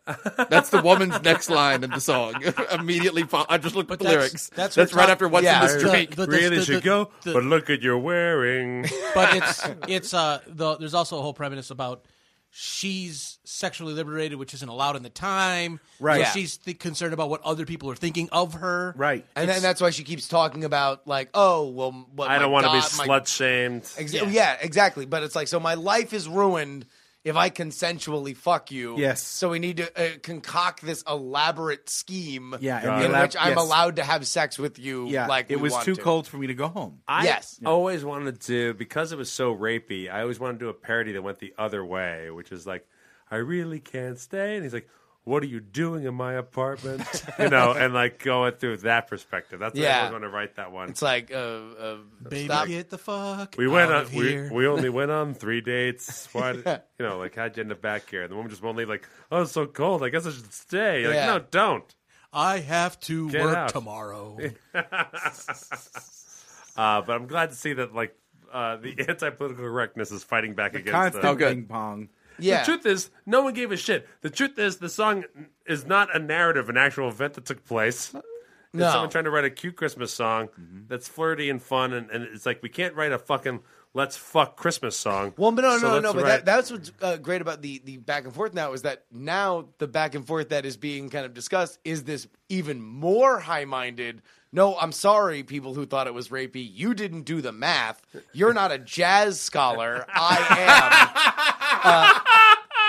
[SPEAKER 2] That's the woman's next line in the song. Immediately, fo- I just looked at the
[SPEAKER 4] that's-
[SPEAKER 2] lyrics.
[SPEAKER 4] that's
[SPEAKER 2] That's,
[SPEAKER 4] her
[SPEAKER 2] right
[SPEAKER 4] top-
[SPEAKER 2] after what's
[SPEAKER 3] yeah.
[SPEAKER 2] in this
[SPEAKER 3] The- Oh
[SPEAKER 2] drink.
[SPEAKER 4] the- the-
[SPEAKER 1] really
[SPEAKER 4] the-
[SPEAKER 1] should
[SPEAKER 4] the-
[SPEAKER 1] go.
[SPEAKER 4] the-
[SPEAKER 1] but look at your wearing.
[SPEAKER 4] but it's it's uh the, there's also a whole premise about she's sexually liberated, which isn't allowed in the time.
[SPEAKER 6] Right.
[SPEAKER 4] So
[SPEAKER 3] Yeah.
[SPEAKER 4] she's th- concerned about what other people are thinking of her.
[SPEAKER 6] Right.
[SPEAKER 3] And then that's why she keeps talking about like, oh well, what,
[SPEAKER 1] I don't
[SPEAKER 3] want to
[SPEAKER 1] be slut shamed.
[SPEAKER 3] Exa-
[SPEAKER 4] Yeah.
[SPEAKER 3] yeah. exactly. But it's like, so my life is ruined if I consensually fuck you.
[SPEAKER 6] Yes.
[SPEAKER 3] So we need to uh, concoct this elaborate scheme.
[SPEAKER 6] Yeah, and
[SPEAKER 3] in
[SPEAKER 6] the elab-
[SPEAKER 3] which I'm
[SPEAKER 6] yes.
[SPEAKER 3] allowed to have sex with you.
[SPEAKER 6] Yeah,
[SPEAKER 3] Like
[SPEAKER 6] it
[SPEAKER 3] we
[SPEAKER 6] was
[SPEAKER 3] want
[SPEAKER 6] too
[SPEAKER 3] to.
[SPEAKER 6] cold for me to go home.
[SPEAKER 1] I
[SPEAKER 3] Yes.
[SPEAKER 1] always wanted to because it was so rapey. I always wanted to do a parody that went the other way, which is like, "I really can't stay," and he's like, "What are you doing in my apartment?" you know, and like going through that perspective. That's yeah. I
[SPEAKER 3] Yeah.
[SPEAKER 1] always wanted to write that one.
[SPEAKER 3] It's like, uh, uh,
[SPEAKER 4] Baby,
[SPEAKER 3] stop.
[SPEAKER 4] get the fuck.
[SPEAKER 1] we went
[SPEAKER 4] out
[SPEAKER 1] on.
[SPEAKER 4] of
[SPEAKER 1] We,
[SPEAKER 4] here.
[SPEAKER 1] we only went on three dates. Why? did- You know, like how'd you end up back here? And the woman just won't leave. Like, oh, it's so cold. I guess I should stay. Like,
[SPEAKER 3] Yeah.
[SPEAKER 1] no, don't.
[SPEAKER 4] I have to
[SPEAKER 1] Get
[SPEAKER 4] work
[SPEAKER 1] out.
[SPEAKER 4] tomorrow.
[SPEAKER 1] Uh, but I'm glad to see that like uh, the anti-political correctness is fighting back against
[SPEAKER 6] Constant
[SPEAKER 1] the-
[SPEAKER 2] good.
[SPEAKER 6] ping pong.
[SPEAKER 3] Yeah.
[SPEAKER 1] The truth is, no one gave a shit. The truth is, the song is not a narrative, an actual event that took place.
[SPEAKER 3] No. Mm-hmm.
[SPEAKER 1] It's someone trying to write a cute Christmas song that's flirty and fun, and, and it's like we can't write a fucking let's fuck Christmas song.
[SPEAKER 3] Well, but no,
[SPEAKER 1] So
[SPEAKER 3] no,
[SPEAKER 1] let's
[SPEAKER 3] no. But
[SPEAKER 1] write-
[SPEAKER 3] that, that's what's uh, great about the the back and forth now is that now the back and forth that is being kind of discussed is this even more high minded. No, I'm sorry, people who thought it was rapey. You didn't do the math. You're not a jazz scholar. I am. Uh,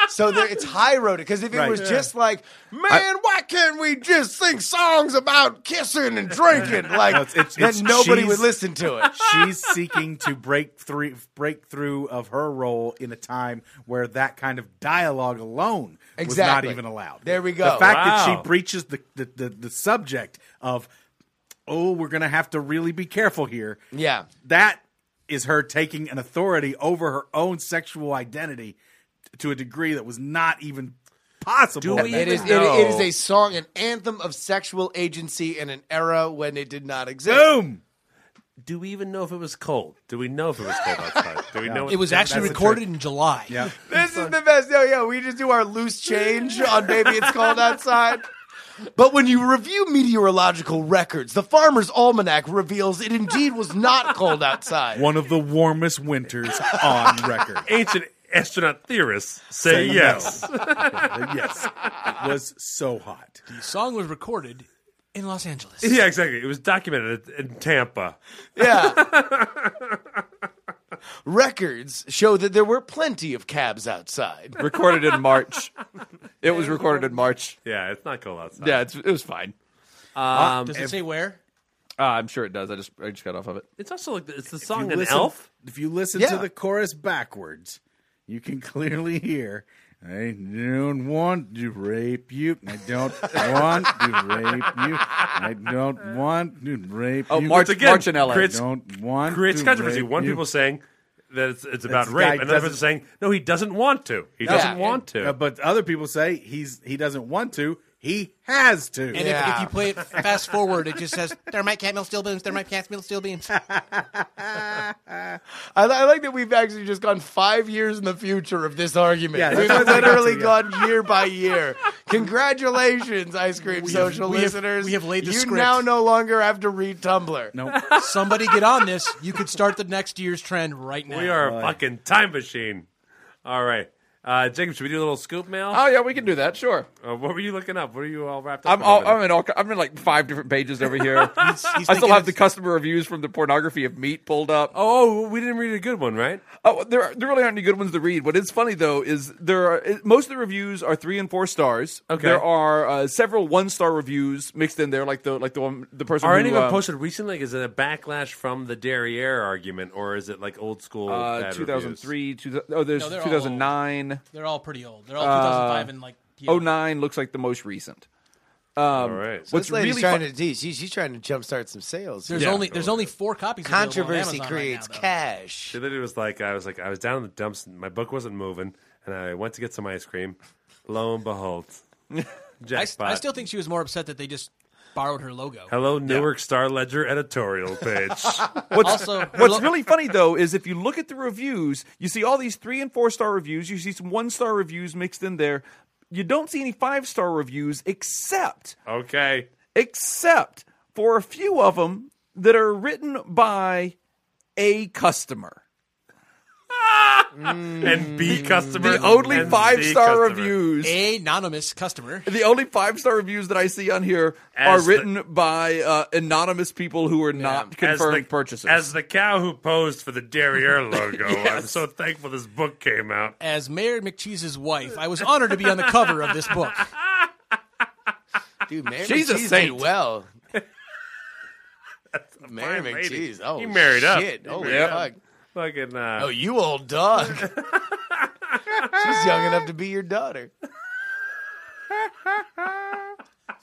[SPEAKER 3] so there, it's high road because if it
[SPEAKER 6] Right.
[SPEAKER 3] was just like, man, why can't we just sing songs about kissing and drinking? Like,
[SPEAKER 6] it's- it's-
[SPEAKER 3] then
[SPEAKER 6] it's-
[SPEAKER 3] nobody
[SPEAKER 6] she's-
[SPEAKER 3] would listen to it.
[SPEAKER 6] She's seeking to break through breakthrough of her role in a time where that kind of dialogue alone was not
[SPEAKER 3] Exactly.
[SPEAKER 6] even allowed.
[SPEAKER 3] There we
[SPEAKER 6] The
[SPEAKER 3] go.
[SPEAKER 6] fact that
[SPEAKER 1] Wow.
[SPEAKER 6] she breaches the the, the the subject of oh, we're gonna have to really be careful here.
[SPEAKER 3] Yeah.
[SPEAKER 6] That is her taking an authority over her own sexual identity to a degree that was not even possible.
[SPEAKER 1] we
[SPEAKER 6] back
[SPEAKER 3] It is,
[SPEAKER 6] then.
[SPEAKER 3] it, it is
[SPEAKER 1] No.
[SPEAKER 3] a song, an anthem of sexual agency in an era when it did not exist.
[SPEAKER 6] boom.
[SPEAKER 1] do we even know if it was cold? Do we know if it was cold outside? Do we know
[SPEAKER 4] It was actually
[SPEAKER 6] that's the
[SPEAKER 4] recorded in July.
[SPEAKER 6] Yeah.
[SPEAKER 3] This is the best. Oh, yeah, we just do our loose change on Baby It's Cold Outside. But when you review meteorological records, the Farmer's Almanac reveals it indeed was not cold outside.
[SPEAKER 6] One of the warmest winters on record.
[SPEAKER 1] ancient astronaut theorists say
[SPEAKER 6] Say
[SPEAKER 1] yes?
[SPEAKER 6] yes. It was so hot.
[SPEAKER 4] The song was recorded in Los Angeles.
[SPEAKER 1] yeah, exactly. It was documented in in Tampa.
[SPEAKER 3] Yeah. Records show that there were plenty of cabs outside.
[SPEAKER 2] recorded in March. It was recorded in March.
[SPEAKER 1] Yeah, it's not cold outside.
[SPEAKER 2] Yeah, it's, it was fine.
[SPEAKER 6] Um,
[SPEAKER 4] Does it say where?
[SPEAKER 2] Uh, I'm sure it does. I just I just got off of it.
[SPEAKER 1] it's also like it's the song
[SPEAKER 6] you
[SPEAKER 1] an
[SPEAKER 6] listen-
[SPEAKER 1] elf.
[SPEAKER 6] If you listen
[SPEAKER 3] Yeah.
[SPEAKER 6] to the chorus backwards, you can clearly hear. I don't want to rape you. I don't want to rape you. I don't want to rape
[SPEAKER 2] Oh,
[SPEAKER 6] you.
[SPEAKER 2] March,
[SPEAKER 1] again,
[SPEAKER 2] March in LA.
[SPEAKER 6] I
[SPEAKER 1] Chris-
[SPEAKER 6] don't want
[SPEAKER 1] creates
[SPEAKER 6] to
[SPEAKER 1] controversy.
[SPEAKER 6] rape
[SPEAKER 1] One
[SPEAKER 6] you.
[SPEAKER 1] people saying that it's, it's about
[SPEAKER 6] This guy
[SPEAKER 1] rape, another
[SPEAKER 6] doesn't-
[SPEAKER 1] person saying no, he doesn't want to. He doesn't
[SPEAKER 3] Yeah.
[SPEAKER 1] want to.
[SPEAKER 6] Uh, but other people say he's he doesn't want to. He has to.
[SPEAKER 4] And if, if
[SPEAKER 3] Yeah.
[SPEAKER 4] you play it fast forward, it just says thermite catmill steel beams, thermite catmill steel beams.
[SPEAKER 3] I, I like that we've actually just gone five years in the future of this argument.
[SPEAKER 6] Yeah,
[SPEAKER 3] we've
[SPEAKER 6] that's what I got
[SPEAKER 3] literally
[SPEAKER 6] to, yeah.
[SPEAKER 3] gone year by year. Congratulations, Ice Cream Social
[SPEAKER 4] we have-
[SPEAKER 3] listeners.
[SPEAKER 4] we have laid the
[SPEAKER 3] You
[SPEAKER 4] script.
[SPEAKER 3] now no longer have to read Tumblr.
[SPEAKER 6] no,
[SPEAKER 4] Somebody get on this. You could start the next year's trend right now.
[SPEAKER 1] we are a fucking time machine. All right. Uh, Jacob, should we do a little scoop mail?
[SPEAKER 2] Oh yeah, we can do that. Sure.
[SPEAKER 1] Uh, what were you looking up? What are you all wrapped up?
[SPEAKER 2] I'm
[SPEAKER 1] in
[SPEAKER 2] all,
[SPEAKER 1] over there?
[SPEAKER 2] I'm in all I'm in like five different pages over here.
[SPEAKER 7] he's
[SPEAKER 2] I still
[SPEAKER 7] thinking
[SPEAKER 2] have the
[SPEAKER 7] it's-
[SPEAKER 2] customer reviews from the pornography of meat pulled up.
[SPEAKER 1] oh, we didn't read a good one, right?
[SPEAKER 2] Oh, there, there really aren't any good ones to read. What is funny though is there are it- most of the reviews are three and four stars.
[SPEAKER 1] Okay.
[SPEAKER 2] there are uh, several one star reviews mixed in there, like the like the one the person.
[SPEAKER 1] Are
[SPEAKER 2] who,
[SPEAKER 1] any of them
[SPEAKER 2] um,
[SPEAKER 1] posted recently? Like, is it a backlash from the derriere argument, or is it like old school?
[SPEAKER 2] Uh,
[SPEAKER 1] bad
[SPEAKER 2] 2003, two, oh, there's
[SPEAKER 4] No, they're all
[SPEAKER 2] 2009.
[SPEAKER 4] They're all pretty old. They're all 2005 and like. yeah.
[SPEAKER 2] Oh nine looks like the most recent.
[SPEAKER 1] Reviews? all right.
[SPEAKER 3] What's
[SPEAKER 2] What's
[SPEAKER 3] this lady's
[SPEAKER 2] really
[SPEAKER 3] trying
[SPEAKER 2] fu-
[SPEAKER 3] to do? She's, she's trying to jumpstart some sales.
[SPEAKER 4] There's
[SPEAKER 3] here.
[SPEAKER 4] only there's only four copies. available on
[SPEAKER 3] controversy
[SPEAKER 4] Amazon
[SPEAKER 3] creates
[SPEAKER 4] right now, though.
[SPEAKER 3] cash.
[SPEAKER 1] She literally was like, I was like, I was down in the dumps, and my book wasn't moving, and I went to get some ice cream. Lo and behold,
[SPEAKER 4] I,
[SPEAKER 1] jackpot.
[SPEAKER 4] s- I still think she was more upset that they just borrowed her logo.
[SPEAKER 1] Hello, Newark Star Ledger editorial page.
[SPEAKER 2] What's,
[SPEAKER 4] Also, her
[SPEAKER 2] what's
[SPEAKER 4] lo-
[SPEAKER 2] really funny though is if you look at the reviews, you see all these three and four star reviews. You see some one star reviews mixed in there. You don't see any five star reviews except
[SPEAKER 1] okay.
[SPEAKER 2] except for a few of them that are written by a customer.
[SPEAKER 1] And B customer.
[SPEAKER 2] The only
[SPEAKER 1] and
[SPEAKER 2] five
[SPEAKER 1] C
[SPEAKER 2] star
[SPEAKER 1] customer.
[SPEAKER 2] reviews.
[SPEAKER 4] Anonymous customer.
[SPEAKER 2] The only five star reviews that I see on here
[SPEAKER 1] As
[SPEAKER 2] are
[SPEAKER 1] the-
[SPEAKER 2] written by uh, anonymous people who are not
[SPEAKER 1] As
[SPEAKER 2] confirmed
[SPEAKER 1] the,
[SPEAKER 2] purchasers.
[SPEAKER 1] As the cow who posed for the derriere logo, I'm so thankful this book came out.
[SPEAKER 4] As Mayor McCheese's wife, I was honored to be on the cover of this book.
[SPEAKER 3] Dude, Mary
[SPEAKER 2] She's a
[SPEAKER 3] McCheese did
[SPEAKER 2] saint.
[SPEAKER 3] well. Mary
[SPEAKER 1] fine lady.
[SPEAKER 3] McCheese. Oh,
[SPEAKER 1] He married up.
[SPEAKER 3] shit.
[SPEAKER 1] He
[SPEAKER 3] Holy
[SPEAKER 1] married
[SPEAKER 3] fuck.
[SPEAKER 1] up. Fucking uh,
[SPEAKER 3] Oh, you old dog. She's young enough to be your daughter.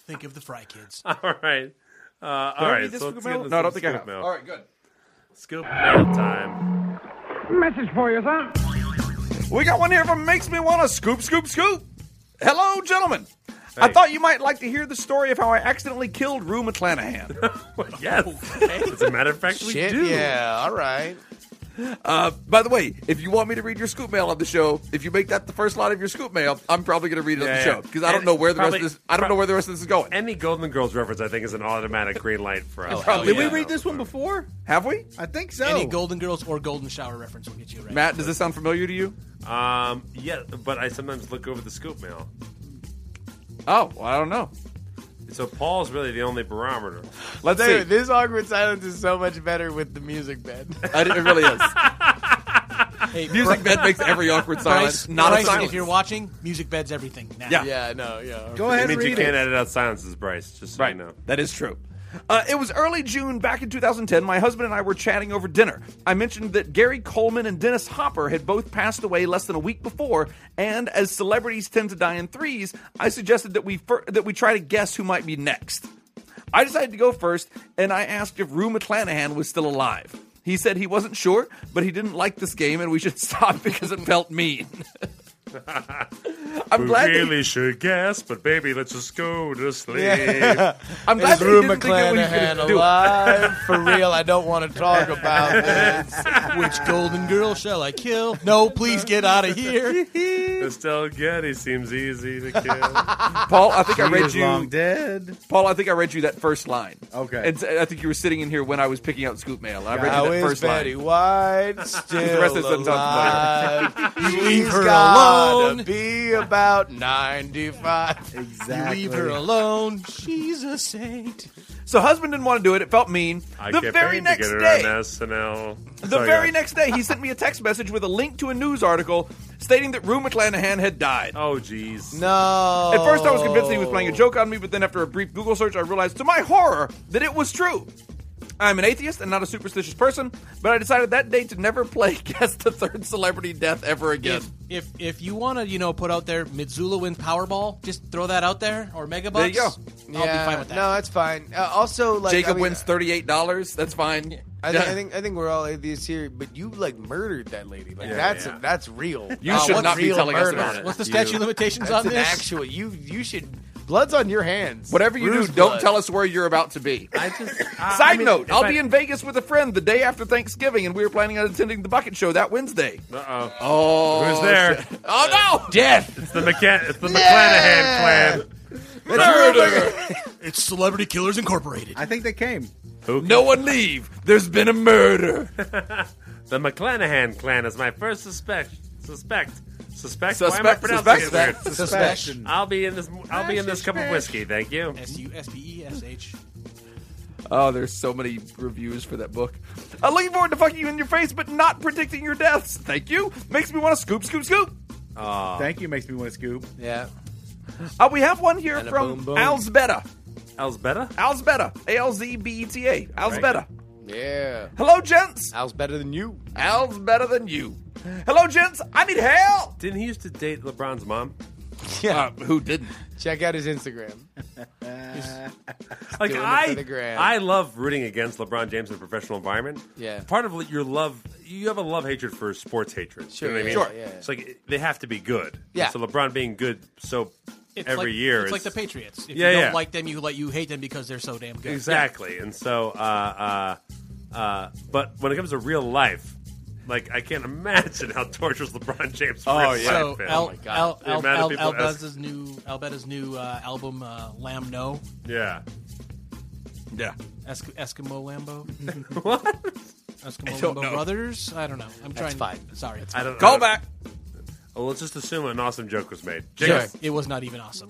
[SPEAKER 4] Think of the Fry Kids.
[SPEAKER 1] All right. Uh, all
[SPEAKER 2] I
[SPEAKER 1] right.
[SPEAKER 2] read this
[SPEAKER 1] so
[SPEAKER 2] scoop
[SPEAKER 1] let's
[SPEAKER 2] mail?
[SPEAKER 1] get into
[SPEAKER 2] No, I don't
[SPEAKER 1] some
[SPEAKER 2] think I
[SPEAKER 1] scoop
[SPEAKER 2] have.
[SPEAKER 1] mail.
[SPEAKER 2] All right, good.
[SPEAKER 1] Scoop mail time.
[SPEAKER 2] We got one here from Makes Me Wanna Scoop, Scoop, Scoop. Hello, gentlemen. I
[SPEAKER 1] Hey.
[SPEAKER 2] thought you might like to hear the story of how I accidentally killed Rue McClanahan.
[SPEAKER 1] Yes. As a matter of fact, we
[SPEAKER 3] Shit,
[SPEAKER 1] do.
[SPEAKER 3] yeah, all right.
[SPEAKER 2] By the way, if you want me to read your scoop mail on the show, if you make that the first line of your scoop mail, I'm probably going to read it on
[SPEAKER 1] Yeah,
[SPEAKER 2] the
[SPEAKER 1] yeah.
[SPEAKER 2] show because I
[SPEAKER 1] And
[SPEAKER 2] don't know where the
[SPEAKER 1] probably-
[SPEAKER 2] rest of this. I don't know where the rest of this is going.
[SPEAKER 1] Any Golden Girls reference, I think, is an automatic green light for us.
[SPEAKER 6] Did we read this one before?
[SPEAKER 2] Have we?
[SPEAKER 6] I think so.
[SPEAKER 2] Oh.
[SPEAKER 4] Any Golden Girls or Golden Shower reference will get you right.
[SPEAKER 2] Matt, does this sound familiar to you?
[SPEAKER 1] Um, yeah, but I sometimes look over the scoop mail.
[SPEAKER 2] Oh, well, I don't know.
[SPEAKER 1] So Paul's really the only barometer.
[SPEAKER 2] Let's
[SPEAKER 3] Dude,
[SPEAKER 2] see.
[SPEAKER 3] this awkward silence is so much better with the music bed.
[SPEAKER 2] I didn't- it really is.
[SPEAKER 4] Hey,
[SPEAKER 2] Music bed makes every awkward silence
[SPEAKER 4] Bryce,
[SPEAKER 2] not a
[SPEAKER 4] Bryce,
[SPEAKER 2] silence.
[SPEAKER 4] if you're watching, music bed's everything. Now.
[SPEAKER 2] Yeah.
[SPEAKER 3] yeah, no, yeah.
[SPEAKER 6] Go
[SPEAKER 1] It
[SPEAKER 6] ahead and
[SPEAKER 1] means you
[SPEAKER 6] read
[SPEAKER 1] can't
[SPEAKER 6] it.
[SPEAKER 1] edit out silences, Bryce. Just so you know.
[SPEAKER 2] That is true. Uh, it was early June back in 2010. My husband and I were chatting over dinner. I mentioned that Gary Coleman and Dennis Hopper had both passed away less than a week before, and as celebrities tend to die in threes, I suggested that we fir- that we try to guess who might be next. I decided to go first, and I asked if Rue McClanahan was still alive. He said he wasn't sure, but he didn't like this game, and we should stop because it felt mean. I'm
[SPEAKER 1] We
[SPEAKER 2] glad. that he-
[SPEAKER 1] really should guess, but baby, let's just go to sleep.
[SPEAKER 2] I'm glad
[SPEAKER 3] Is
[SPEAKER 2] that he
[SPEAKER 3] Rue
[SPEAKER 2] didn't think it was going
[SPEAKER 3] McClanahan
[SPEAKER 2] to do. it.
[SPEAKER 3] alive? For real, I don't want to talk about this.
[SPEAKER 4] Which Golden Girl shall I kill? No, please get out of here.
[SPEAKER 1] Estelle Getty seems easy to kill.
[SPEAKER 2] Paul, I think I read
[SPEAKER 6] He is
[SPEAKER 2] you.
[SPEAKER 6] long dead.
[SPEAKER 2] Paul, I think I read you that first line.
[SPEAKER 6] Okay.
[SPEAKER 2] And I think you were sitting in here when I was picking out scoop mail. I read
[SPEAKER 3] How
[SPEAKER 2] you that
[SPEAKER 3] is
[SPEAKER 2] first
[SPEAKER 3] Betty
[SPEAKER 2] line.
[SPEAKER 3] White still
[SPEAKER 2] rest of it doesn't sound
[SPEAKER 3] alive?
[SPEAKER 4] Leave her alone.
[SPEAKER 3] to be about 95.
[SPEAKER 6] Exactly.
[SPEAKER 4] Leave her alone. She's a saint.
[SPEAKER 2] So husband didn't want to do it. It felt mean.
[SPEAKER 1] I
[SPEAKER 2] the
[SPEAKER 1] get
[SPEAKER 2] very
[SPEAKER 1] paid
[SPEAKER 2] next
[SPEAKER 1] to get her
[SPEAKER 2] day,
[SPEAKER 1] on SNL.
[SPEAKER 2] the very next day, he sent me a text message with a link to a news article stating that Rue McClanahan had died.
[SPEAKER 1] Oh, jeez.
[SPEAKER 3] No.
[SPEAKER 2] At first, I was convinced he was playing a joke on me, but then after a brief Google search, I realized, to my horror, that it was true. I'm an atheist and not a superstitious person, but I decided that day to never play Guess the Third Celebrity Death ever again.
[SPEAKER 4] If if if you want to, you know, put out there Mitsula win Powerball, just throw that out there or Megabucks.
[SPEAKER 2] There you go.
[SPEAKER 4] I'll be fine with that.
[SPEAKER 3] No, that's fine. Uh, also, like
[SPEAKER 2] Jacob
[SPEAKER 3] I mean,
[SPEAKER 2] wins thirty-eight dollars. That's fine.
[SPEAKER 3] I, think I think I think we're all atheists here, but you like murdered that lady. Like that's
[SPEAKER 1] yeah.
[SPEAKER 3] that's real.
[SPEAKER 2] You
[SPEAKER 3] Uh,
[SPEAKER 2] should
[SPEAKER 3] what's
[SPEAKER 2] not be
[SPEAKER 3] real
[SPEAKER 2] telling us
[SPEAKER 3] murder?
[SPEAKER 2] about it.
[SPEAKER 4] What's the statute
[SPEAKER 3] You.
[SPEAKER 4] of limitations
[SPEAKER 3] That's
[SPEAKER 4] on
[SPEAKER 3] an
[SPEAKER 4] this?
[SPEAKER 3] actual. You you should. Blood's on your hands.
[SPEAKER 2] Whatever you
[SPEAKER 3] Bruce
[SPEAKER 2] do, don't
[SPEAKER 3] blood.
[SPEAKER 2] tell us where you're about to be.
[SPEAKER 1] I just, I-
[SPEAKER 2] Side
[SPEAKER 1] I mean,
[SPEAKER 2] note:
[SPEAKER 1] if
[SPEAKER 2] I'll
[SPEAKER 1] I-
[SPEAKER 2] be in Vegas with a friend the day after Thanksgiving, and we were planning on attending the Bucket Show that Wednesday.
[SPEAKER 1] Uh-oh.
[SPEAKER 2] Oh,
[SPEAKER 1] Who's there?
[SPEAKER 2] Oh no! Death.
[SPEAKER 1] It's the, McCa- it's the McClanahan clan.
[SPEAKER 4] It's Celebrity Killers Incorporated.
[SPEAKER 6] I think they came.
[SPEAKER 1] Who
[SPEAKER 2] No one leave. There's been a murder.
[SPEAKER 1] The McClanahan clan is my first suspect. Suspect. Suspect. Why am I
[SPEAKER 2] Suspect,
[SPEAKER 1] pronouncing
[SPEAKER 2] suspect,
[SPEAKER 1] it weird?
[SPEAKER 3] Suspect.
[SPEAKER 1] I'll be in this. I'll be in this cup of whiskey. Thank you.
[SPEAKER 4] S U S P E S H.
[SPEAKER 2] Oh, there's so many reviews for that book. I'm looking forward to fucking you in your face, but not predicting your deaths. Thank you. Makes me want to scoop, scoop, scoop.
[SPEAKER 6] Thank you makes me want to scoop.
[SPEAKER 3] Yeah.
[SPEAKER 2] Uh, we have one here
[SPEAKER 3] And a
[SPEAKER 2] from
[SPEAKER 3] boom, boom.
[SPEAKER 2] Alzbeta.
[SPEAKER 1] Elsbeta.
[SPEAKER 2] Alzbeta. A L Z B E T A. Alzbeta.
[SPEAKER 3] Yeah.
[SPEAKER 2] Hello, gents.
[SPEAKER 3] Al's better than you.
[SPEAKER 2] Al's better than you. Hello, gents. I need help.
[SPEAKER 1] Didn't he used to date LeBron's mom?
[SPEAKER 3] Yeah.
[SPEAKER 2] who didn't?
[SPEAKER 3] Check out his Instagram.
[SPEAKER 1] Like
[SPEAKER 3] doing it
[SPEAKER 1] I,
[SPEAKER 3] for the gram.
[SPEAKER 1] I love rooting against LeBron James in a professional environment.
[SPEAKER 3] Yeah.
[SPEAKER 1] Part of your love, you have a love hatred for sports hatred.
[SPEAKER 3] Sure,
[SPEAKER 1] You know what I mean?
[SPEAKER 3] yeah, Sure. yeah, yeah.
[SPEAKER 1] It's like they have to be good.
[SPEAKER 3] Yeah.
[SPEAKER 1] So LeBron being good so
[SPEAKER 4] It's
[SPEAKER 1] every
[SPEAKER 4] like,
[SPEAKER 1] year
[SPEAKER 4] it's
[SPEAKER 1] is
[SPEAKER 4] like the Patriots. If
[SPEAKER 1] Yeah,
[SPEAKER 4] you don't
[SPEAKER 1] yeah.
[SPEAKER 4] like them, you like you hate them because they're so damn good.
[SPEAKER 1] Exactly. And so, uh, uh, uh, but when it comes to real life, like I can't imagine how torturous LeBron James.
[SPEAKER 2] Oh,
[SPEAKER 1] real
[SPEAKER 2] yeah.
[SPEAKER 1] life
[SPEAKER 4] So
[SPEAKER 1] is.
[SPEAKER 4] Al, Al,
[SPEAKER 1] The
[SPEAKER 4] Al,
[SPEAKER 1] amount of
[SPEAKER 4] Al,
[SPEAKER 1] people ask-
[SPEAKER 4] Albetta's new Albetta's new uh, album uh, Lamb No
[SPEAKER 1] yeah.
[SPEAKER 2] Yeah.
[SPEAKER 4] Es- Eskimo Lambo.
[SPEAKER 1] What?
[SPEAKER 4] Eskimo
[SPEAKER 2] don't
[SPEAKER 4] Lambo
[SPEAKER 2] know.
[SPEAKER 4] Brothers. I don't know. I'm trying.
[SPEAKER 3] fine.
[SPEAKER 4] Sorry, it's
[SPEAKER 1] I don't. I
[SPEAKER 2] Call
[SPEAKER 1] don't-
[SPEAKER 2] back.
[SPEAKER 1] Uh, Well, let's just assume an awesome joke was made.
[SPEAKER 3] Sure.
[SPEAKER 1] Jacob,
[SPEAKER 4] It was not even awesome.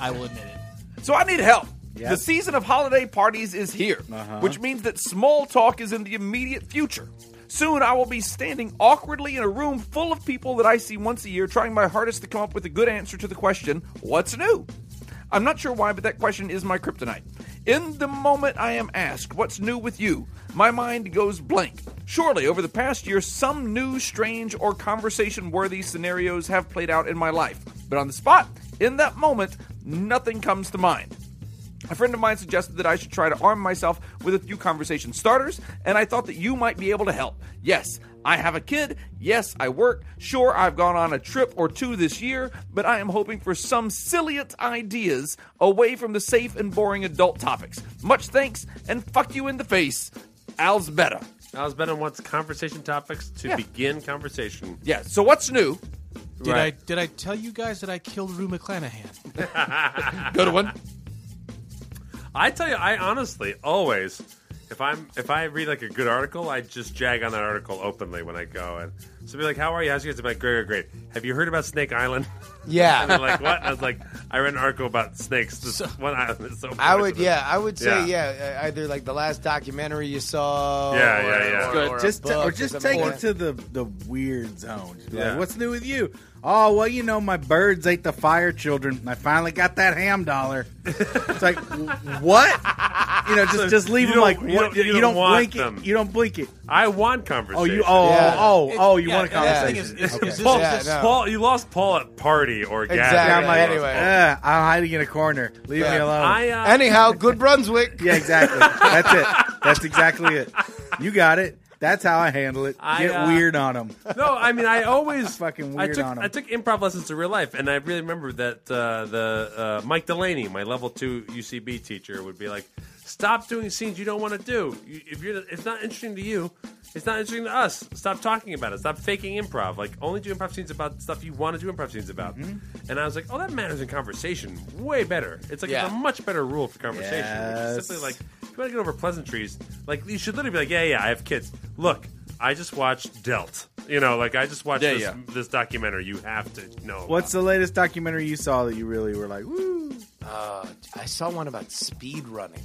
[SPEAKER 4] I will admit it.
[SPEAKER 2] So I need help.
[SPEAKER 6] Yeah.
[SPEAKER 2] The season of holiday parties is here, which means that small talk is in the immediate future. Soon I will be standing awkwardly in a room full of people that I see once a year, trying my hardest to come up with a good answer to the question, What's new? I'm not sure why, but that question is my kryptonite. In the moment I am asked, What's new with you? my mind goes blank. Surely, over the past year, some new, strange, or conversation worthy scenarios have played out in my life. But on the spot, in that moment, nothing comes to mind. A friend of mine suggested that I should try to arm myself with a few conversation starters, and I thought that you might be able to help. Yes, I have a kid. Yes, I work. Sure, I've gone on a trip or two this year, but I am hoping for some salient ideas away from the safe and boring adult topics. Much thanks, and fuck you in the face. Al's better.
[SPEAKER 1] Al's been on wants conversation topics to
[SPEAKER 2] Yeah.
[SPEAKER 1] begin conversation.
[SPEAKER 2] Yeah, so what's new?
[SPEAKER 4] Did
[SPEAKER 1] Right.
[SPEAKER 4] I did I tell you guys that I killed Rue McClanahan?
[SPEAKER 2] Good one.
[SPEAKER 1] I tell you, I honestly always, if I'm if I read like a good article, I just jag on that article openly when I go and so be like, "How are you? How's you guys?" I'm like, "Great, great, great." Have you heard about Snake Island? And they're
[SPEAKER 3] Yeah.
[SPEAKER 1] like, "What?" I was like, "I read an article about snakes. This one island is so."
[SPEAKER 3] I would,
[SPEAKER 1] poisonous."
[SPEAKER 3] yeah, I would say,
[SPEAKER 1] Yeah.
[SPEAKER 3] yeah, uh, either like the last documentary you saw,
[SPEAKER 1] Yeah,
[SPEAKER 3] or,
[SPEAKER 1] yeah, yeah.
[SPEAKER 3] or-
[SPEAKER 1] Good.
[SPEAKER 3] or a
[SPEAKER 6] just ta-
[SPEAKER 3] book
[SPEAKER 6] or just
[SPEAKER 3] something
[SPEAKER 6] take
[SPEAKER 3] like
[SPEAKER 6] it
[SPEAKER 3] that.
[SPEAKER 6] to the the weird zone. Just be like,
[SPEAKER 1] Yeah.
[SPEAKER 6] What's new with you? Oh well, you know my birds ate the fire children. and I finally got that ham dollar. it's like w- what? You know, just just leave
[SPEAKER 1] you
[SPEAKER 6] them
[SPEAKER 1] don't-
[SPEAKER 6] like
[SPEAKER 1] you
[SPEAKER 6] what-
[SPEAKER 1] don't- you don't want
[SPEAKER 6] blink
[SPEAKER 1] them.
[SPEAKER 6] it. You don't blink it.
[SPEAKER 1] I want
[SPEAKER 6] Oh,
[SPEAKER 1] conversation.
[SPEAKER 6] you oh
[SPEAKER 3] Yeah.
[SPEAKER 6] oh oh, oh, you
[SPEAKER 4] yeah,
[SPEAKER 6] want a
[SPEAKER 4] and the thing
[SPEAKER 6] conversation?
[SPEAKER 4] is- is-
[SPEAKER 6] Okay.
[SPEAKER 4] is this-
[SPEAKER 1] Paul,
[SPEAKER 3] Yeah,
[SPEAKER 1] just-
[SPEAKER 3] no.
[SPEAKER 1] Paul, you lost Paul at party or
[SPEAKER 6] Yeah,
[SPEAKER 3] Exactly,
[SPEAKER 6] I'm
[SPEAKER 1] gathering.
[SPEAKER 6] like,
[SPEAKER 3] Yeah, anyway.
[SPEAKER 6] "Ugh, I'm hiding in a corner. Leave me
[SPEAKER 3] Yeah.
[SPEAKER 6] alone.
[SPEAKER 1] I uh,
[SPEAKER 3] Anyhow, good Brunswick.
[SPEAKER 6] yeah, exactly. That's it. That's exactly it. You got it. That's how I handle it.
[SPEAKER 1] I,
[SPEAKER 6] Get
[SPEAKER 1] uh,
[SPEAKER 6] weird on them.
[SPEAKER 1] No, I mean I always
[SPEAKER 6] Fucking
[SPEAKER 1] I
[SPEAKER 6] weird
[SPEAKER 1] took,
[SPEAKER 6] on 'em.
[SPEAKER 1] I took improv lessons to real life, and I really remember that uh, the uh, Mike Delaney, my level two UCB teacher, would be like, "Stop doing scenes you don't want to do. You, if you're, it's not interesting to you, it's not interesting to us. Stop talking about it. Stop faking improv. Like only do improv scenes about stuff you want to do improv scenes about."
[SPEAKER 6] Mm-hmm.
[SPEAKER 1] And I was like, "Oh, that matters in conversation way better. It's like
[SPEAKER 3] Yeah.
[SPEAKER 1] it's a much better rule for conversation. Which is
[SPEAKER 6] Yes.
[SPEAKER 1] simply like." If you want to get over pleasantries, like you should literally be like, yeah, yeah, I have kids. Look, I just watched Delt. You know, like I just watched
[SPEAKER 2] Yeah,
[SPEAKER 1] this,
[SPEAKER 2] yeah.
[SPEAKER 1] this documentary. You have to know.
[SPEAKER 6] What's
[SPEAKER 1] about.
[SPEAKER 6] the latest documentary you saw that you really were like, woo?
[SPEAKER 3] I saw one about speed running.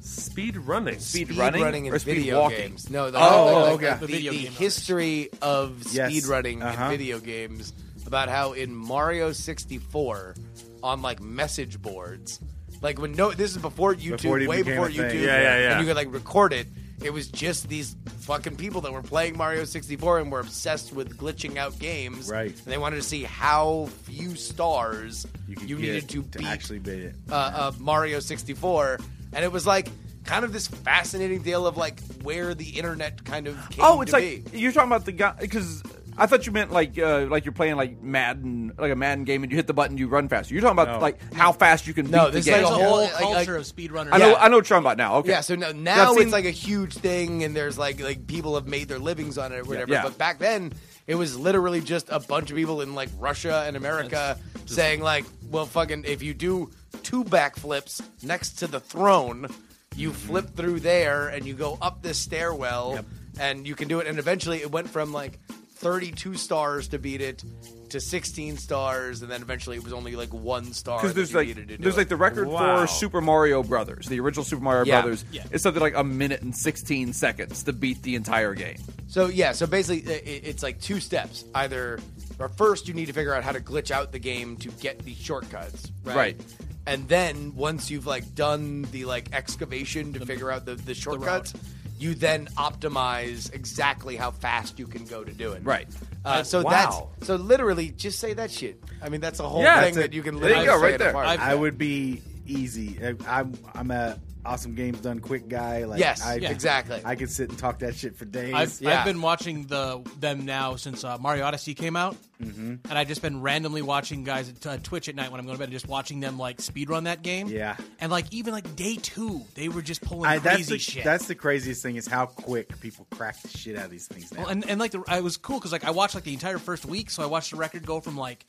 [SPEAKER 1] speed running?
[SPEAKER 2] Speed running
[SPEAKER 3] in
[SPEAKER 2] or speed
[SPEAKER 3] video
[SPEAKER 2] walking?
[SPEAKER 3] games. No, the,
[SPEAKER 6] Oh,
[SPEAKER 3] like,
[SPEAKER 6] oh,
[SPEAKER 3] like,
[SPEAKER 6] okay.
[SPEAKER 3] the,
[SPEAKER 4] The video
[SPEAKER 3] the
[SPEAKER 4] game
[SPEAKER 3] history of
[SPEAKER 6] Yes.
[SPEAKER 3] speed running
[SPEAKER 6] Uh-huh.
[SPEAKER 3] in video games about how in Mario 64 on like message boards, like when no, this is before YouTube,
[SPEAKER 6] Before it
[SPEAKER 3] way
[SPEAKER 6] even
[SPEAKER 3] before
[SPEAKER 6] became a
[SPEAKER 3] YouTube,
[SPEAKER 6] thing.
[SPEAKER 1] Yeah, yeah, yeah.
[SPEAKER 3] and you could like record it. It was just these fucking people that were playing Mario 64 and were obsessed with glitching out games.
[SPEAKER 6] Right.
[SPEAKER 3] And they wanted to see how few stars you,
[SPEAKER 6] could
[SPEAKER 3] needed
[SPEAKER 6] get
[SPEAKER 3] to beat
[SPEAKER 6] actually beat it.
[SPEAKER 3] uh, uh, Mario 64, and it was like kind of this fascinating deal of like where the internet kind of came
[SPEAKER 2] Oh, it's
[SPEAKER 3] to
[SPEAKER 2] like
[SPEAKER 3] be.
[SPEAKER 2] you're talking about the guy because I thought you meant like uh, like you're playing like Madden, like a Madden game, and you hit the button, you run faster. You're talking about
[SPEAKER 6] No.
[SPEAKER 2] like how fast you can
[SPEAKER 3] No,
[SPEAKER 2] beat
[SPEAKER 3] this
[SPEAKER 2] the
[SPEAKER 3] is
[SPEAKER 2] game.
[SPEAKER 3] like
[SPEAKER 4] There's a
[SPEAKER 3] Yeah.
[SPEAKER 4] whole
[SPEAKER 3] Like- like-
[SPEAKER 4] culture of speedrunners.
[SPEAKER 2] I know,
[SPEAKER 3] Yeah.
[SPEAKER 2] I know what you're talking about now. Okay,
[SPEAKER 3] Yeah, so now,
[SPEAKER 2] I've
[SPEAKER 3] now
[SPEAKER 2] seen-
[SPEAKER 3] it's like a huge thing, and there's like like people have made their livings on it or whatever.
[SPEAKER 2] Yeah.
[SPEAKER 3] But back then, it was literally just a bunch of people in like Russia and America saying like, "Well, fucking, if you do two backflips next to the throne, you
[SPEAKER 2] Mm-hmm.
[SPEAKER 3] flip through there and you go up this stairwell, and you can do it." And eventually, it went from like 32 stars to beat it to 16 stars, and then eventually it was only like one star.
[SPEAKER 2] because
[SPEAKER 3] that
[SPEAKER 2] there's
[SPEAKER 3] you
[SPEAKER 2] like
[SPEAKER 3] needed to do
[SPEAKER 2] there's
[SPEAKER 3] it.
[SPEAKER 2] like the record
[SPEAKER 1] Wow.
[SPEAKER 2] for Super Mario Brothers, the original Super Mario
[SPEAKER 3] Yeah.
[SPEAKER 2] Brothers.
[SPEAKER 4] Yeah.
[SPEAKER 2] It's something like a minute and 16 seconds to beat the entire game.
[SPEAKER 3] So yeah, so basically i- i- it's like two steps. Either or first you need to figure out how to glitch out the game to get the shortcuts, right?
[SPEAKER 2] Right.
[SPEAKER 3] And then once you've like done the like excavation to figure out the, the shortcuts, you then optimize exactly how fast you can go to do it.
[SPEAKER 2] Right.
[SPEAKER 3] Uh, so
[SPEAKER 1] Wow.
[SPEAKER 3] that's so literally just say that shit. I mean that's a whole
[SPEAKER 2] Yeah,
[SPEAKER 3] thing that
[SPEAKER 2] that's it.
[SPEAKER 3] you can
[SPEAKER 2] There you
[SPEAKER 3] literally
[SPEAKER 2] go,
[SPEAKER 3] say
[SPEAKER 2] right
[SPEAKER 3] it
[SPEAKER 2] there.
[SPEAKER 3] apart.
[SPEAKER 4] I've-
[SPEAKER 6] I would be easy. I- I'm I'm a awesome games done quick guy. Like
[SPEAKER 3] Yes,
[SPEAKER 6] I,
[SPEAKER 4] yeah.
[SPEAKER 3] exactly.
[SPEAKER 6] I could sit and talk that shit for days.
[SPEAKER 4] I've,
[SPEAKER 3] Yeah.
[SPEAKER 4] I've been watching the them now since uh, Mario Odyssey came out, mm-hmm. and I've just been randomly watching guys at uh, Twitch at night when I'm going to bed, and just watching them like speedrun that game.
[SPEAKER 6] Yeah.
[SPEAKER 4] and like even like day two, they were just pulling
[SPEAKER 6] I- that's
[SPEAKER 4] crazy
[SPEAKER 6] the
[SPEAKER 4] shit.
[SPEAKER 6] that's the craziest thing is how quick people crack the shit out of these things now.
[SPEAKER 4] Well, and and like the, I was cool because like I watched like the entire first week, so I watched the record go from like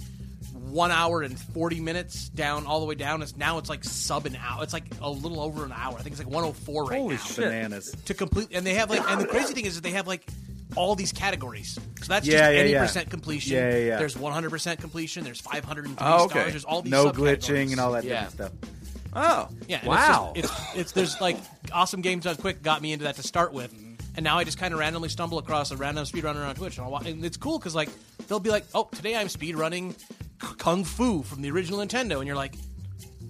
[SPEAKER 4] one hour and forty minutes down all the way down. It's now it's like sub an hour. It's like a little over an hour. I think it's like one oh four right
[SPEAKER 6] Holy
[SPEAKER 4] now.
[SPEAKER 6] bananas!
[SPEAKER 4] To complete, and they have like, and the crazy thing is that they have like all these categories. So that's
[SPEAKER 6] Yeah,
[SPEAKER 4] just
[SPEAKER 6] yeah,
[SPEAKER 4] any
[SPEAKER 6] yeah.
[SPEAKER 4] percent completion.
[SPEAKER 6] Yeah, yeah, yeah.
[SPEAKER 4] There's one hundred percent completion. There's five hundred and three
[SPEAKER 2] Oh, okay.
[SPEAKER 4] stars. There's all these
[SPEAKER 6] No
[SPEAKER 4] subcategories.
[SPEAKER 6] glitching and all that
[SPEAKER 3] Yeah.
[SPEAKER 6] different stuff.
[SPEAKER 2] Oh,
[SPEAKER 4] Yeah. and
[SPEAKER 1] Wow.
[SPEAKER 4] It's, just, it's it's there's like awesome games done quick got me into that to start with, and now I just kind of randomly stumble across a random speedrunner on Twitch, and, I'll, wa- and it's cool because like they'll be like, oh, today I'm speedrunning K- Kung Fu from the original Nintendo, and you're like.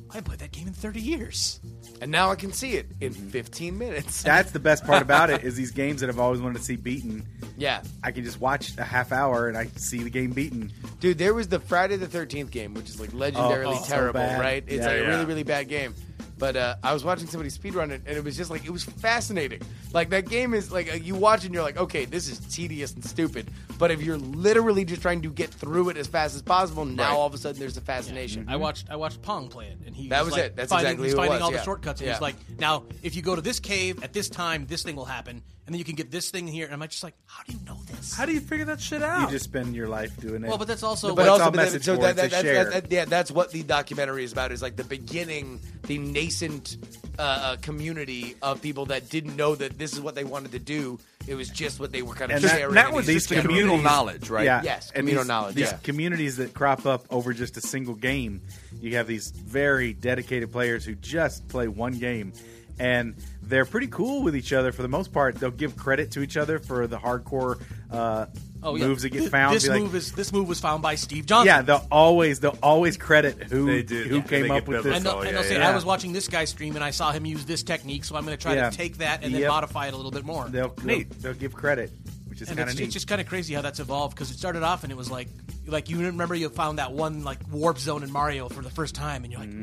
[SPEAKER 4] I haven't played that game in 30 years.
[SPEAKER 3] and now I can see it in 15 minutes.
[SPEAKER 6] That's the best part about it is these games that I've always wanted to see beaten.
[SPEAKER 3] yeah.
[SPEAKER 6] I can just watch a half hour and I see the game beaten.
[SPEAKER 3] Dude, there was the Friday the Thirteenth game, which is like legendarily
[SPEAKER 6] oh, so
[SPEAKER 3] terrible,
[SPEAKER 6] bad.
[SPEAKER 3] right? It's
[SPEAKER 6] Yeah,
[SPEAKER 3] like
[SPEAKER 1] yeah.
[SPEAKER 3] a really, really bad game. But uh, I was watching somebody speedrun it, and it was just like it was fascinating. Like that game is like uh, you watch and you're like, okay, this is tedious and stupid. But if you're literally just trying to get through it as fast as possible, now
[SPEAKER 2] Right.
[SPEAKER 3] all of a sudden there's a fascination.
[SPEAKER 4] I watched I watched Pong play it, and he
[SPEAKER 3] That
[SPEAKER 4] was,
[SPEAKER 3] was
[SPEAKER 4] like,
[SPEAKER 3] it. That's
[SPEAKER 4] finding,
[SPEAKER 3] exactly
[SPEAKER 4] he's
[SPEAKER 3] who it
[SPEAKER 4] finding
[SPEAKER 3] was,
[SPEAKER 4] all the
[SPEAKER 3] yeah.
[SPEAKER 4] shortcuts. And
[SPEAKER 3] Yeah.
[SPEAKER 4] he's like, now if you go to this cave at this time, this thing will happen, and then you can get this thing here. And I'm just like, how do you know this?
[SPEAKER 1] How do you figure that shit out?
[SPEAKER 6] You just spend your life doing it.
[SPEAKER 4] well, but that's also
[SPEAKER 3] but
[SPEAKER 4] what-
[SPEAKER 3] also,
[SPEAKER 6] all
[SPEAKER 3] but that-
[SPEAKER 6] message
[SPEAKER 3] so
[SPEAKER 6] boards
[SPEAKER 3] that, that,
[SPEAKER 6] to
[SPEAKER 3] that,
[SPEAKER 6] share.
[SPEAKER 3] that, that- yeah, that's what the documentary is about. Is like the beginning, the nascent uh, uh, community of people that didn't know that this is what they wanted to do. It was just what they were kind of
[SPEAKER 6] And that-
[SPEAKER 3] sharing.
[SPEAKER 2] that
[SPEAKER 3] and
[SPEAKER 2] was
[SPEAKER 3] it
[SPEAKER 2] just
[SPEAKER 3] kind of-
[SPEAKER 2] communal knowledge, right?
[SPEAKER 6] Yeah.
[SPEAKER 3] Yes,
[SPEAKER 6] and
[SPEAKER 3] communal
[SPEAKER 6] these,
[SPEAKER 3] knowledge,
[SPEAKER 6] These
[SPEAKER 3] yeah.
[SPEAKER 6] communities that crop up over just a single game, you have these very dedicated players who just play one game, and they're pretty cool with each other for the most part. They'll give credit to each other for the hardcore uh,
[SPEAKER 4] oh, yeah.
[SPEAKER 6] moves that get
[SPEAKER 4] Th-
[SPEAKER 6] found.
[SPEAKER 4] This
[SPEAKER 6] Be like,
[SPEAKER 4] move is this move was found by Steve Johnson.
[SPEAKER 6] yeah, they'll always they'll always credit who
[SPEAKER 1] They do.
[SPEAKER 6] who
[SPEAKER 1] Yeah. They
[SPEAKER 6] came
[SPEAKER 1] get
[SPEAKER 6] up with
[SPEAKER 1] built
[SPEAKER 6] this.
[SPEAKER 4] and they'll,
[SPEAKER 1] Oh,
[SPEAKER 4] and
[SPEAKER 1] yeah,
[SPEAKER 4] they'll say,
[SPEAKER 6] yeah.
[SPEAKER 4] "I was watching this guy stream and I saw him use this technique, so I'm going to try
[SPEAKER 6] Yeah.
[SPEAKER 4] to take that and then
[SPEAKER 6] Yep.
[SPEAKER 4] modify it a little bit more."
[SPEAKER 6] They'll, they'll, they'll give credit, which is
[SPEAKER 4] and
[SPEAKER 6] kind of
[SPEAKER 4] it's,
[SPEAKER 6] neat.
[SPEAKER 4] it's just kind of crazy how that's evolved because it started off and it was like, like you remember you found that one like warp zone in Mario for the first time, and you're like,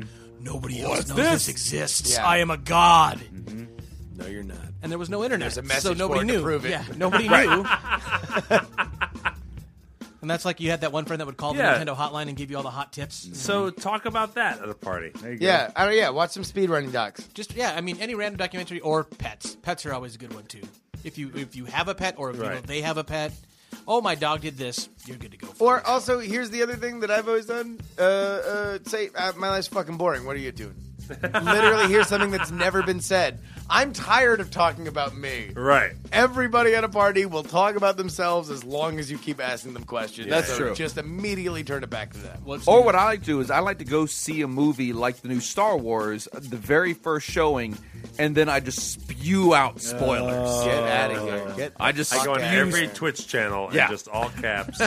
[SPEAKER 4] "Nobody else knows this, exists.
[SPEAKER 3] Mm-hmm. Yeah.
[SPEAKER 4] I am a god."
[SPEAKER 3] No, you're not.
[SPEAKER 4] And there was no internet,
[SPEAKER 3] There's a message
[SPEAKER 4] so nobody
[SPEAKER 3] board to
[SPEAKER 4] knew.
[SPEAKER 3] prove it.
[SPEAKER 4] Yeah, nobody knew. and that's like you had that one friend that would call the
[SPEAKER 1] Yeah.
[SPEAKER 4] Nintendo hotline and give you all the hot tips.
[SPEAKER 3] Mm-hmm.
[SPEAKER 1] so talk about that at a party.
[SPEAKER 6] There you go.
[SPEAKER 3] Yeah, I don't, yeah. Watch some speedrunning docs.
[SPEAKER 4] just yeah i mean any random documentary or pets pets are always a good one too if you if you have a pet or if you know,
[SPEAKER 1] Right.
[SPEAKER 4] they have a pet oh my dog did this you're good to go for
[SPEAKER 3] Or also, here's the other thing that I've always done. Uh, uh, say, uh, my life's fucking boring. What are you doing? Literally, here's something that's never been said. I'm tired of talking about me.
[SPEAKER 1] Right.
[SPEAKER 3] Everybody at a party will talk about themselves as long as you keep asking them questions.
[SPEAKER 2] That's
[SPEAKER 3] So
[SPEAKER 2] true.
[SPEAKER 3] Just immediately turn it back to them.
[SPEAKER 4] What's
[SPEAKER 2] Or
[SPEAKER 4] new?
[SPEAKER 2] what I like to do is I like to go see a movie like the new Star Wars, the very first showing, and then I just spew out spoilers.
[SPEAKER 3] Get out of here. Get
[SPEAKER 2] I just
[SPEAKER 1] I go on
[SPEAKER 3] Okay.
[SPEAKER 1] every Twitch channel
[SPEAKER 2] Yeah.
[SPEAKER 1] and just all caps.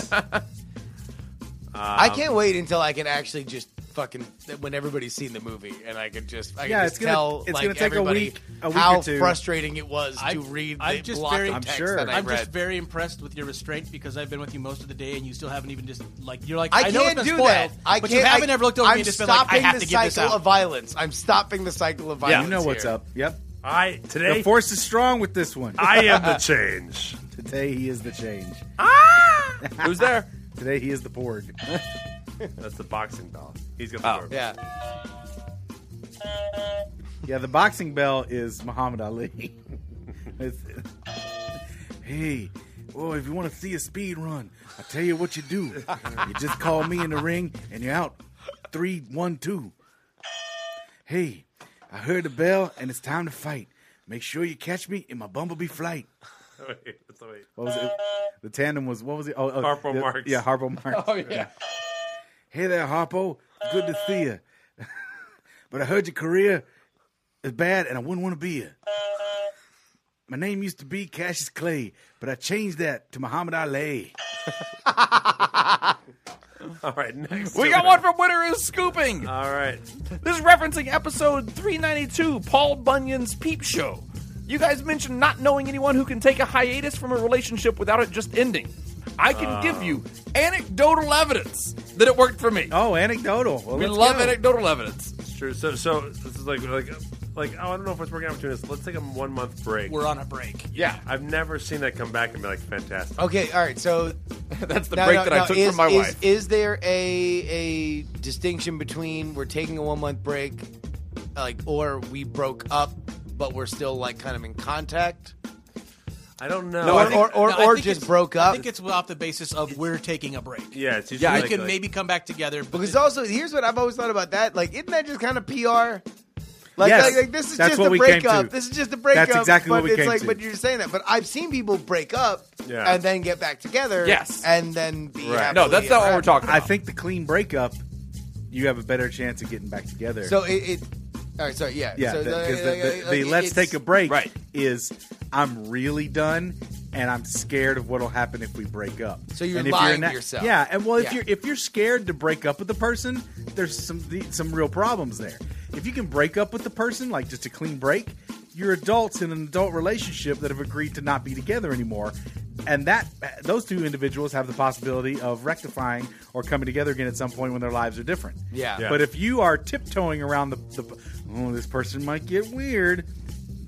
[SPEAKER 3] I can't wait until I can actually just fucking when everybody's seen the movie and I can just I can
[SPEAKER 6] Yeah,
[SPEAKER 3] just
[SPEAKER 6] it's gonna-
[SPEAKER 3] tell
[SPEAKER 6] it's
[SPEAKER 3] like
[SPEAKER 6] gonna take a
[SPEAKER 3] everybody
[SPEAKER 6] week- a week
[SPEAKER 3] how
[SPEAKER 6] or two.
[SPEAKER 3] frustrating it was to read the
[SPEAKER 4] I'm just
[SPEAKER 3] block
[SPEAKER 4] very-
[SPEAKER 3] of
[SPEAKER 4] I'm
[SPEAKER 3] text
[SPEAKER 6] sure.
[SPEAKER 3] that I
[SPEAKER 4] I'm
[SPEAKER 3] read.
[SPEAKER 4] just very impressed with your restraint because I've been with you most of the day and you still haven't even just like you're like
[SPEAKER 3] I,
[SPEAKER 4] I,
[SPEAKER 3] can't
[SPEAKER 4] know it's been
[SPEAKER 3] do
[SPEAKER 4] spoiled,
[SPEAKER 3] that. I
[SPEAKER 4] but
[SPEAKER 3] can't,
[SPEAKER 4] you haven't
[SPEAKER 3] I,
[SPEAKER 4] ever looked over
[SPEAKER 3] I'm
[SPEAKER 4] me and just been like I
[SPEAKER 3] stopping
[SPEAKER 4] have
[SPEAKER 3] the
[SPEAKER 4] to get this
[SPEAKER 3] cycle
[SPEAKER 4] out.
[SPEAKER 3] of violence. I'm stopping the cycle of violence.
[SPEAKER 6] you know what's
[SPEAKER 3] here.
[SPEAKER 6] up. Yep,
[SPEAKER 1] I
[SPEAKER 6] the
[SPEAKER 1] today
[SPEAKER 6] force is strong with this one.
[SPEAKER 1] I am the change.
[SPEAKER 6] Today he is the change.
[SPEAKER 2] Ah! Who's there?
[SPEAKER 6] Today he is the board.
[SPEAKER 1] That's the boxing doll. He's got the
[SPEAKER 2] Oh.
[SPEAKER 1] door.
[SPEAKER 3] Yeah,
[SPEAKER 6] Yeah, the boxing bell is Muhammad Ali. It's- hey, well, if you want to see a speed run, I tell you what you do. You just call me in the ring, and you're out. Three, one, two. Hey, I heard the bell, and it's time to fight. Make sure you catch me in my bumblebee flight.
[SPEAKER 1] Wait, that's the way-
[SPEAKER 6] What was it? The tandem was what was it? Oh, oh
[SPEAKER 1] Harpo
[SPEAKER 6] yeah,
[SPEAKER 1] Marx.
[SPEAKER 6] Yeah, Harpo Marx.
[SPEAKER 3] Oh yeah.
[SPEAKER 6] Hey there, Harpo. Good to see you. but I heard your career is bad, and I wouldn't want to be here. My name used to be Cassius Clay, but I changed that to Muhammad Ali.
[SPEAKER 1] All right, next.
[SPEAKER 2] We got one from Winter is Scooping.
[SPEAKER 1] All right.
[SPEAKER 2] This is referencing episode 392, Paul Bunyan's Peep Show. You guys mentioned not knowing anyone who can take a hiatus from a relationship without it just ending. I can give you anecdotal evidence that it worked for me.
[SPEAKER 6] Oh, anecdotal. Well,
[SPEAKER 2] we
[SPEAKER 6] let's
[SPEAKER 2] love
[SPEAKER 6] go.
[SPEAKER 2] anecdotal evidence.
[SPEAKER 1] It's true. So, so this is like, like, like. Oh, I don't know if it's working out between us. Let's take a one month break.
[SPEAKER 4] We're on a break.
[SPEAKER 2] Yeah,
[SPEAKER 1] I've never seen that come back and be like fantastic.
[SPEAKER 3] Okay. All right. So
[SPEAKER 2] that's the
[SPEAKER 3] now-
[SPEAKER 2] break
[SPEAKER 3] now-
[SPEAKER 2] that
[SPEAKER 3] now,
[SPEAKER 2] I took
[SPEAKER 3] is,
[SPEAKER 2] from my
[SPEAKER 3] is-
[SPEAKER 2] wife.
[SPEAKER 3] Is there a a distinction between we're taking a one month break, like, or we broke up, but we're still like kind of in contact,
[SPEAKER 1] I don't know.
[SPEAKER 2] No,
[SPEAKER 3] or
[SPEAKER 2] I think-
[SPEAKER 3] or, or,
[SPEAKER 4] No, I
[SPEAKER 3] or
[SPEAKER 4] think
[SPEAKER 3] just
[SPEAKER 4] it's-
[SPEAKER 3] broke
[SPEAKER 4] I
[SPEAKER 3] up?
[SPEAKER 4] think it's off the basis of we're taking a break.
[SPEAKER 1] yeah, it's usually
[SPEAKER 2] Yeah, I
[SPEAKER 4] We
[SPEAKER 1] like-
[SPEAKER 4] could
[SPEAKER 1] like-
[SPEAKER 4] maybe come back together. But
[SPEAKER 3] Because also, here's what I've always thought about that. Like, isn't that just kind of PR? Like,
[SPEAKER 6] Yes,
[SPEAKER 3] like, like, this is
[SPEAKER 6] that's
[SPEAKER 3] just
[SPEAKER 6] what
[SPEAKER 3] a
[SPEAKER 6] we came
[SPEAKER 3] breakup.
[SPEAKER 6] to.
[SPEAKER 3] This is just a breakup.
[SPEAKER 6] exactly
[SPEAKER 3] but
[SPEAKER 6] what we
[SPEAKER 3] it's
[SPEAKER 6] came
[SPEAKER 3] like,
[SPEAKER 6] to.
[SPEAKER 3] But you're saying that. But I've seen people break up
[SPEAKER 1] Yeah.
[SPEAKER 3] and then get back together.
[SPEAKER 2] Yes.
[SPEAKER 3] And then be
[SPEAKER 1] Right.
[SPEAKER 3] happily
[SPEAKER 2] no, that's not what we're
[SPEAKER 3] ever after.
[SPEAKER 2] talking
[SPEAKER 6] I
[SPEAKER 2] about.
[SPEAKER 6] think the clean breakup, you have a better chance of getting back together.
[SPEAKER 3] So it. it all right, sorry, yeah.
[SPEAKER 6] yeah,
[SPEAKER 3] so,
[SPEAKER 6] because
[SPEAKER 3] like,
[SPEAKER 6] the,
[SPEAKER 3] like,
[SPEAKER 6] the, the
[SPEAKER 3] like,
[SPEAKER 6] let's
[SPEAKER 3] it's-
[SPEAKER 6] take a break
[SPEAKER 2] Right.
[SPEAKER 6] is I'm really done and I'm scared of what'll happen if we break up.
[SPEAKER 3] So you're
[SPEAKER 6] and if
[SPEAKER 3] lying
[SPEAKER 6] in
[SPEAKER 3] to
[SPEAKER 6] that-
[SPEAKER 3] yourself.
[SPEAKER 6] Yeah, and well, if
[SPEAKER 3] Yeah.
[SPEAKER 6] you're if you're scared to break up with the person, there's some the, some real problems there. If you can break up with the person, like just a clean break, you're adults in an adult relationship that have agreed to not be together anymore. And that those two individuals have the possibility of rectifying or coming together again at some point when their lives are different.
[SPEAKER 3] Yeah. Yeah.
[SPEAKER 6] But if you are tiptoeing around the, the oh, this person might get weird,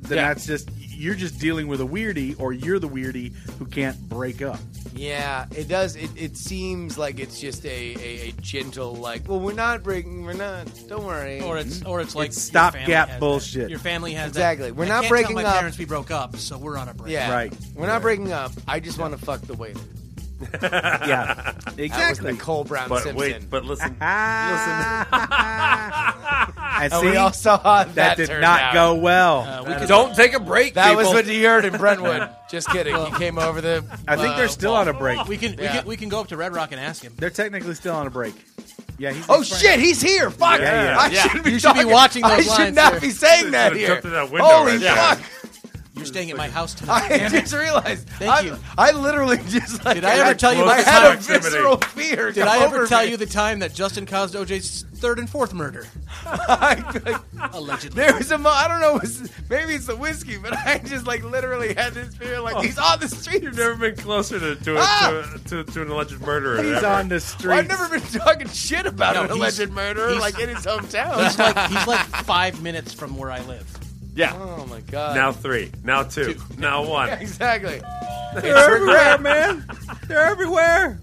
[SPEAKER 6] then
[SPEAKER 2] Yeah.
[SPEAKER 6] that's just you're just dealing with a weirdie, or you're the weirdie who can't break up.
[SPEAKER 3] Yeah, it does. It, it seems like it's just a, a, a gentle, like, well, we're not breaking. We're not. Don't worry.
[SPEAKER 1] Oh,
[SPEAKER 4] or it's or it's like
[SPEAKER 6] It's
[SPEAKER 4] your
[SPEAKER 6] stopgap
[SPEAKER 4] family has that.
[SPEAKER 6] bullshit.
[SPEAKER 4] Your family has that.
[SPEAKER 3] Exactly. We're
[SPEAKER 4] I
[SPEAKER 3] not
[SPEAKER 4] can't
[SPEAKER 3] breaking
[SPEAKER 4] tell my
[SPEAKER 3] up.
[SPEAKER 4] Parents, we broke up, so we're on a break.
[SPEAKER 3] yeah.
[SPEAKER 6] Right.
[SPEAKER 3] We're not breaking up. I just want to fuck the waiter.
[SPEAKER 6] Yeah,
[SPEAKER 3] That was
[SPEAKER 6] exactly.
[SPEAKER 3] Nicole Brown
[SPEAKER 1] But
[SPEAKER 3] Simpson.
[SPEAKER 1] wait, but listen,
[SPEAKER 6] Ah. and
[SPEAKER 3] And
[SPEAKER 6] see,
[SPEAKER 3] we all saw how that,
[SPEAKER 6] that did
[SPEAKER 3] turned
[SPEAKER 6] not
[SPEAKER 3] out.
[SPEAKER 6] go well.
[SPEAKER 2] Uh, Don't take a break.
[SPEAKER 3] That
[SPEAKER 2] people.
[SPEAKER 3] was what you heard in Brentwood. Just kidding. He came over the.
[SPEAKER 6] I think
[SPEAKER 3] uh,
[SPEAKER 6] they're still on a break.
[SPEAKER 4] We can,
[SPEAKER 3] Yeah.
[SPEAKER 4] we can we can go up to Red Rock and ask him.
[SPEAKER 6] They're technically still on a break. Yeah. He's
[SPEAKER 3] Oh shit! He's here. Fuck!
[SPEAKER 1] Yeah, yeah.
[SPEAKER 3] I
[SPEAKER 2] Yeah.
[SPEAKER 3] shouldn't be.
[SPEAKER 4] You should be
[SPEAKER 3] talking-
[SPEAKER 4] watching those
[SPEAKER 3] I should
[SPEAKER 4] lines
[SPEAKER 3] not
[SPEAKER 4] there.
[SPEAKER 3] be saying that
[SPEAKER 1] Should've
[SPEAKER 3] here.
[SPEAKER 1] jumped through that window
[SPEAKER 3] Holy
[SPEAKER 1] right there.
[SPEAKER 3] fuck!
[SPEAKER 4] You're staying at my house tonight.
[SPEAKER 3] I
[SPEAKER 4] Damn it.
[SPEAKER 3] just realized.
[SPEAKER 4] Thank
[SPEAKER 3] I,
[SPEAKER 4] you.
[SPEAKER 3] I literally just. Like,
[SPEAKER 4] Did I ever tell you
[SPEAKER 3] I
[SPEAKER 4] about the
[SPEAKER 3] had a
[SPEAKER 1] time-
[SPEAKER 3] visceral fear.
[SPEAKER 4] Did I ever tell you the time that Justin caused OJ's third and fourth murder?
[SPEAKER 3] that?
[SPEAKER 4] Allegedly.
[SPEAKER 3] There was a mo- I don't know. It was, maybe it's the whiskey, but I just like literally had this fear. Like he's on the street.
[SPEAKER 1] you've never been closer to to, a,
[SPEAKER 3] Ah!
[SPEAKER 1] to, to, to an alleged murderer.
[SPEAKER 6] he's
[SPEAKER 1] ever.
[SPEAKER 6] on the
[SPEAKER 3] Well,
[SPEAKER 6] street.
[SPEAKER 3] I've never been talking shit about
[SPEAKER 4] No,
[SPEAKER 3] an
[SPEAKER 4] he's-
[SPEAKER 3] alleged murderer
[SPEAKER 4] he's-
[SPEAKER 3] like in his hometown.
[SPEAKER 4] He's like he's like five minutes from where I live.
[SPEAKER 2] Yeah.
[SPEAKER 3] oh my god!
[SPEAKER 1] Now three, now two, now one.
[SPEAKER 3] exactly.
[SPEAKER 6] They're everywhere, man. They're everywhere.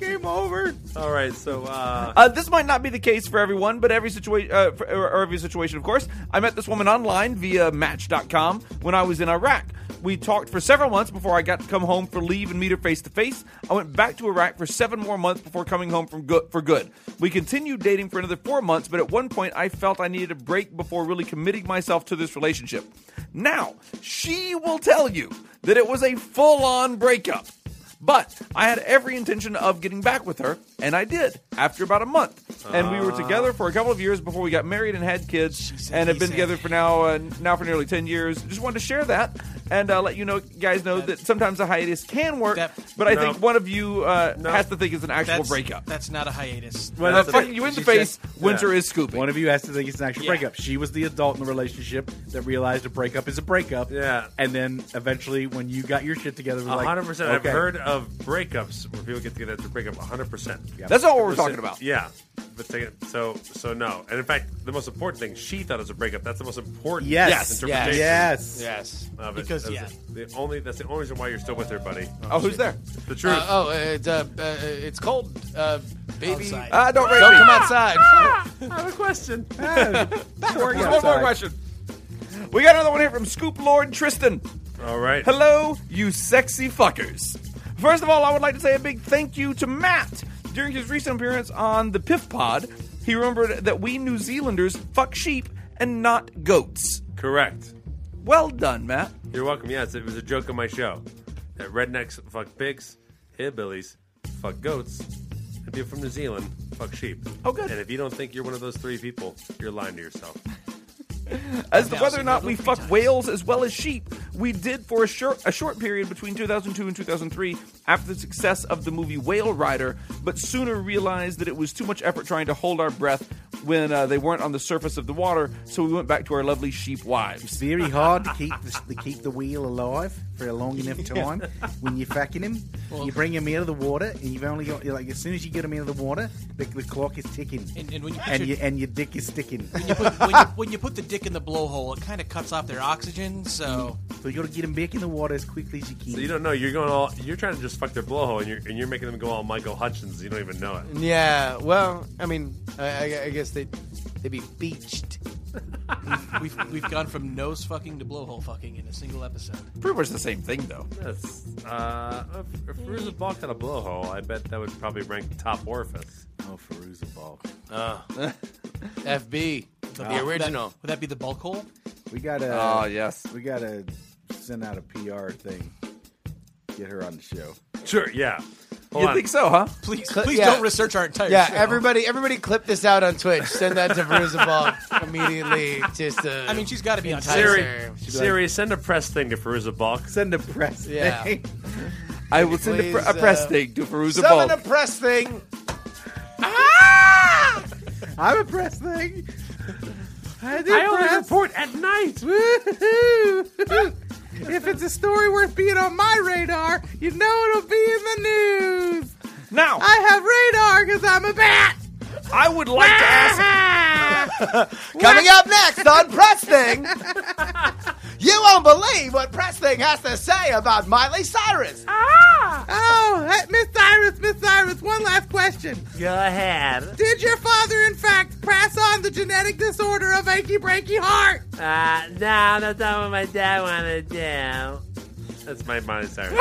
[SPEAKER 6] Game over.
[SPEAKER 1] All right, so uh,
[SPEAKER 2] Uh, this might not be the case for everyone, but every situation, uh, for- or or every situation, of course. I met this woman online via Match.com when I was in Iraq. We talked for several months before I got to come home for leave and meet her face to face. I went back to Iraq for seven more months before coming home from good for good. We continued dating for another four months, but at one point I felt I needed a break before really committing myself to this relationship. Now she will tell you that it was a full-on breakup. But I had every intention of getting back with her, and I did after about a month. And we were together for a couple of years before we got married and had kids,
[SPEAKER 4] said,
[SPEAKER 2] and have
[SPEAKER 4] he
[SPEAKER 2] been
[SPEAKER 4] said.
[SPEAKER 2] together for now uh, now for nearly ten years. Just wanted to share that and uh, let you know, guys, know that sometimes a hiatus can work.
[SPEAKER 4] That-
[SPEAKER 2] but I
[SPEAKER 1] No.
[SPEAKER 2] think one of you uh,
[SPEAKER 1] No.
[SPEAKER 2] has to think it's an actual
[SPEAKER 4] That's
[SPEAKER 2] breakup.
[SPEAKER 4] That's not a hiatus.
[SPEAKER 2] Well,
[SPEAKER 1] that's
[SPEAKER 2] fucking
[SPEAKER 1] the-
[SPEAKER 2] you in the
[SPEAKER 1] she
[SPEAKER 2] face.
[SPEAKER 1] said-
[SPEAKER 2] Winter
[SPEAKER 1] yeah.
[SPEAKER 2] is scooping.
[SPEAKER 6] One of you has to think it's an actual
[SPEAKER 4] Yeah.
[SPEAKER 6] breakup. She was the adult in the relationship that realized a breakup is a breakup.
[SPEAKER 1] Yeah.
[SPEAKER 6] And then eventually, when you got your shit together, was
[SPEAKER 1] A
[SPEAKER 6] like,
[SPEAKER 1] hundred percent.
[SPEAKER 6] okay.
[SPEAKER 1] I've heard of breakups where people get together after a breakup. A hundred percent.
[SPEAKER 2] That's not what we're talking about.
[SPEAKER 1] Yeah, but take it, so so no. And in fact, the most important thing she thought was a breakup. That's the most important.
[SPEAKER 6] Yes.
[SPEAKER 1] interpretation
[SPEAKER 6] Yes.
[SPEAKER 3] Yes.
[SPEAKER 1] Of it.
[SPEAKER 4] Because,
[SPEAKER 1] That's
[SPEAKER 4] yeah.
[SPEAKER 1] the only that's the only reason why you're still with her, buddy.
[SPEAKER 2] oh, who's there?
[SPEAKER 1] The truth.
[SPEAKER 3] Uh, oh, it's uh, uh, it's cold, uh, baby.
[SPEAKER 4] Outside.
[SPEAKER 2] Uh, don't raise
[SPEAKER 3] Don't
[SPEAKER 2] me.
[SPEAKER 3] come outside.
[SPEAKER 1] I have a question.
[SPEAKER 2] There's one more question. We got another one here from Scoop Lord Tristan.
[SPEAKER 1] All right.
[SPEAKER 2] Hello, you sexy fuckers. First of all, I would like to say a big thank you to Matt. During his recent appearance on the Piff Pod, he remembered that we New Zealanders fuck sheep and not goats.
[SPEAKER 1] Correct.
[SPEAKER 2] Well done, Matt.
[SPEAKER 1] You're welcome. Yes, it was a joke on my show. that rednecks fuck pigs, hillbillies fuck goats, and people from New Zealand fuck sheep.
[SPEAKER 2] Oh, good.
[SPEAKER 1] And if you don't think you're one of those three people, you're lying to yourself.
[SPEAKER 2] As to whether or not we fuck whales as well as sheep, we did for a short, a short period between 2002 and 2003 after the success of the movie Whale Rider, but sooner realized that it was too much effort trying to hold our breath when uh, they weren't on the surface of the water, so we went back to our lovely sheep wives.
[SPEAKER 6] It's very hard to keep the, to keep the wheel alive for a long enough time when you're fucking him. you bring him out of the water, and you've only got you're like as soon as you get him out of the water, the, the clock is ticking,
[SPEAKER 4] And- and when you put
[SPEAKER 6] and,
[SPEAKER 4] your-
[SPEAKER 6] you- and your dick is sticking.
[SPEAKER 4] When you, put, when, you, when you put the dick in the blowhole, it kind of cuts off their oxygen. So
[SPEAKER 6] so you got to get him back in the water as quickly as you can.
[SPEAKER 1] So you don't know. You're going all. You're trying to just fuck their blowhole, and you're and you're making them go all Michael Hutchins. You don't even know it.
[SPEAKER 3] Yeah. Well, I mean, I, I, I guess they they'd be beached.
[SPEAKER 4] we've we've gone from nose fucking to blowhole fucking in a single episode.
[SPEAKER 2] Pretty much the same thing, though.
[SPEAKER 1] That's uh, if, if Ruza Balk had a blowhole, I bet that would probably rank top orifice.
[SPEAKER 6] oh, Feruza Balk.
[SPEAKER 3] FB, the original.
[SPEAKER 4] Would that be the bulk hole?
[SPEAKER 6] We gotta.
[SPEAKER 1] Oh,
[SPEAKER 2] Ah, yes.
[SPEAKER 6] We gotta send out a PR thing. Get her on the show.
[SPEAKER 1] Sure. Yeah. Hold
[SPEAKER 2] you
[SPEAKER 1] on.
[SPEAKER 2] think so, huh?
[SPEAKER 4] Please,
[SPEAKER 3] Cl-
[SPEAKER 4] please
[SPEAKER 3] yeah.
[SPEAKER 4] don't research our entire
[SPEAKER 3] Yeah,
[SPEAKER 4] show.
[SPEAKER 3] everybody, everybody, clip this out on Twitch. Send that to Veruzabal immediately. Just, uh,
[SPEAKER 4] I mean, she's got to be on
[SPEAKER 3] Entire-
[SPEAKER 4] time.
[SPEAKER 1] Siri, Siri, send a press thing to Feruza Balk.
[SPEAKER 6] Send a press.
[SPEAKER 3] Yeah.
[SPEAKER 6] thing.
[SPEAKER 2] I will send a,
[SPEAKER 3] please,
[SPEAKER 2] pr- a press
[SPEAKER 3] uh,
[SPEAKER 2] thing to Feruza
[SPEAKER 3] summon a
[SPEAKER 2] Balk.
[SPEAKER 3] press thing.
[SPEAKER 6] I'm a press thing. I do
[SPEAKER 1] I only
[SPEAKER 6] press.
[SPEAKER 1] report at night.
[SPEAKER 6] Woo-hoo. if it's a story worth being on my radar, you know it'll be in the news.
[SPEAKER 2] Now,
[SPEAKER 6] I have radar because I'm a bat.
[SPEAKER 2] I would like to ask.
[SPEAKER 3] Coming up next on Press Thing, you won't believe what Press Thing has to say about Miley Cyrus.
[SPEAKER 6] Oh, hey, Miss Cyrus, Miss Cyrus, one last question.
[SPEAKER 1] Go ahead.
[SPEAKER 6] Did your father, in fact, pass on the genetic disorder of achy breaky heart?
[SPEAKER 1] Uh, no, that's not what my dad wanted to do. That's my Miley Cyrus.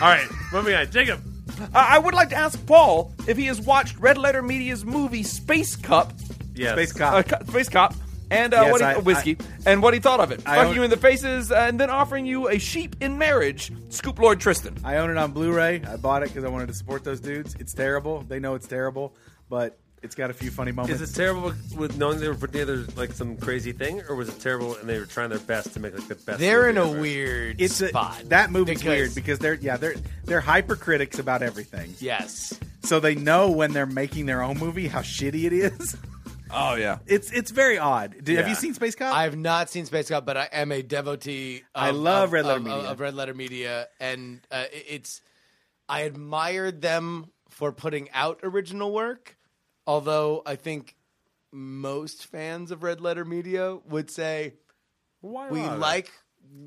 [SPEAKER 1] All right, moving on. Jacob.
[SPEAKER 2] uh, I I would like to ask Paul if he has watched Red Letter Media's movie Space Cup
[SPEAKER 1] Yes.
[SPEAKER 6] Space
[SPEAKER 2] uh,
[SPEAKER 6] cop.
[SPEAKER 2] cu- space cop, and uh,
[SPEAKER 6] Ah. Yes,
[SPEAKER 2] what he,
[SPEAKER 6] I-
[SPEAKER 2] uh, whiskey, and what he thought of it.
[SPEAKER 6] I
[SPEAKER 2] Fucking
[SPEAKER 6] own-
[SPEAKER 2] you in the faces, and then offering you a sheep in marriage. Scoop Lord Tristan.
[SPEAKER 6] I own it on Blu-ray. I bought it because I wanted to support those dudes. It's terrible. They know it's terrible, but it's got a few funny moments.
[SPEAKER 1] Is it terrible with knowing they were putting together like some crazy thing, or was it terrible and they were trying their best to make like the best?
[SPEAKER 3] They're
[SPEAKER 1] movie
[SPEAKER 3] in a
[SPEAKER 1] ever?
[SPEAKER 3] weird
[SPEAKER 6] it's a,
[SPEAKER 3] spot.
[SPEAKER 6] that movie's
[SPEAKER 3] Because-
[SPEAKER 6] weird because they're yeah they're they're hypercritics about everything.
[SPEAKER 3] Yes.
[SPEAKER 6] So they know when they're making their own movie how shitty it is.
[SPEAKER 2] Oh yeah.
[SPEAKER 6] It's it's very odd. Did, Have
[SPEAKER 1] Yeah.
[SPEAKER 6] you seen Space Cop?
[SPEAKER 3] I have not seen Space Cop, but I am a devotee. Of,
[SPEAKER 6] I love
[SPEAKER 3] of-
[SPEAKER 6] Red Letter
[SPEAKER 3] of-
[SPEAKER 6] Media.
[SPEAKER 3] of Red Letter Media, and uh, it- it's I admired them for putting out original work. Although I think most fans of Red Letter Media would say
[SPEAKER 1] Why
[SPEAKER 3] we
[SPEAKER 1] not?
[SPEAKER 3] like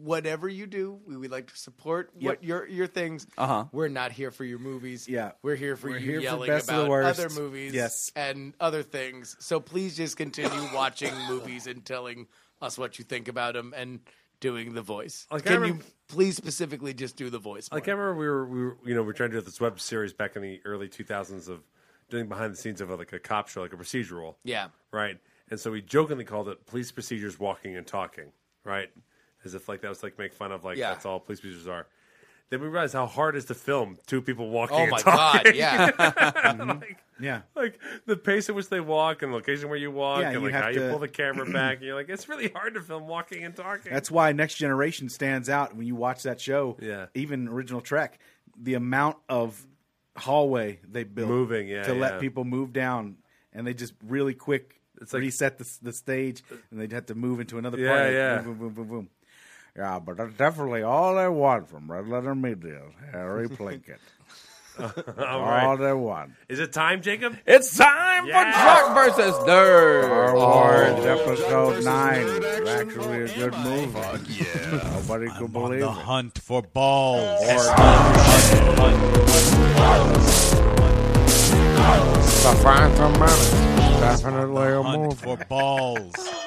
[SPEAKER 3] whatever you do. We would like to support what your your things.
[SPEAKER 2] Uh-huh.
[SPEAKER 3] We're not here for your movies.
[SPEAKER 6] Yeah.
[SPEAKER 3] we're here for
[SPEAKER 6] We're
[SPEAKER 3] you
[SPEAKER 6] here for
[SPEAKER 3] yelling
[SPEAKER 6] best of the
[SPEAKER 3] about
[SPEAKER 6] worst.
[SPEAKER 3] other movies.
[SPEAKER 6] Yes.
[SPEAKER 3] and other things. So please just continue watching movies and telling us what you think about them and doing the voice.
[SPEAKER 1] Like, I
[SPEAKER 3] Can you
[SPEAKER 1] remember-
[SPEAKER 3] please specifically just do the voice?
[SPEAKER 1] Like I
[SPEAKER 3] more?
[SPEAKER 1] remember we were, we were you know we were trying to do this web series back in the early 2000s of doing behind the scenes of a, like a cop show, like a procedural.
[SPEAKER 3] Yeah.
[SPEAKER 1] Right. And so we jokingly called it police procedures walking and talking. Right. As if like that was like make fun of like
[SPEAKER 3] Yeah.
[SPEAKER 1] that's all police procedures are. Then we realized how hard it is to film two people walking.
[SPEAKER 3] Oh
[SPEAKER 1] and
[SPEAKER 3] my
[SPEAKER 1] talking.
[SPEAKER 3] god! Yeah,
[SPEAKER 1] like,
[SPEAKER 6] yeah.
[SPEAKER 1] like the pace at which they walk and location where you walk
[SPEAKER 6] Yeah,
[SPEAKER 1] and
[SPEAKER 6] you
[SPEAKER 1] like
[SPEAKER 6] have
[SPEAKER 1] how you
[SPEAKER 6] to-
[SPEAKER 1] pull the camera back. And you're like, it's really hard to film walking and talking.
[SPEAKER 6] That's why Next Generation stands out when you watch that show.
[SPEAKER 1] Yeah.
[SPEAKER 6] Even original Trek, the amount of hallway they built
[SPEAKER 1] Moving, yeah,
[SPEAKER 6] to
[SPEAKER 1] yeah.
[SPEAKER 6] let people move down, and they just really quick
[SPEAKER 1] It's like-
[SPEAKER 6] reset the, the stage, and they'd have to move into another
[SPEAKER 1] Yeah,
[SPEAKER 6] part.
[SPEAKER 1] yeah.
[SPEAKER 6] Boom, boom, boom, boom, boom. Yeah, but that's definitely all I want from Red Letter Media is Harry Plinkett.
[SPEAKER 1] all
[SPEAKER 6] all
[SPEAKER 1] right.
[SPEAKER 6] they want.
[SPEAKER 1] Is it time, Jacob?
[SPEAKER 2] It's time
[SPEAKER 1] Yeah.
[SPEAKER 2] for Truck versus Nerd.
[SPEAKER 6] Star Wars
[SPEAKER 8] Oh.
[SPEAKER 6] Episode 9 is actually a good movie. Nobody could believe it.
[SPEAKER 8] hunt for balls.
[SPEAKER 6] The Phantom Menace. Definitely a movie.
[SPEAKER 8] balls.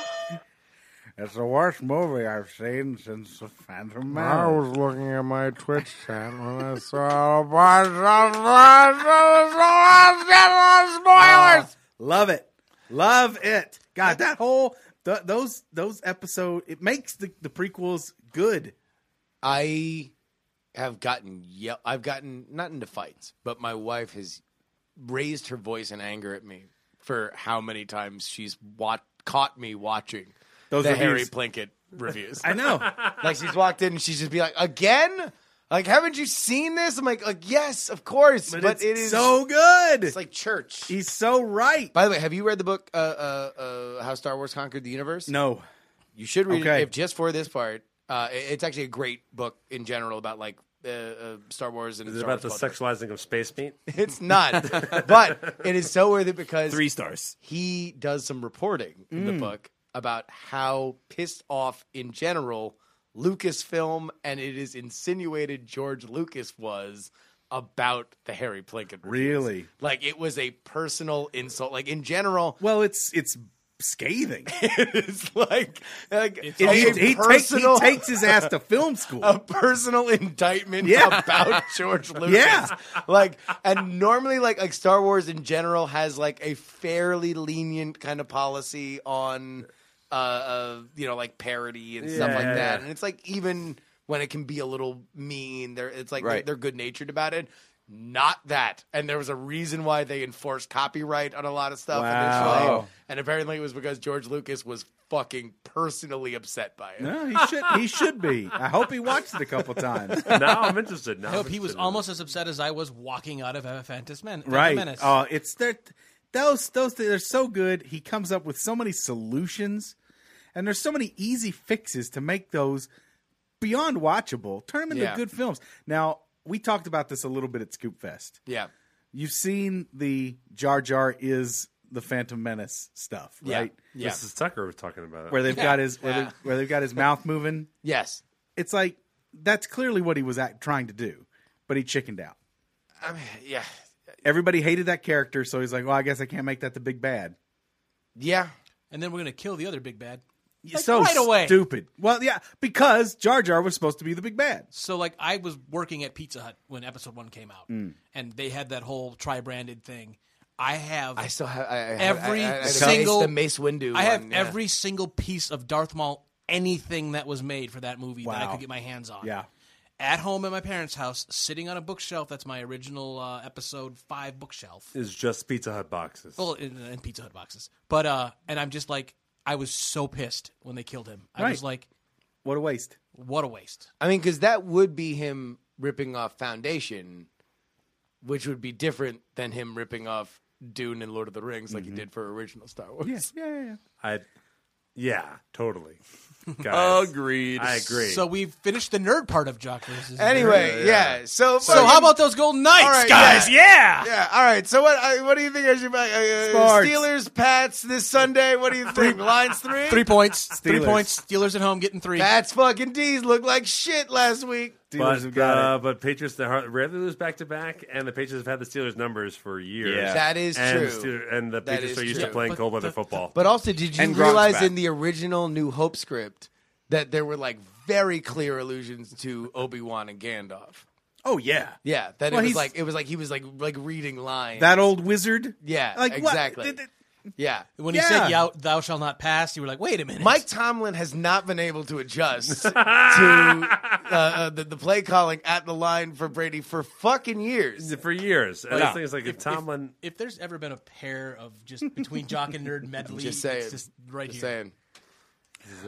[SPEAKER 6] It's the worst movie I've seen since The Phantom Menace. I was looking at my Twitch chat when I saw a bunch of spoilers. Uh, Love it. Love it. God, that whole th- those those episode it makes the, the prequels good.
[SPEAKER 3] I have gotten yell. I've gotten not into fights, but my wife has raised her voice in anger at me for how many times she's wa- caught me watching
[SPEAKER 6] Those
[SPEAKER 3] the
[SPEAKER 6] reviews.
[SPEAKER 3] Harry Plinkett reviews.
[SPEAKER 6] I know.
[SPEAKER 3] like she's walked in and she's just be like, again. Like, haven't you seen this? I'm like, like yes, of course, but,
[SPEAKER 6] But, it's
[SPEAKER 3] it is
[SPEAKER 6] so good.
[SPEAKER 3] It's like church.
[SPEAKER 6] He's so right.
[SPEAKER 3] By the way, have you read the book uh, uh, uh, "How Star Wars Conquered the Universe"?
[SPEAKER 6] No.
[SPEAKER 3] You should read
[SPEAKER 6] Okay.
[SPEAKER 3] it if just for this part. Uh, it- it's actually a great book in general about like uh, uh, Star Wars and
[SPEAKER 1] Is it
[SPEAKER 3] Star
[SPEAKER 1] about the
[SPEAKER 3] Wars culture.
[SPEAKER 1] sexualizing of space meat?
[SPEAKER 3] It's not, but it is so worth it because
[SPEAKER 2] Three stars.
[SPEAKER 3] he does some reporting in the
[SPEAKER 6] Mm.
[SPEAKER 3] book about how pissed off in general Lucasfilm and it is insinuated George Lucas was about the Harry Plinkett. reviews.
[SPEAKER 6] Really?
[SPEAKER 3] Like it was a personal insult. Like in general,
[SPEAKER 6] Well, it's it's scathing.
[SPEAKER 3] it's like, like
[SPEAKER 6] And
[SPEAKER 3] a
[SPEAKER 6] he, he takes, he
[SPEAKER 3] personal-
[SPEAKER 6] takes his ass to film
[SPEAKER 3] a
[SPEAKER 6] school.
[SPEAKER 3] personal indictment
[SPEAKER 6] Yeah.
[SPEAKER 3] about George Lucas.
[SPEAKER 6] Yeah.
[SPEAKER 3] Like and normally like like Star Wars in general has like a fairly lenient kind of policy on uh, uh you know like parody and stuff
[SPEAKER 1] Yeah,
[SPEAKER 3] like
[SPEAKER 1] yeah,
[SPEAKER 3] that.
[SPEAKER 1] yeah.
[SPEAKER 3] And it's like even when it can be a little mean, they're it's like they're-
[SPEAKER 2] Right.
[SPEAKER 3] they're good natured about it. Not that. And there was a reason why they enforced copyright on a lot of stuff
[SPEAKER 6] Wow.
[SPEAKER 3] initially. And apparently it was because George Lucas was fucking personally upset by it.
[SPEAKER 6] No, he should he should be. I hope he watched it a couple times.
[SPEAKER 1] No, I'm interested. Now
[SPEAKER 4] I hope he was almost as upset as I was walking out of a Phantom Men- Phantom
[SPEAKER 6] Right.
[SPEAKER 4] Menace.
[SPEAKER 6] Uh, it's they're, those those they're so good. He comes up with so many solutions, and there's so many easy fixes to make those beyond watchable. Turn them into
[SPEAKER 3] Yeah.
[SPEAKER 6] good films. Now we talked about this a little bit at Scoop Fest.
[SPEAKER 3] Yeah.
[SPEAKER 6] You've seen the Jar Jar is the Phantom Menace stuff, right?
[SPEAKER 3] Yeah.
[SPEAKER 1] Mrs. Tucker was talking about it.
[SPEAKER 6] Where they've got his where,
[SPEAKER 3] Yeah.
[SPEAKER 6] they, where they've got his mouth moving.
[SPEAKER 3] Yes.
[SPEAKER 6] It's like that's clearly what he was act, trying to do, but he chickened out.
[SPEAKER 3] Yeah.
[SPEAKER 6] Everybody hated that character, so he's like, "Well, I guess I can't make that the big bad."
[SPEAKER 3] Yeah.
[SPEAKER 4] and then we're gonna kill the other big bad. Like,
[SPEAKER 6] so
[SPEAKER 4] right away.
[SPEAKER 6] stupid. Well, yeah, because Jar Jar was supposed to be the big bad.
[SPEAKER 4] So like I was working at Pizza Hut when episode one came out,
[SPEAKER 3] Mm.
[SPEAKER 4] and they had that whole tri-branded thing. I have
[SPEAKER 3] I still have I, I have-
[SPEAKER 4] every
[SPEAKER 3] I- I- I- it's
[SPEAKER 4] single
[SPEAKER 3] the Mace Windu.
[SPEAKER 4] I have
[SPEAKER 3] one, yeah.
[SPEAKER 4] every single piece of Darth Maul, anything that was made for that movie that I
[SPEAKER 6] Wow.
[SPEAKER 4] could get my hands on.
[SPEAKER 6] Yeah.
[SPEAKER 4] At home at my parents' house, sitting on a bookshelf. That's my original uh, episode five bookshelf.
[SPEAKER 1] is just Pizza Hut boxes.
[SPEAKER 4] Well, in, in Pizza Hut boxes. But uh, and I'm just like, I was so pissed when they killed him. I was
[SPEAKER 6] Right.
[SPEAKER 4] like,
[SPEAKER 6] What a waste.
[SPEAKER 4] what a waste.
[SPEAKER 3] I mean, because that would be him ripping off Foundation, which would be different than him ripping off Dune and Lord of the Rings, like he did for original Star Wars.
[SPEAKER 6] Yeah, yeah, yeah.
[SPEAKER 1] I, yeah, totally. Guys,
[SPEAKER 2] Agreed.
[SPEAKER 1] I agree.
[SPEAKER 4] So we've finished the nerd part of Jock versus.
[SPEAKER 3] Anyway, yeah. So,
[SPEAKER 4] so how about those Golden Knights, guys?
[SPEAKER 3] yeah. yeah, Uh, All right. So what? I, what do you think I should buy? Uh, uh,
[SPEAKER 6] Sports.
[SPEAKER 3] Steelers, Pats this Sunday. What do you think? Lines three.
[SPEAKER 4] Three points. Three
[SPEAKER 6] Steelers.
[SPEAKER 4] points. Steelers at home getting three.
[SPEAKER 3] Pats fucking D's look like shit last week.
[SPEAKER 6] Steelers
[SPEAKER 1] but,
[SPEAKER 6] have got
[SPEAKER 1] uh,
[SPEAKER 6] it.
[SPEAKER 1] but Patriots they har- rarely lose back to back, and the Patriots have had the Steelers numbers for years.
[SPEAKER 2] Yeah.
[SPEAKER 3] That is
[SPEAKER 1] and
[SPEAKER 3] true.
[SPEAKER 1] The Steelers, and the
[SPEAKER 3] That
[SPEAKER 1] Patriots
[SPEAKER 3] is
[SPEAKER 1] are used
[SPEAKER 3] true.
[SPEAKER 1] to playing
[SPEAKER 4] But
[SPEAKER 1] cold weather
[SPEAKER 4] the-
[SPEAKER 1] football.
[SPEAKER 3] But also, did you
[SPEAKER 2] And Gronk's
[SPEAKER 3] realize
[SPEAKER 2] back.
[SPEAKER 3] in the original New Hope script that there were like very clear allusions to Obi Wan and Gandalf?
[SPEAKER 6] oh yeah,
[SPEAKER 3] Yeah, that
[SPEAKER 6] Well,
[SPEAKER 3] it was
[SPEAKER 6] he's-
[SPEAKER 3] like it was like he was like like reading lines.
[SPEAKER 6] that old wizard.
[SPEAKER 3] yeah,
[SPEAKER 6] like what?
[SPEAKER 3] exactly.
[SPEAKER 6] Did- did-
[SPEAKER 3] yeah,
[SPEAKER 4] When
[SPEAKER 6] Yeah.
[SPEAKER 4] he said, "Thou, thou shall not pass," you were like, "Wait a minute,
[SPEAKER 3] Mike Tomlin has not been able to adjust to uh, uh, the, the play calling at the line for Brady for fucking years.
[SPEAKER 1] for years, and
[SPEAKER 4] Yeah.
[SPEAKER 1] this thing is like if, Tomlin.
[SPEAKER 4] If there's ever been a pair of just between jock and nerd medley,
[SPEAKER 3] Just saying,
[SPEAKER 4] it's just right
[SPEAKER 3] Just
[SPEAKER 4] here.
[SPEAKER 3] saying.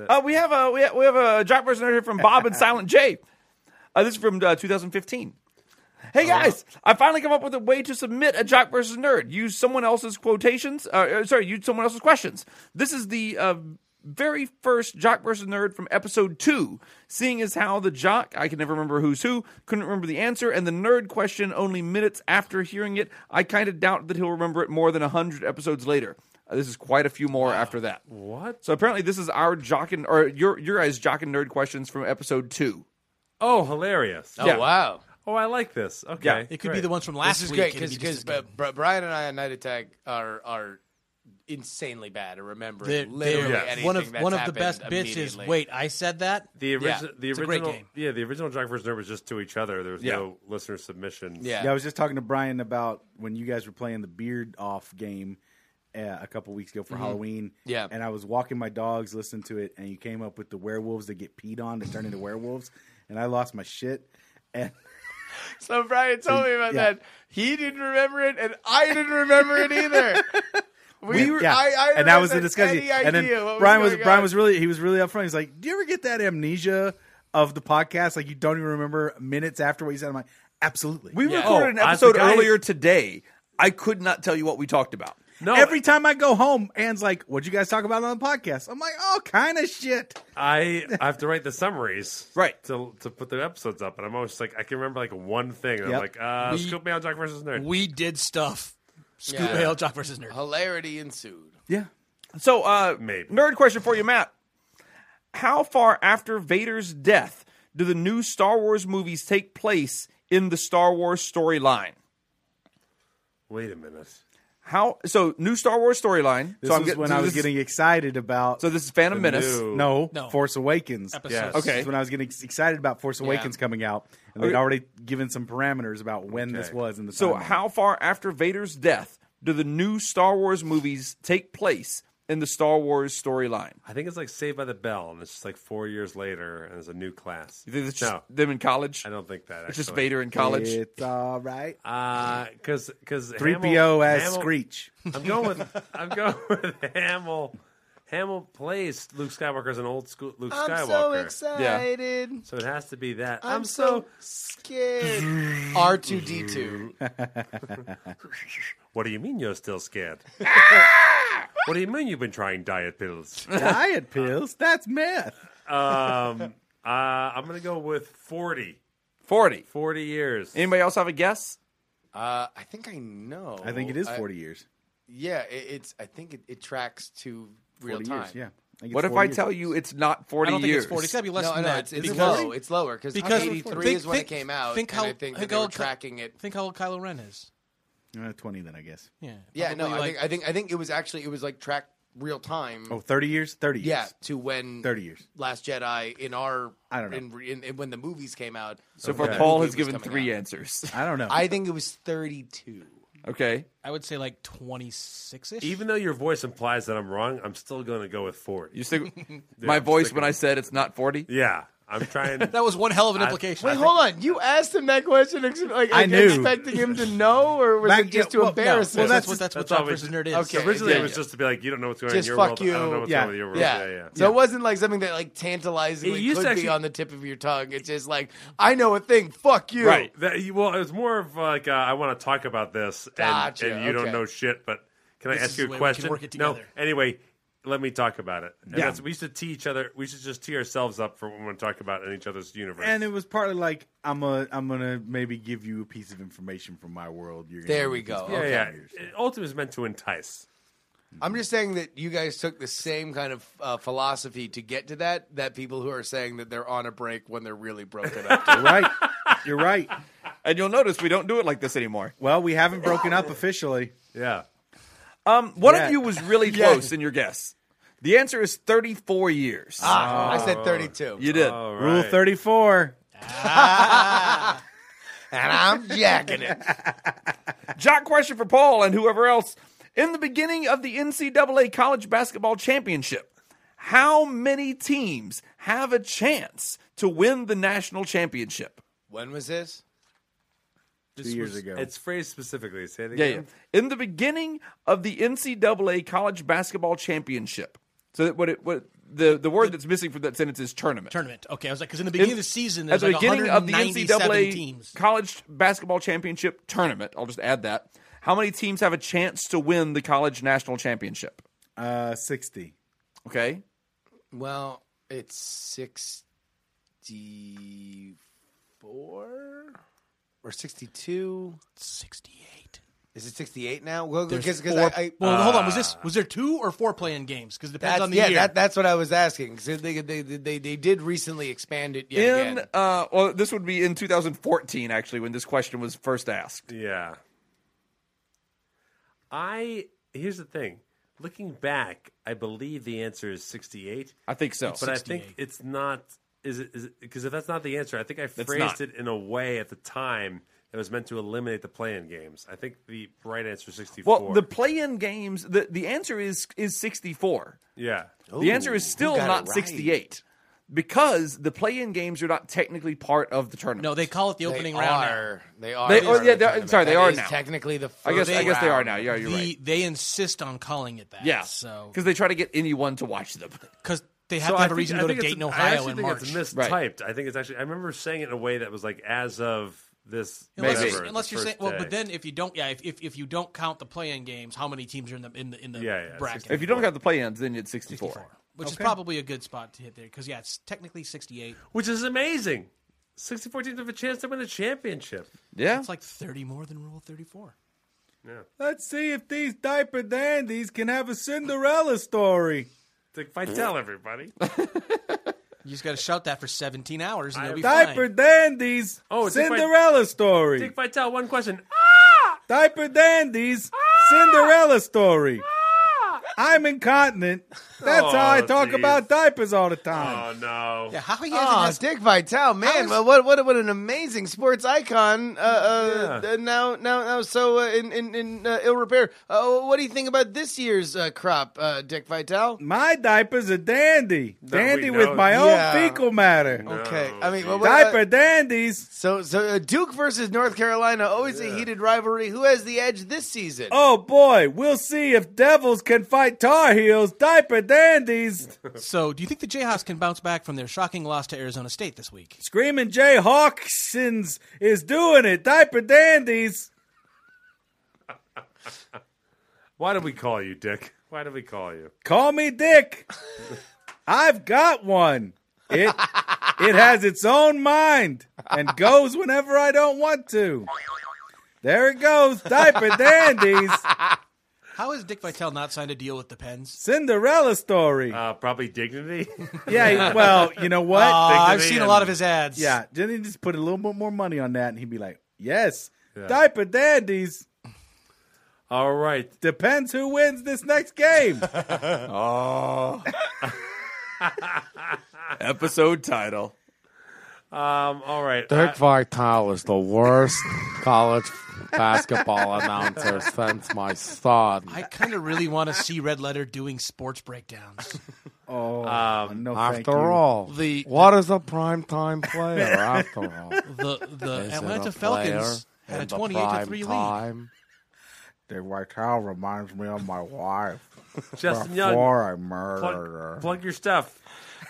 [SPEAKER 2] Uh, we have a we have, we have a job person here from Bob and Silent J. Uh, this is from uh, 2015. Hey guys, I finally come up with a way to submit a jock versus nerd. Use someone else's quotations. Uh, uh, sorry, use someone else's questions. This is the uh, very first jock versus nerd from episode two. Seeing as how the jock, I can never remember who's who, couldn't remember the answer, and the nerd question only minutes after hearing it, I kind of doubt that he'll remember it more than hundred episodes later. Uh, this is quite a few more after that.
[SPEAKER 1] What?
[SPEAKER 2] So apparently, this is our jock and or your your guys' jock and nerd questions from episode two.
[SPEAKER 1] Oh, hilarious!
[SPEAKER 3] Oh
[SPEAKER 2] Yeah.
[SPEAKER 3] wow,
[SPEAKER 1] Oh, I like this. Okay,
[SPEAKER 2] Yeah.
[SPEAKER 4] It could be the
[SPEAKER 1] one.
[SPEAKER 4] ones from last
[SPEAKER 3] this is
[SPEAKER 4] week.
[SPEAKER 3] great
[SPEAKER 4] It'd be
[SPEAKER 3] because
[SPEAKER 4] just as good.
[SPEAKER 3] uh, Brian and I on Night Attack are are insanely bad at remembering
[SPEAKER 4] They're-
[SPEAKER 3] literally
[SPEAKER 4] they're-
[SPEAKER 3] anything
[SPEAKER 4] one of
[SPEAKER 3] that's
[SPEAKER 4] one of the
[SPEAKER 3] happened
[SPEAKER 4] best bits is
[SPEAKER 3] immediately.
[SPEAKER 4] wait, I said that.
[SPEAKER 1] The, origi-
[SPEAKER 3] Yeah,
[SPEAKER 1] the
[SPEAKER 4] it's a great
[SPEAKER 1] original,
[SPEAKER 4] game.
[SPEAKER 1] yeah, the original Jock vs. Nerd was just to each other. There was
[SPEAKER 2] Yeah.
[SPEAKER 1] no listener submission.
[SPEAKER 3] Yeah.
[SPEAKER 6] Yeah, I was just talking to Brian about when you guys were playing the beard off game uh, a couple weeks ago for Halloween.
[SPEAKER 3] Yeah.
[SPEAKER 6] and I was walking my dogs, listening to it, and you came up with the werewolves that get peed on that turn into werewolves, and I lost my shit.
[SPEAKER 9] And
[SPEAKER 3] So Brian told me about
[SPEAKER 9] Yeah.
[SPEAKER 3] that. He didn't remember it, and I didn't remember it either. We, were,
[SPEAKER 9] yeah,
[SPEAKER 3] I, I
[SPEAKER 6] and
[SPEAKER 3] didn't
[SPEAKER 6] that was the
[SPEAKER 3] have
[SPEAKER 6] discussion.
[SPEAKER 3] Any
[SPEAKER 6] And then
[SPEAKER 3] idea what
[SPEAKER 6] Brian was
[SPEAKER 3] going
[SPEAKER 6] Brian
[SPEAKER 3] on.
[SPEAKER 6] was really he was really upfront. He's like, "Do you ever get that amnesia of the podcast? Like you don't even remember minutes after what you said?" I'm like, "Absolutely."
[SPEAKER 2] We
[SPEAKER 1] Yeah.
[SPEAKER 2] recorded
[SPEAKER 1] Oh,
[SPEAKER 2] an
[SPEAKER 1] I
[SPEAKER 2] episode
[SPEAKER 1] forgot-
[SPEAKER 2] earlier today. I could not tell you what we talked about.
[SPEAKER 1] No,
[SPEAKER 6] Every time I go home, Anne's like, "What'd you guys talk about on the podcast?" I'm like, "Oh, kind of shit."
[SPEAKER 1] I I have to write the summaries
[SPEAKER 2] Right.
[SPEAKER 1] to to put the episodes up, and I'm always like I can remember like one thing. And I'm
[SPEAKER 6] Yep.
[SPEAKER 1] like, uh,
[SPEAKER 4] We-
[SPEAKER 1] Scoop Mail Jock versus Nerd.
[SPEAKER 4] We did stuff. Scoop
[SPEAKER 3] Yeah.
[SPEAKER 4] Hale, Jock versus Nerd.
[SPEAKER 3] hilarity ensued.
[SPEAKER 6] Yeah.
[SPEAKER 2] So, uh,
[SPEAKER 1] Maybe.
[SPEAKER 2] nerd question for you, Matt. How far after Vader's death do the new Star Wars movies take place in the Star Wars storyline?
[SPEAKER 1] Wait a minute.
[SPEAKER 2] How so? New Star Wars storyline.
[SPEAKER 6] This
[SPEAKER 2] so
[SPEAKER 6] is
[SPEAKER 2] getting-
[SPEAKER 6] when
[SPEAKER 2] so
[SPEAKER 6] I was
[SPEAKER 2] this is-
[SPEAKER 6] getting excited about
[SPEAKER 2] So this is Phantom Menace.
[SPEAKER 1] New-
[SPEAKER 6] no,
[SPEAKER 4] No.
[SPEAKER 6] Force Awakens.
[SPEAKER 4] Episodes.
[SPEAKER 1] Yes.
[SPEAKER 6] This
[SPEAKER 2] Okay.
[SPEAKER 6] is when I was getting ex- excited about Force Awakens coming out, and they'd
[SPEAKER 2] Okay.
[SPEAKER 6] already given some parameters about when this
[SPEAKER 1] Okay.
[SPEAKER 6] was in the
[SPEAKER 2] So
[SPEAKER 6] timeline.
[SPEAKER 2] how far after Vader's death do the new Star Wars movies take place in the Star Wars storyline?
[SPEAKER 1] I think it's like Saved by the Bell, and it's just like four years later, and there's a new class.
[SPEAKER 2] You think it's just
[SPEAKER 1] no,
[SPEAKER 2] them in college?
[SPEAKER 1] I don't think that.
[SPEAKER 2] It's just
[SPEAKER 1] actually. Uh,
[SPEAKER 2] Vader in college.
[SPEAKER 6] It's all right.
[SPEAKER 1] because because
[SPEAKER 6] Three PO as Screech.
[SPEAKER 1] I'm going with I'm going with Hamill. Hamill plays Luke Skywalker as an old school Luke Skywalker.
[SPEAKER 3] excited.
[SPEAKER 1] So it has to be that.
[SPEAKER 3] I'm so scared. R2D2.
[SPEAKER 1] What do you mean you're still scared? what do you mean you've been trying diet pills?
[SPEAKER 6] Diet pills? That's meth.
[SPEAKER 1] Um, uh, I'm gonna go with 40.
[SPEAKER 2] Forty.
[SPEAKER 1] 40 years.
[SPEAKER 2] Anybody else have a guess?
[SPEAKER 3] Uh, I think I know.
[SPEAKER 6] I think it is 40 years.
[SPEAKER 3] yeah, it, it's. I think it, it tracks to real
[SPEAKER 6] 40
[SPEAKER 3] time.
[SPEAKER 6] years, yeah. I think it's
[SPEAKER 2] What if
[SPEAKER 6] 40
[SPEAKER 2] I
[SPEAKER 6] years.
[SPEAKER 2] tell you it's not
[SPEAKER 4] I
[SPEAKER 2] forty
[SPEAKER 4] don't think
[SPEAKER 2] years?
[SPEAKER 4] it's 40. It's got to be less
[SPEAKER 3] No,
[SPEAKER 4] than
[SPEAKER 3] no,
[SPEAKER 4] that.
[SPEAKER 3] it's, it's
[SPEAKER 4] because,
[SPEAKER 3] low. It's lower because
[SPEAKER 4] because-
[SPEAKER 3] 83
[SPEAKER 4] think-
[SPEAKER 3] is when
[SPEAKER 4] think-
[SPEAKER 3] it came out.
[SPEAKER 4] think
[SPEAKER 3] and
[SPEAKER 4] how-
[SPEAKER 3] I think
[SPEAKER 4] think
[SPEAKER 3] that they were
[SPEAKER 4] how-
[SPEAKER 3] tracking it.
[SPEAKER 4] Think how old Kylo Ren is.
[SPEAKER 6] Uh, 20 then, I guess.
[SPEAKER 4] Yeah.
[SPEAKER 3] Yeah, no,
[SPEAKER 4] probably
[SPEAKER 3] I
[SPEAKER 4] like-
[SPEAKER 3] think I think I think it was actually it was like tracked real time.
[SPEAKER 6] Oh, 30 years? 30 years.
[SPEAKER 3] Yeah, to when
[SPEAKER 6] 30 years.
[SPEAKER 3] Last Jedi in our
[SPEAKER 6] I don't know.
[SPEAKER 3] in, in, in- when the movies came out.
[SPEAKER 2] So far,
[SPEAKER 1] Okay.
[SPEAKER 2] Paul
[SPEAKER 3] Movie
[SPEAKER 2] has
[SPEAKER 3] was
[SPEAKER 2] given
[SPEAKER 3] coming
[SPEAKER 2] three
[SPEAKER 3] out.
[SPEAKER 2] answers.
[SPEAKER 6] I don't know.
[SPEAKER 3] I think it was thirty two.
[SPEAKER 2] Okay.
[SPEAKER 4] I would say like 26 ish.
[SPEAKER 1] Even though your voice implies that I'm wrong, I'm still gonna go with 40.
[SPEAKER 2] You still, my
[SPEAKER 1] I'm
[SPEAKER 2] voice
[SPEAKER 1] sticking
[SPEAKER 2] when I
[SPEAKER 1] with-
[SPEAKER 2] said it's not 40?
[SPEAKER 1] Yeah, I'm trying.
[SPEAKER 4] That was one hell of an implication.
[SPEAKER 3] Wait, hold on. You asked him that question, ex- like,
[SPEAKER 6] I
[SPEAKER 3] like,
[SPEAKER 6] knew.
[SPEAKER 3] expecting him to know, or was
[SPEAKER 6] Back-
[SPEAKER 3] it just
[SPEAKER 6] yeah,
[SPEAKER 3] to
[SPEAKER 6] well,
[SPEAKER 3] embarrass
[SPEAKER 6] no.
[SPEAKER 3] him?
[SPEAKER 4] Well, that's, what,
[SPEAKER 6] That's-
[SPEAKER 4] that's what
[SPEAKER 1] that's all
[SPEAKER 4] Jock
[SPEAKER 1] we-
[SPEAKER 4] versus Nerd is.
[SPEAKER 3] Okay.
[SPEAKER 1] Originally,
[SPEAKER 3] Yeah,
[SPEAKER 1] it was
[SPEAKER 3] yeah.
[SPEAKER 1] just to be like, you don't know what's going
[SPEAKER 3] Just
[SPEAKER 1] on in your
[SPEAKER 3] fuck
[SPEAKER 1] world. I don't know
[SPEAKER 3] you.
[SPEAKER 1] what's
[SPEAKER 6] Yeah.
[SPEAKER 1] going on with your world.
[SPEAKER 3] yeah.
[SPEAKER 1] Yeah, yeah.
[SPEAKER 3] So it wasn't like something that like tantalizingly
[SPEAKER 1] It used
[SPEAKER 3] could
[SPEAKER 1] to
[SPEAKER 3] be
[SPEAKER 1] actually-
[SPEAKER 3] on the tip of your tongue. It's just like I know a thing. Fuck you.
[SPEAKER 2] Right.
[SPEAKER 1] That, you- well, it's more of like uh, I want to talk about this, and,
[SPEAKER 3] Gotcha,
[SPEAKER 1] and you
[SPEAKER 3] okay.
[SPEAKER 1] don't know shit. But can I
[SPEAKER 4] This is
[SPEAKER 1] ask you
[SPEAKER 4] the
[SPEAKER 1] a
[SPEAKER 4] way we can
[SPEAKER 1] question?
[SPEAKER 4] work it
[SPEAKER 1] no.
[SPEAKER 4] together.
[SPEAKER 1] Anyway, let me talk about it. And that's, we used to tee each other. We should just tee ourselves up for what we want to talk about in each other's universe.
[SPEAKER 6] and it was partly like, I'm a, I'm going to maybe give you a piece of information from my world. You're gonna
[SPEAKER 3] There we
[SPEAKER 6] use this
[SPEAKER 3] go.
[SPEAKER 6] for
[SPEAKER 1] yeah,
[SPEAKER 3] okay.
[SPEAKER 1] yeah.
[SPEAKER 6] years.
[SPEAKER 1] It ultimately is meant to entice.
[SPEAKER 3] I'm just saying that you guys took the same kind of uh, philosophy to get to that that people who are saying that they're on a break when they're really broken up. do.
[SPEAKER 6] You're right. You're right.
[SPEAKER 2] And you'll notice we don't do it like this anymore.
[SPEAKER 6] Well, we haven't broken up officially.
[SPEAKER 1] Yeah.
[SPEAKER 2] Um, one
[SPEAKER 6] Yeah.
[SPEAKER 2] of you was really close in your guess. The answer is 34 years.
[SPEAKER 3] Ah, I said 32.
[SPEAKER 2] you did.
[SPEAKER 1] All right.
[SPEAKER 6] Rule 34.
[SPEAKER 3] And I'm
[SPEAKER 6] Oh.
[SPEAKER 3] jacking it.
[SPEAKER 2] Jock question for Paul and whoever else. In the beginning of the NCAA College Basketball Championship, how many teams have a chance to win the national championship?
[SPEAKER 3] When was this?
[SPEAKER 6] Two years ago.
[SPEAKER 1] It's phrased specifically. Say it
[SPEAKER 2] Yeah,
[SPEAKER 1] again.
[SPEAKER 2] yeah. In the beginning of the NCAA College Basketball Championship. So that what it what the, the word that's missing from that sentence is tournament.
[SPEAKER 4] Tournament. Okay. I was like, because in the beginning of the season,
[SPEAKER 2] At
[SPEAKER 4] there's
[SPEAKER 2] the
[SPEAKER 4] like
[SPEAKER 2] beginning of the
[SPEAKER 4] 197
[SPEAKER 2] NCAA
[SPEAKER 4] teams.
[SPEAKER 2] College Basketball Championship tournament, I'll just add that. How many teams have a chance to win the college national championship?
[SPEAKER 6] uh, 60.
[SPEAKER 2] Okay.
[SPEAKER 3] Well, it's 64 or 62.
[SPEAKER 4] 68.
[SPEAKER 3] Is it 68 now? Well,
[SPEAKER 4] There's
[SPEAKER 3] because
[SPEAKER 4] four-
[SPEAKER 3] I, I
[SPEAKER 4] well, hold on. Was this was there two or four playing games? Because depends
[SPEAKER 3] that's,
[SPEAKER 4] on the
[SPEAKER 3] yeah,
[SPEAKER 4] year.
[SPEAKER 3] that, that's what I was asking. 'Cause they, they, they, they did recently expand it yet
[SPEAKER 2] In
[SPEAKER 3] again.
[SPEAKER 2] uh well this would be in 2014 actually when this question was first asked.
[SPEAKER 1] Yeah. I here's the thing. Looking back, I believe the answer is 68,
[SPEAKER 2] I think so.
[SPEAKER 1] but I think it's not. Is it? Is it? Because if that's not the answer, I think I
[SPEAKER 2] not.
[SPEAKER 1] phrased it in a way at the time that was meant to eliminate the play-in games. I think the right answer is 64.
[SPEAKER 2] well, the play-in games the the answer is is 64.
[SPEAKER 1] yeah.
[SPEAKER 2] The answer is still
[SPEAKER 3] got it
[SPEAKER 2] not
[SPEAKER 3] right?
[SPEAKER 2] 68. because the play-in games are not technically part of the tournament.
[SPEAKER 4] No, they call it the opening
[SPEAKER 10] they
[SPEAKER 4] round. now.
[SPEAKER 10] Are, they are.
[SPEAKER 2] They-
[SPEAKER 10] the
[SPEAKER 2] oh, yeah,
[SPEAKER 10] start of the
[SPEAKER 2] they are-
[SPEAKER 10] tournament.
[SPEAKER 2] sorry, they
[SPEAKER 10] That
[SPEAKER 2] are
[SPEAKER 10] is
[SPEAKER 2] now.
[SPEAKER 10] Technically, the first
[SPEAKER 2] I guess I guess they are
[SPEAKER 10] round.
[SPEAKER 2] now. Yeah, you're
[SPEAKER 4] The-
[SPEAKER 2] right.
[SPEAKER 4] They insist on calling it that.
[SPEAKER 2] Yeah,
[SPEAKER 4] So
[SPEAKER 2] because they try to get anyone to watch them.
[SPEAKER 4] because they have
[SPEAKER 1] So
[SPEAKER 4] to
[SPEAKER 1] I
[SPEAKER 4] have a
[SPEAKER 1] think-
[SPEAKER 4] reason
[SPEAKER 1] I
[SPEAKER 4] to go to
[SPEAKER 1] think it's-
[SPEAKER 4] Dayton,
[SPEAKER 1] I
[SPEAKER 4] Ohio
[SPEAKER 1] actually
[SPEAKER 4] in
[SPEAKER 1] think
[SPEAKER 4] March.
[SPEAKER 1] it's mistyped. I think it's actually. I remember saying it in a way that was like as of this.
[SPEAKER 4] Unless,
[SPEAKER 2] Maybe.
[SPEAKER 4] you're,
[SPEAKER 1] whatever,
[SPEAKER 4] unless
[SPEAKER 1] the
[SPEAKER 4] you're saying,
[SPEAKER 1] first
[SPEAKER 4] well, but
[SPEAKER 1] day.
[SPEAKER 4] then if you don't, yeah, if, if, if you don't count the play-in games, how many teams are in the in the in the
[SPEAKER 1] Yeah, yeah,
[SPEAKER 4] bracket?
[SPEAKER 2] If you don't have the play-ins, then it's 64.
[SPEAKER 4] 64, which is probably a good spot to hit there because yeah, it's technically 68.
[SPEAKER 1] which is amazing. Sixty-four teams have a chance to win a championship.
[SPEAKER 2] Yeah,
[SPEAKER 4] It's like 30 more than Rule 34.
[SPEAKER 6] Let's see if these diaper dandies can have a Cinderella story.
[SPEAKER 1] It's like if I tell everybody,
[SPEAKER 4] You just got to shout that for 17 hours and
[SPEAKER 1] I-
[SPEAKER 4] you'll be
[SPEAKER 6] Diaper
[SPEAKER 4] fine.
[SPEAKER 6] dandies,
[SPEAKER 1] Oh,
[SPEAKER 6] oh,
[SPEAKER 1] it's like my-
[SPEAKER 6] Cinderella story.
[SPEAKER 1] Dick Vitale, one question.
[SPEAKER 6] Diaper dandies, Cinderella story. I'm incontinent. That's how I
[SPEAKER 1] Oh,
[SPEAKER 6] talk
[SPEAKER 1] geez.
[SPEAKER 6] about diapers all the time.
[SPEAKER 1] Oh no!
[SPEAKER 4] Yeah, how he hasn't
[SPEAKER 10] Oh,
[SPEAKER 4] asked-
[SPEAKER 10] Dick Vitale, man!
[SPEAKER 4] was-
[SPEAKER 10] well, what what what an amazing sports icon! Uh, uh, uh, now now now so uh, in in, in uh, ill repair. Uh, what do you think about this year's uh, crop, uh, Dick Vitale?
[SPEAKER 6] My diaper's a dandy.
[SPEAKER 1] we
[SPEAKER 6] Dandy
[SPEAKER 1] know.
[SPEAKER 6] with my
[SPEAKER 10] Yeah.
[SPEAKER 6] own fecal matter.
[SPEAKER 10] Okay, I mean, well, what-
[SPEAKER 6] Diaper dandies.
[SPEAKER 10] So so uh, Duke versus North Carolina, always a heated rivalry. Who has the edge this season?
[SPEAKER 6] Oh boy, we'll see if devils can fight Tar Heels. Diaper dandies.
[SPEAKER 4] So, do you think the Jayhawks can bounce back from their shocking loss to Arizona State this week?
[SPEAKER 6] Screaming Jay Hawkins is doing it. Diaper dandies.
[SPEAKER 1] Why did we call you, Dick? Why did we call you?
[SPEAKER 6] Call me Dick. I've got one. It it has its own mind and goes whenever I don't want to. There it goes, diaper dandies,
[SPEAKER 4] How has Dick Vitale not signed a deal with the Pens?
[SPEAKER 6] Cinderella story.
[SPEAKER 1] Uh, probably dignity.
[SPEAKER 6] yeah, well, you know what?
[SPEAKER 4] Uh, I've
[SPEAKER 1] they
[SPEAKER 4] seen a
[SPEAKER 1] and-
[SPEAKER 4] lot of his ads.
[SPEAKER 6] yeah, then he just put a little bit more money on that, and he'd be like, "Yes, diaper dandies."
[SPEAKER 1] All right.
[SPEAKER 6] Depends who wins this next game.
[SPEAKER 2] episode title.
[SPEAKER 1] Um. All right.
[SPEAKER 11] Dick Vitale is the worst college basketball announcer since my son.
[SPEAKER 4] I kind of really want to see Red Letter doing sports breakdowns.
[SPEAKER 6] no, Oh, thank you.
[SPEAKER 11] After all,
[SPEAKER 4] The-
[SPEAKER 11] what is a primetime player? After all,
[SPEAKER 4] The the
[SPEAKER 11] Is it
[SPEAKER 4] Atlanta
[SPEAKER 11] a player
[SPEAKER 4] Falcons had a
[SPEAKER 11] in the
[SPEAKER 4] 28 to
[SPEAKER 11] prime
[SPEAKER 4] 3 lead.
[SPEAKER 11] time?
[SPEAKER 12] Dick Vitale reminds me of my wife
[SPEAKER 1] Justin Young.
[SPEAKER 12] before I murdered her.
[SPEAKER 1] Plug, plug your stuff.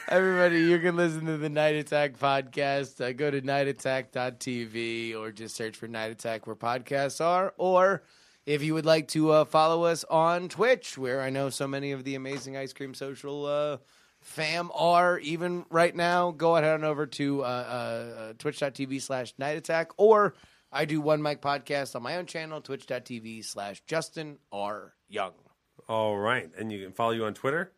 [SPEAKER 10] Everybody, you can listen to the Night Attack podcast. Uh, go to nightattack.tv or just search for Night Attack where podcasts are. Or if you would like to uh, follow us on Twitch, where I know so many of the amazing Ice Cream Social uh, fam are even right now, go ahead on over to uh, uh, twitch.tv slash Night Attack. Or I do one mic podcast on my own channel, twitch.tv slash Justin R. Young.
[SPEAKER 1] All right, and you can follow you on Twitter.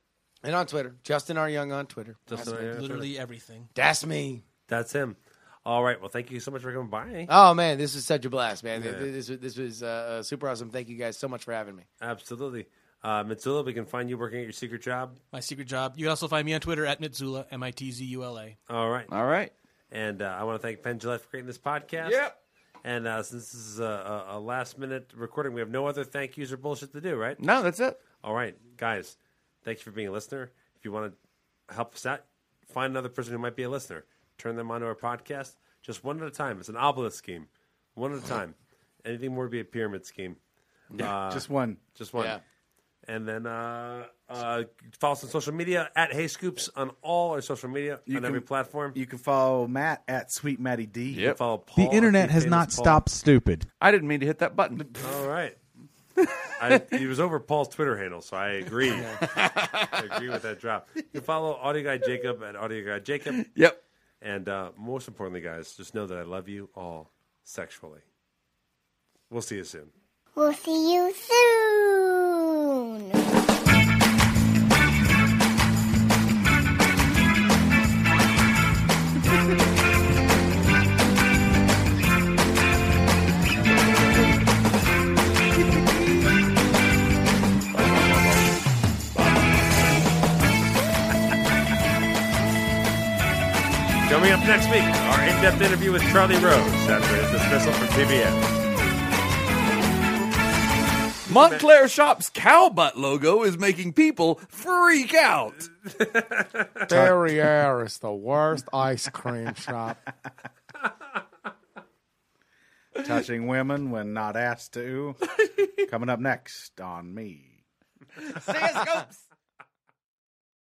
[SPEAKER 10] And on Twitter, Justin R. Young on Twitter.
[SPEAKER 1] Justin, yeah, Twitter.
[SPEAKER 4] Literally everything.
[SPEAKER 10] That's me.
[SPEAKER 1] that's him. All right. Well, thank you so much for coming by.
[SPEAKER 10] Oh man, this was such a blast, man. This was this was uh, uh, super awesome. Thank you guys so much for having me.
[SPEAKER 1] Absolutely. Uh, Mitsula, we can find you working at your secret job.
[SPEAKER 4] My secret job. You can also find me on Twitter at Mitzula, M I T Z U L A.
[SPEAKER 1] All right.
[SPEAKER 2] All right.
[SPEAKER 1] And uh, I want to thank Penn Gillette for creating this podcast.
[SPEAKER 2] Yep.
[SPEAKER 1] And uh, since this is a, a, a last minute recording, we have no other thank yous or bullshit to do, right?
[SPEAKER 2] No, that's it.
[SPEAKER 1] All right, guys, thank you for being a listener. If you want to help us out, find another person who might be a listener. Turn them onto our podcast, just one at a time. It's an obelisk scheme, one at a time. Anything more would be a pyramid scheme, Uh,
[SPEAKER 6] Just one.
[SPEAKER 1] just one.
[SPEAKER 10] Yeah.
[SPEAKER 1] And then uh, uh, follow us on social media at Hey Scoops on all our social media on every platform.
[SPEAKER 6] You can follow Matt at Sweet Matty D.
[SPEAKER 1] You can follow
[SPEAKER 13] The
[SPEAKER 1] Paul,
[SPEAKER 13] internet
[SPEAKER 1] Keep
[SPEAKER 13] has
[SPEAKER 1] Famous
[SPEAKER 13] not
[SPEAKER 1] Paul.
[SPEAKER 13] stopped stupid.
[SPEAKER 2] I didn't mean to hit that button.
[SPEAKER 1] All right. I, it was over Paul's Twitter handle, so I agree. I agree with that drop. You can follow Audio Guy Jacob at Audio Guy Jacob.
[SPEAKER 2] Yep.
[SPEAKER 1] And uh, most importantly, guys, just know that I love you all sexually. We'll see you soon.
[SPEAKER 14] We'll see you soon.
[SPEAKER 1] Coming up next week, our in depth interview with Charlie Rose after his dismissal from TBN.
[SPEAKER 2] Montclair Shop's cow butt logo is making people freak out.
[SPEAKER 10] Derriere is the worst ice cream shop.
[SPEAKER 6] Touching women when not asked to. Coming up next on me.
[SPEAKER 2] Stethoscopes.